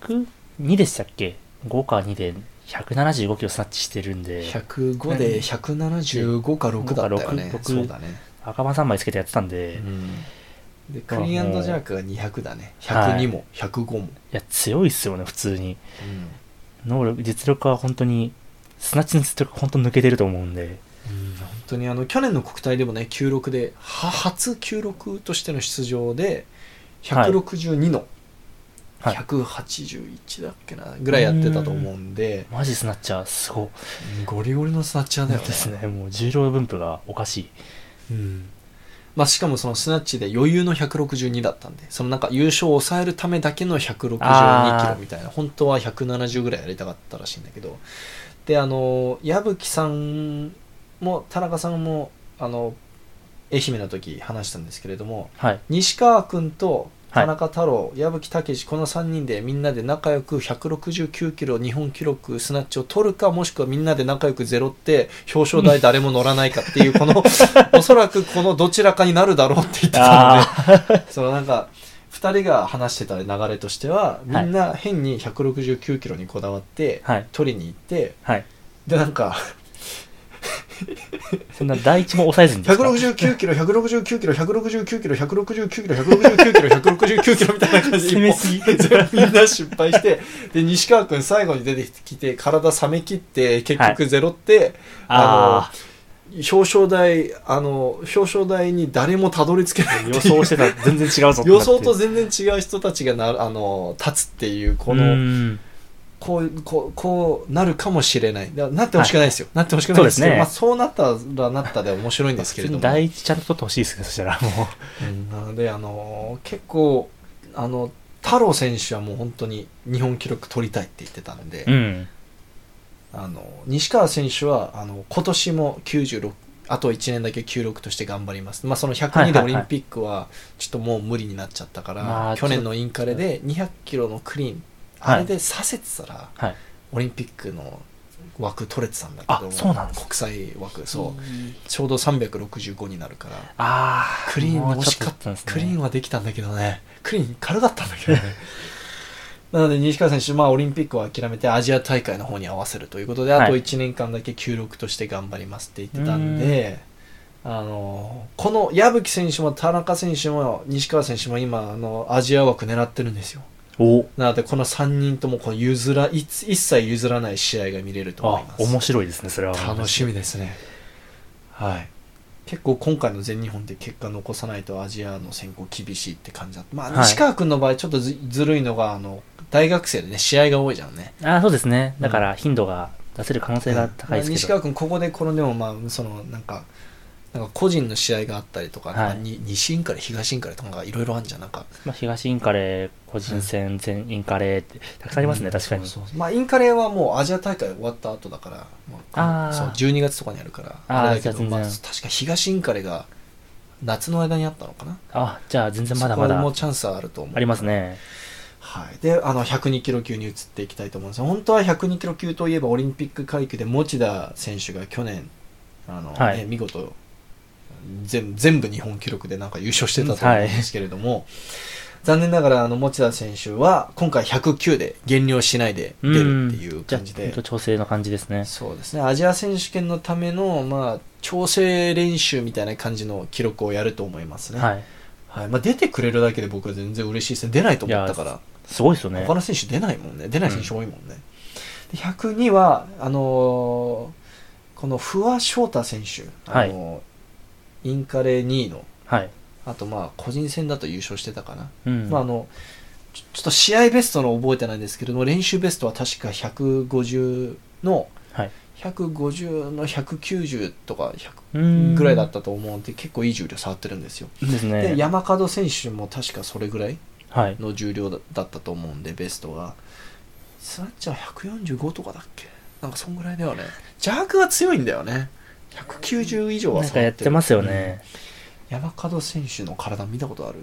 [SPEAKER 2] 102でしたっけ5か2で175キロスナッチしてるんで
[SPEAKER 1] 105で175か6だったよね
[SPEAKER 2] 6。6
[SPEAKER 1] そうだね。
[SPEAKER 2] 赤羽3枚つけてやってたんで、い
[SPEAKER 1] で、クリーンジャークが200だね。102も、105も。
[SPEAKER 2] や強いっすよね普通に能力実力は本当にスナッチの実力は本当抜けてると思うんで
[SPEAKER 1] うん本当にあの去年の国体でもね96では初96としての出場で162の
[SPEAKER 2] はい
[SPEAKER 1] 181だっけなぐらいやってたと思うんで、
[SPEAKER 2] マジスナッチャー、すご
[SPEAKER 1] ゴリゴリのスナッチャーだよね
[SPEAKER 2] ですね。もう重量分布がおかしい。
[SPEAKER 1] うんまあ、しかもそのスナッチで余裕の162だったんでそのなんか優勝を抑えるためだけの162キロみたいな本当は170ぐらいやりたかったらしいんだけどであの矢吹さんも田中さんもあの愛媛の時話したんですけれども
[SPEAKER 2] はい。
[SPEAKER 1] 西川君と
[SPEAKER 2] は
[SPEAKER 1] 田
[SPEAKER 2] い
[SPEAKER 1] 中太郎、矢吹武史この3人でみんなで仲良く169キロ日本記録スナッチを取るかもしくはみんなで仲良くゼロって表彰台誰も乗らないかって いうこのおそらくこのどちらかになるだろうって言ってたので そのなんか2人が話してた流れとしてはみんな変に169キロにこだわって
[SPEAKER 2] はい。
[SPEAKER 1] 取りに行って
[SPEAKER 2] はい。
[SPEAKER 1] でなんか
[SPEAKER 2] そんな第一も抑えずにですか
[SPEAKER 1] 169キロ169キロ169キロ169キロ169キロ169キロみたいな感じで
[SPEAKER 2] 攻めすぎ
[SPEAKER 1] もう全部みんな失敗してで西川君最後に出てきて体冷め切って結局ゼロって、
[SPEAKER 2] あ
[SPEAKER 1] 表彰台あの表彰台に誰もたどり着けない
[SPEAKER 2] あ、予想してたら全然違うぞってなって
[SPEAKER 1] 予想と全然違う人たちがなあの立つっていうこの、
[SPEAKER 2] うん
[SPEAKER 1] こうこうこうなるかもしれないだからなってほしくないですよ、なってほしくないですけど
[SPEAKER 2] そうですね
[SPEAKER 1] まあ、そうなったらなったで面白いんですけれど
[SPEAKER 2] 普通に
[SPEAKER 1] も。
[SPEAKER 2] 第一ちゃんと取ってほしいですね、そしたらもう。
[SPEAKER 1] なので、あのー結構あの太郎選手はもう本当に日本記録取りたいって言ってたので、
[SPEAKER 2] うん。
[SPEAKER 1] あの西川選手はあの今年も96あと1年だけ96として頑張ります、まあ、その
[SPEAKER 2] はいは
[SPEAKER 1] 102
[SPEAKER 2] いは
[SPEAKER 1] で
[SPEAKER 2] い
[SPEAKER 1] オリンピックはちょっともう無理になっちゃったから、
[SPEAKER 2] まあ
[SPEAKER 1] 去年のインカレで200キロのクリーン、
[SPEAKER 2] はい
[SPEAKER 1] あれでさせてたら
[SPEAKER 2] はい。
[SPEAKER 1] オリンピックの枠取れてたんだけ
[SPEAKER 2] あ
[SPEAKER 1] ど、
[SPEAKER 2] そうなんです
[SPEAKER 1] 国際枠そうちょうど365になるから。
[SPEAKER 2] ああ、
[SPEAKER 1] クリーン
[SPEAKER 2] もう
[SPEAKER 1] 惜しかっ
[SPEAKER 2] ちょと
[SPEAKER 1] た
[SPEAKER 2] ですね
[SPEAKER 1] クリーンはできたんだけどねクリーン軽かったんだけどね なので西川選手、まあ、オリンピックを諦めてアジア大会の方に合わせるということで、
[SPEAKER 2] はい
[SPEAKER 1] あと1年間だけ休録として頑張りますって言ってたんであのこの矢吹選手も田中選手も西川選手も今あのアジア枠狙ってるんですよ
[SPEAKER 2] お
[SPEAKER 1] なのでこの3人ともこう譲らいつ一切譲らない試合が見れると思い
[SPEAKER 2] あ
[SPEAKER 1] ま、す
[SPEAKER 2] 面白いですね、それは。
[SPEAKER 1] 楽しみですねはい結構今回の全日本で結果残さないとアジアの選考厳しいって感じだったまあ、
[SPEAKER 2] はい
[SPEAKER 1] 西川君の場合ちょっとずずるいのがあの大学生でね試合が多いじゃんね
[SPEAKER 2] ああ、そうですね。だから頻度が出せる可能性が高いです
[SPEAKER 1] まあ西
[SPEAKER 2] けど。
[SPEAKER 1] 川君ここでこのでもまあそのなんかなんか個人の試合があったりとか,、
[SPEAKER 2] はい
[SPEAKER 1] に西インカレ東インカレとかがいろいろあるんじゃんなんか
[SPEAKER 2] まあ、東インカレ、個人戦、全インカレって、たくさんありますね、確かに。
[SPEAKER 1] そうそうまあインカレはもうアジア大会終わった後だから、まあ
[SPEAKER 2] あー
[SPEAKER 1] そう12月とかにあるから
[SPEAKER 2] あー
[SPEAKER 1] あれだけ
[SPEAKER 2] じゃあ
[SPEAKER 1] ど、
[SPEAKER 2] 全然
[SPEAKER 1] まあ、確か東インカレが夏の間にあったのかな
[SPEAKER 2] あ、じゃあ全然まだま
[SPEAKER 1] そこ
[SPEAKER 2] だ
[SPEAKER 1] もチャンスはあると思う
[SPEAKER 2] ありますね。
[SPEAKER 1] はい、であの102キロ級に移っていきたいと思うんですが本当は102キロ級といえばオリンピック階級で持田選手が去年あの、
[SPEAKER 2] はい
[SPEAKER 1] ね見事全全部日本記録でなんか優勝してたと思うんですけれども、残念ながらあの持田選手は今回109で減量しないで出るっていう
[SPEAKER 2] じゃあ、
[SPEAKER 1] 感じ
[SPEAKER 2] ほん
[SPEAKER 1] で
[SPEAKER 2] と調整の感じですね。
[SPEAKER 1] そうですねアジア選手権のための、まあ、調整練習みたいな感じの記録をやると思いますね。
[SPEAKER 2] はい。
[SPEAKER 1] はいまあ、出てくれるだけで僕は全然嬉しいですね出ないと思ったか
[SPEAKER 2] い
[SPEAKER 1] ら
[SPEAKER 2] すごいですよね
[SPEAKER 1] 他。の選手出ないもんね出ない選手多いもんね、で102はあのーこの不破翔太選手、あのーインカレ2位の
[SPEAKER 2] はい。
[SPEAKER 1] あとまあ個人戦だと優勝してたかな、
[SPEAKER 2] うん。
[SPEAKER 1] まあ、あのちょちょっと試合ベストの覚えてないんですけれども練習ベストは確か150の
[SPEAKER 2] はい。
[SPEAKER 1] 150の190とか
[SPEAKER 2] う
[SPEAKER 1] 100
[SPEAKER 2] ん
[SPEAKER 1] ぐらいだったと思うんで結構いい重量触ってるんですよ、
[SPEAKER 2] ですね
[SPEAKER 1] で。山門選手も確かそれぐらい
[SPEAKER 2] はい。
[SPEAKER 1] の重量だだったと思うんでベストがスナッチャー145とかだっけなんかそんぐらいだよね邪悪は強いんだよね190以上は
[SPEAKER 2] なんかやってますよね。
[SPEAKER 1] うん山門選手の体見たことある、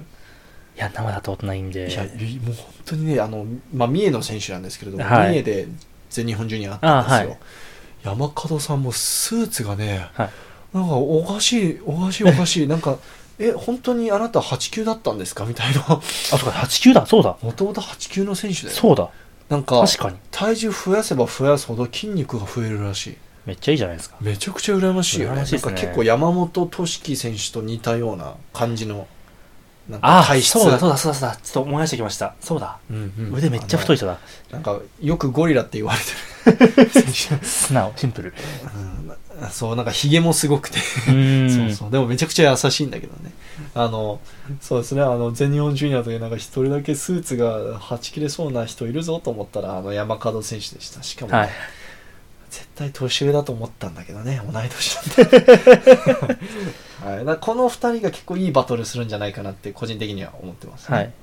[SPEAKER 2] いや、生だとないんで。
[SPEAKER 1] いやいもう本当にねあの、まあ、三重の選手なんですけれども、
[SPEAKER 2] はい
[SPEAKER 1] 三重で全日本ジュニアあったんですよ、
[SPEAKER 2] あは
[SPEAKER 1] 山門さんもスーツがね
[SPEAKER 2] はい。
[SPEAKER 1] なんかおかしいおかしいおかしいなんかえ本当にあなた8級だったんですかみたいな
[SPEAKER 2] あ、そうか、89だ。そうだ。
[SPEAKER 1] もともと8級の選手だよ
[SPEAKER 2] そうだ。
[SPEAKER 1] なんか
[SPEAKER 2] 確かに。
[SPEAKER 1] 体重増やせば増やすほど筋肉が増えるらしい
[SPEAKER 2] めっちゃいいじゃないですか。
[SPEAKER 1] めちゃくちゃ羨ましいよね
[SPEAKER 2] 羨ましいですね
[SPEAKER 1] なんか結構山本俊樹選手と似たような感じのなん
[SPEAKER 2] あ
[SPEAKER 1] か
[SPEAKER 2] あ、
[SPEAKER 1] 体質
[SPEAKER 2] そうだ、そうだ、そうだ、そうだ。ちょっと思い出してきました。そうだ。
[SPEAKER 1] うんうん
[SPEAKER 2] 腕めっちゃ太い
[SPEAKER 1] あ
[SPEAKER 2] 人だ。
[SPEAKER 1] のなんかよくゴリラって言われてる選手
[SPEAKER 2] 素直、シンプル。
[SPEAKER 1] うん そうなんかひげもすごくて
[SPEAKER 2] うん
[SPEAKER 1] そうそうでもめちゃくちゃ優しいんだけどねあのそうですねあの全日本ジュニアというなんか一人だけスーツがはち切れそうな人いるぞと思ったらあの山門選手でしたしかも、ね
[SPEAKER 2] はい
[SPEAKER 1] 絶対年上だと思ったんだけどね同い年 なんで、はい、だからこの2人が結構いいバトルするんじゃないかなって個人的には思ってますね
[SPEAKER 2] はい、
[SPEAKER 1] はい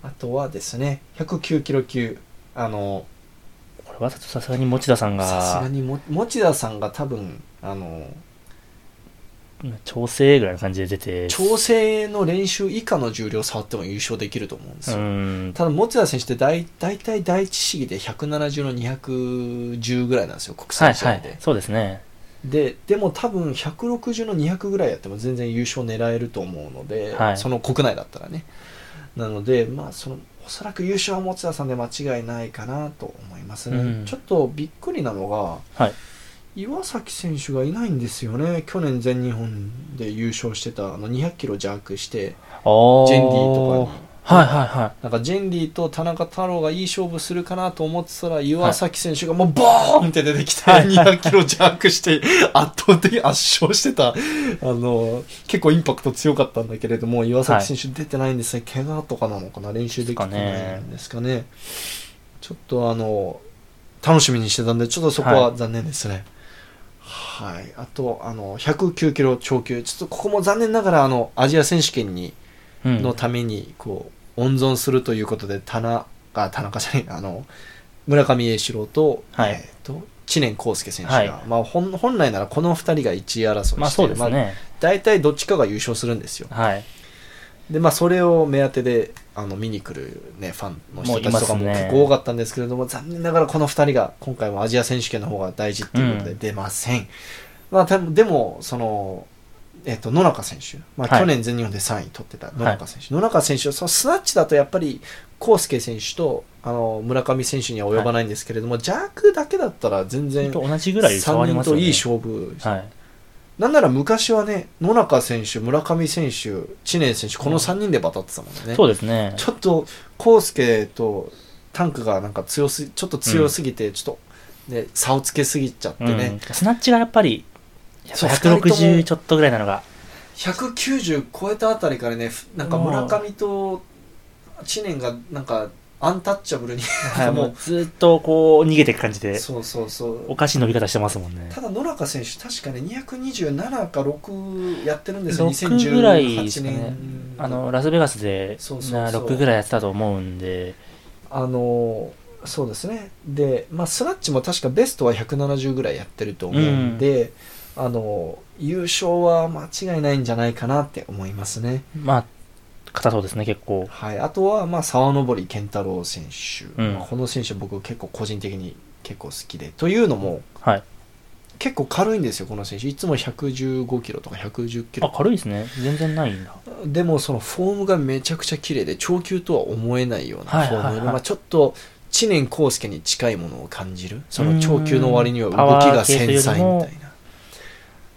[SPEAKER 1] あとはですね109キロ級あの
[SPEAKER 2] これはさすがに持田さん
[SPEAKER 1] さすが
[SPEAKER 2] が
[SPEAKER 1] にも持田さんが多分あの
[SPEAKER 2] 調整ぐらいの感じで出て
[SPEAKER 1] 調整の練習以下の重量触っても優勝できると思うんです
[SPEAKER 2] う
[SPEAKER 1] よ、
[SPEAKER 2] ん
[SPEAKER 1] ただ持田選手って大大体第一試技で170の210ぐらいなんですよ国
[SPEAKER 2] は
[SPEAKER 1] 際
[SPEAKER 2] い
[SPEAKER 1] 試
[SPEAKER 2] は
[SPEAKER 1] 合で、
[SPEAKER 2] いそうですね
[SPEAKER 1] ででも多分160の200ぐらいやっても全然優勝狙えると思うので、
[SPEAKER 2] はい
[SPEAKER 1] その国内だったらねなのでまあそのおそらく優勝は持田さんで間違いないかなと思いますね、
[SPEAKER 2] うん
[SPEAKER 1] ちょっとびっくりなのが、
[SPEAKER 2] はい
[SPEAKER 1] 岩崎選手がいないんですよね去年全日本で優勝してたあの200キロ弱して
[SPEAKER 2] お
[SPEAKER 1] ジェンディとかに
[SPEAKER 2] かはいはいは
[SPEAKER 1] なんかジェンリーと田中太郎がいい勝負するかなと思ってたら岩崎選手がもうボーンって出てきて
[SPEAKER 2] はい
[SPEAKER 1] 200キロ弱して圧倒的に圧勝してたあの結構インパクト強かったんだけれども岩崎選手出てないんですね怪我とかなのかな練習できてないんですかねちょっとあの楽しみにしてたんでちょっとそこは残念ですね。はい、あとあの109キロ超級ちょっとここも残念ながらあのアジア選手権に
[SPEAKER 2] い、うん
[SPEAKER 1] のためにこう温存するということで田中あ田中じゃないあの村上英志郎と,、
[SPEAKER 2] はい
[SPEAKER 1] えーと知念康介選手が、
[SPEAKER 2] はい
[SPEAKER 1] まあ、本本来ならこの2人が1位争いして、
[SPEAKER 2] まあそうです
[SPEAKER 1] まあ
[SPEAKER 2] ね、
[SPEAKER 1] 大体どっちかが優勝するんですよ
[SPEAKER 2] はい
[SPEAKER 1] で、まあ、それを目当てであの見に来る、ね、ファンの人たちとかも
[SPEAKER 2] もういますね
[SPEAKER 1] 結構多かったんですけれども、残念ながらこの2人が今回もアジア選手権の方が大事っていうことで
[SPEAKER 2] うん
[SPEAKER 1] 出ません、まあ、多分でもそのえっと野中選手、まあ
[SPEAKER 2] はい
[SPEAKER 1] 去年全日本で3位取ってた野
[SPEAKER 2] はい
[SPEAKER 1] 中選手、野中選手、そのスナッチだとやっぱり康介選手とあの村上選手には及ばないんですけれども、ジャークだけだったら全然
[SPEAKER 2] と同じぐらい変
[SPEAKER 1] 3
[SPEAKER 2] わり
[SPEAKER 1] 人
[SPEAKER 2] ますよ
[SPEAKER 1] と
[SPEAKER 2] ね
[SPEAKER 1] いい勝負、
[SPEAKER 2] はい
[SPEAKER 1] なんなら昔はね野中選手、村上選手、知念選手、この3人でバタってたもんね。
[SPEAKER 2] そうですね
[SPEAKER 1] ちょっと康介とタンクがなんか強すぎちょっと強すぎて、ちょっと、ね、差をつけすぎちゃってね、
[SPEAKER 2] うん、スナッチがやっぱりやっぱ
[SPEAKER 1] そう
[SPEAKER 2] 160ちょっとぐらいなのが
[SPEAKER 1] 190超えたあたりからねふなんか村上と知念がなんかアンタッチャブルに
[SPEAKER 2] はい、
[SPEAKER 1] もう
[SPEAKER 2] もうずっとこう逃げていく感じで
[SPEAKER 1] そうそうそう
[SPEAKER 2] おかしい伸び方してますもんね
[SPEAKER 1] ただ野中選手確かね227か6やってるんですよ
[SPEAKER 2] 6ぐらいです
[SPEAKER 1] 2018
[SPEAKER 2] かね
[SPEAKER 1] 年
[SPEAKER 2] あのラスベガスで
[SPEAKER 1] そうそうそう
[SPEAKER 2] な6ぐらいやってたと思うんで
[SPEAKER 1] あのそうですねで、まあ、スナッチも確かベストは170ぐらいやってると思うんで、あの優勝は間違いないんじゃないかなって思いますね、
[SPEAKER 2] まあ硬そうですね結構
[SPEAKER 1] はい、あとは、まあ、沢登健太郎選手、
[SPEAKER 2] うん
[SPEAKER 1] まあこの選手僕結構個人的に結構好きでというのも
[SPEAKER 2] はい
[SPEAKER 1] 結構軽いんですよこの選手いつも115キロとか110キ
[SPEAKER 2] あ
[SPEAKER 1] ロ
[SPEAKER 2] 軽いですね全然ないんだ
[SPEAKER 1] でもそのフォームがめちゃくちゃ綺麗で長球とは思えないような
[SPEAKER 2] はい
[SPEAKER 1] フォームで、
[SPEAKER 2] はいはい
[SPEAKER 1] まあ、ちょっと知念康介に近いものを感じるその長球の割には動きが繊細みたいな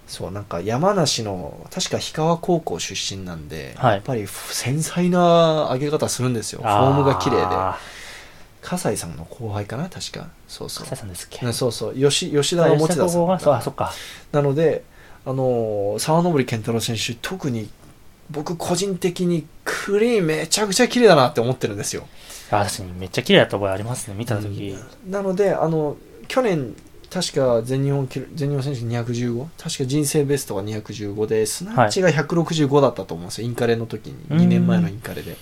[SPEAKER 1] そうなんか山梨の確か氷川高校出身なんで、
[SPEAKER 2] はい
[SPEAKER 1] やっぱり繊細な上げ方するんですよフォームが綺麗で
[SPEAKER 2] あ
[SPEAKER 1] 葛西さんの後輩かな確かそう
[SPEAKER 2] ー
[SPEAKER 1] そう
[SPEAKER 2] 笠井さんですっけ
[SPEAKER 1] うんそうそう吉吉田
[SPEAKER 2] あ
[SPEAKER 1] の持
[SPEAKER 2] 吉
[SPEAKER 1] 田
[SPEAKER 2] 田
[SPEAKER 1] さん
[SPEAKER 2] 高校がそうあそっか
[SPEAKER 1] なので、あのー沢登健太郎選手、特に僕個人的にクリーンめちゃくちゃ綺麗だなって思ってるんですよ。
[SPEAKER 2] あ確かにめっちゃ綺麗だった覚えありますね見た時、
[SPEAKER 1] なので、あの去年、確か全日本記録全日本選手権 215? 確か人生ベストが215で、スナッチが165だったと思うんですよ、インカレの時に、
[SPEAKER 2] うん
[SPEAKER 1] 2年前のインカレで。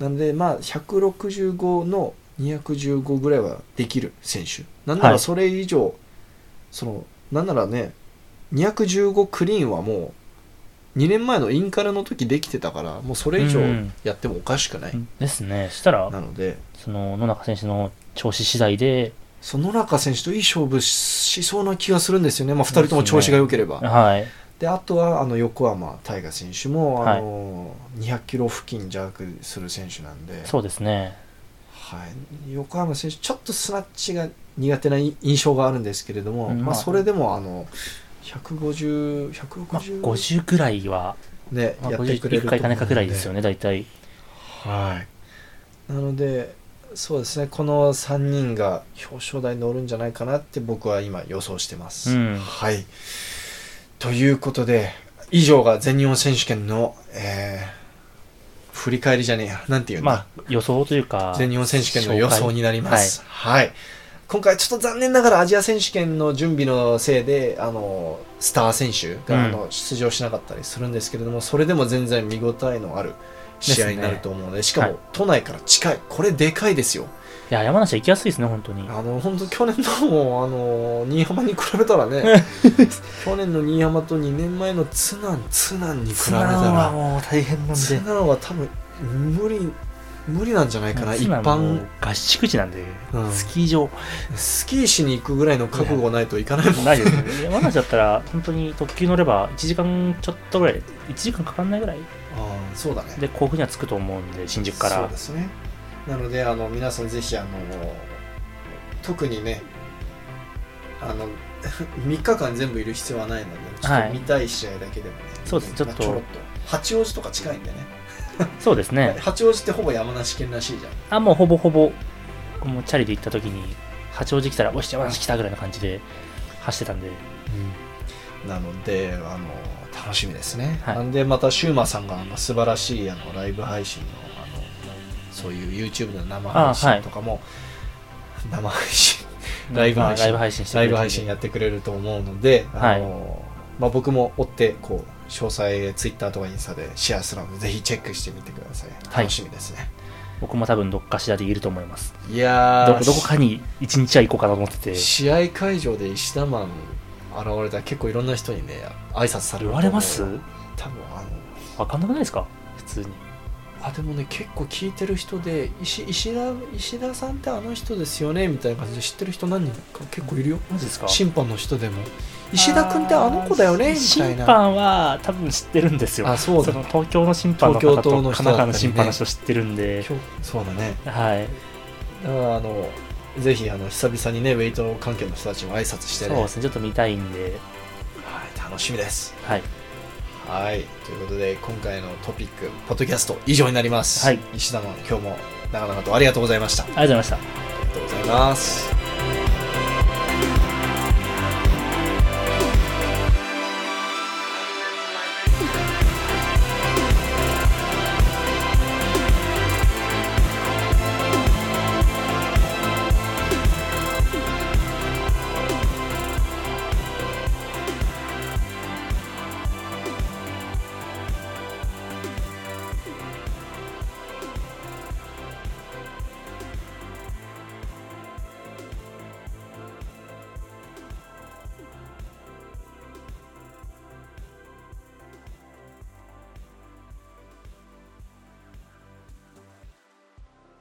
[SPEAKER 1] なので、まあ、165の215ぐらいはできる選手。なんな
[SPEAKER 2] は
[SPEAKER 1] ら
[SPEAKER 2] い
[SPEAKER 1] それ以上、その、なんならね、215クリーンはもう、2年前のインカレの時できてたから、もうそれ以上
[SPEAKER 2] うん
[SPEAKER 1] やってもおかしくない。
[SPEAKER 2] ですねしたら
[SPEAKER 1] なので、
[SPEAKER 2] その野中選手の調子次第で
[SPEAKER 1] その野中選手といい勝負しそうな気がするんですよね、まあ、2人とも調子が良ければ。で
[SPEAKER 2] はい
[SPEAKER 1] あとはあの横浜大河選手も、あの200キロ付近弱する選手なんで、
[SPEAKER 2] そうですね
[SPEAKER 1] はい、横浜選手、ちょっとスナッチが苦手な印象があるんですけれども、
[SPEAKER 2] うん
[SPEAKER 1] ま
[SPEAKER 2] ま
[SPEAKER 1] あ、
[SPEAKER 2] あ
[SPEAKER 1] それでもあの150、
[SPEAKER 2] まあ、
[SPEAKER 1] 160、
[SPEAKER 2] 50ぐらいは、
[SPEAKER 1] ね
[SPEAKER 2] まあ、
[SPEAKER 1] やってくれ
[SPEAKER 2] 50
[SPEAKER 1] る
[SPEAKER 2] 回かないかぐらいですよ
[SPEAKER 1] ね。
[SPEAKER 2] ね、大体。
[SPEAKER 1] はい、なので、そうですねこの3人が表彰台に乗るんじゃないかなって僕は今予想してます。
[SPEAKER 2] うん
[SPEAKER 1] はいということで以上が全日本選手権の、えー振り返りじゃねえやなんていうんだ、
[SPEAKER 2] まあ、予想というか、
[SPEAKER 1] 全日本選手権の予想になります。はい、今回ちょっと残念ながらアジア選手権の準備のせいであのスター選手が、あ
[SPEAKER 2] うん
[SPEAKER 1] の出場しなかったりするんですけれどもそれでも全然見応えのある試合になると思うのでしか
[SPEAKER 2] は
[SPEAKER 1] も都内から近いこれでかいですよ
[SPEAKER 2] いや、山梨は行きやすいですね、本当に。
[SPEAKER 1] あの本当去年のもうあの新居浜に比べたら ね去年の新居浜と2年前の津南津南に比べたら
[SPEAKER 2] もう大変なん
[SPEAKER 1] 津南は多分無理無理なんじゃないかな一般。
[SPEAKER 2] 合宿地なんで、
[SPEAKER 1] うん
[SPEAKER 2] スキー場。
[SPEAKER 1] スキーしに行くぐらいの覚悟ないといか ないもん。
[SPEAKER 2] ないですね。 山梨だったら、本当に特急乗れば1時間ちょっとぐらい、1時間かかんないぐらい
[SPEAKER 1] ああそうだね。
[SPEAKER 2] で甲府には着くと思うんで、新宿か
[SPEAKER 1] そう
[SPEAKER 2] ら
[SPEAKER 1] で。すね。なのであの皆さんぜひあの特にねあの 3日間全部いる必要はないので、ちょっ
[SPEAKER 2] はい
[SPEAKER 1] と見たい試合だけでもね。
[SPEAKER 2] そうです
[SPEAKER 1] まあ
[SPEAKER 2] ちょっと
[SPEAKER 1] ろっと八王子とか近いんでね。
[SPEAKER 2] そうですね。
[SPEAKER 1] 八王子ってほぼ山梨県らしいじゃん。
[SPEAKER 2] あ、もうほぼほぼ、もうチャリで行った時に、八王子来たら、おし、山梨来たぐらいの感じで走ってたんで、
[SPEAKER 1] なのであの楽しみですね、
[SPEAKER 2] はい
[SPEAKER 1] なんでまたシューマさんがあの素晴らしいあのライブ配信のあのそういう YouTube の生配
[SPEAKER 2] あはい
[SPEAKER 1] 信とかも、生配信 ライブ
[SPEAKER 2] まあ
[SPEAKER 1] 配信
[SPEAKER 2] ライブ配信してく
[SPEAKER 1] ラ
[SPEAKER 2] れ
[SPEAKER 1] イ
[SPEAKER 2] て
[SPEAKER 1] ブ配信やってくれると思うので、あのまあ、僕も追ってこう詳細 Twitter とかインスタでシェアするのでぜひチェックしてみてください
[SPEAKER 2] はい
[SPEAKER 1] 楽しみですね、
[SPEAKER 2] 僕も多分どっかしらでいると思います。
[SPEAKER 1] い、や
[SPEAKER 2] ど
[SPEAKER 1] ー
[SPEAKER 2] こどこかに一日は行こうかなと思ってて、
[SPEAKER 1] 試合会場で石田マン現れたら結構いろんな人にね挨拶されると思
[SPEAKER 2] 言
[SPEAKER 1] う
[SPEAKER 2] われます
[SPEAKER 1] 多分あの
[SPEAKER 2] わかんなくないですか普通に。
[SPEAKER 1] あでもね結構聞いてる人で石石田石田さんってあの人ですよねみたいな感じで知ってる人何人か結構いるよ
[SPEAKER 2] マジですか
[SPEAKER 1] 審判の人でも石田君ってあの子だよねみたい
[SPEAKER 2] 審
[SPEAKER 1] な
[SPEAKER 2] 判は多分知ってるんですよ。
[SPEAKER 1] あそう
[SPEAKER 2] そ
[SPEAKER 1] だ
[SPEAKER 2] の東京の審判の方と
[SPEAKER 1] 東京都の
[SPEAKER 2] 神
[SPEAKER 1] 人
[SPEAKER 2] 奈
[SPEAKER 1] だったりね
[SPEAKER 2] 川の審判の人知ってるんで、
[SPEAKER 1] 今日そうだね
[SPEAKER 2] はい。
[SPEAKER 1] だからあのぜひあの久々にねウェイト関係の人たちも挨拶して
[SPEAKER 2] そう
[SPEAKER 1] ね
[SPEAKER 2] ですね、ちょっと見たいんで、
[SPEAKER 1] はい楽しみです
[SPEAKER 2] はい。
[SPEAKER 1] はいということで今回のトピックポッドキャスト以上になります、
[SPEAKER 2] はい
[SPEAKER 1] 石田マン今日も長々とありがとうございましたあ
[SPEAKER 2] ありがとうございました。
[SPEAKER 1] りがとうございます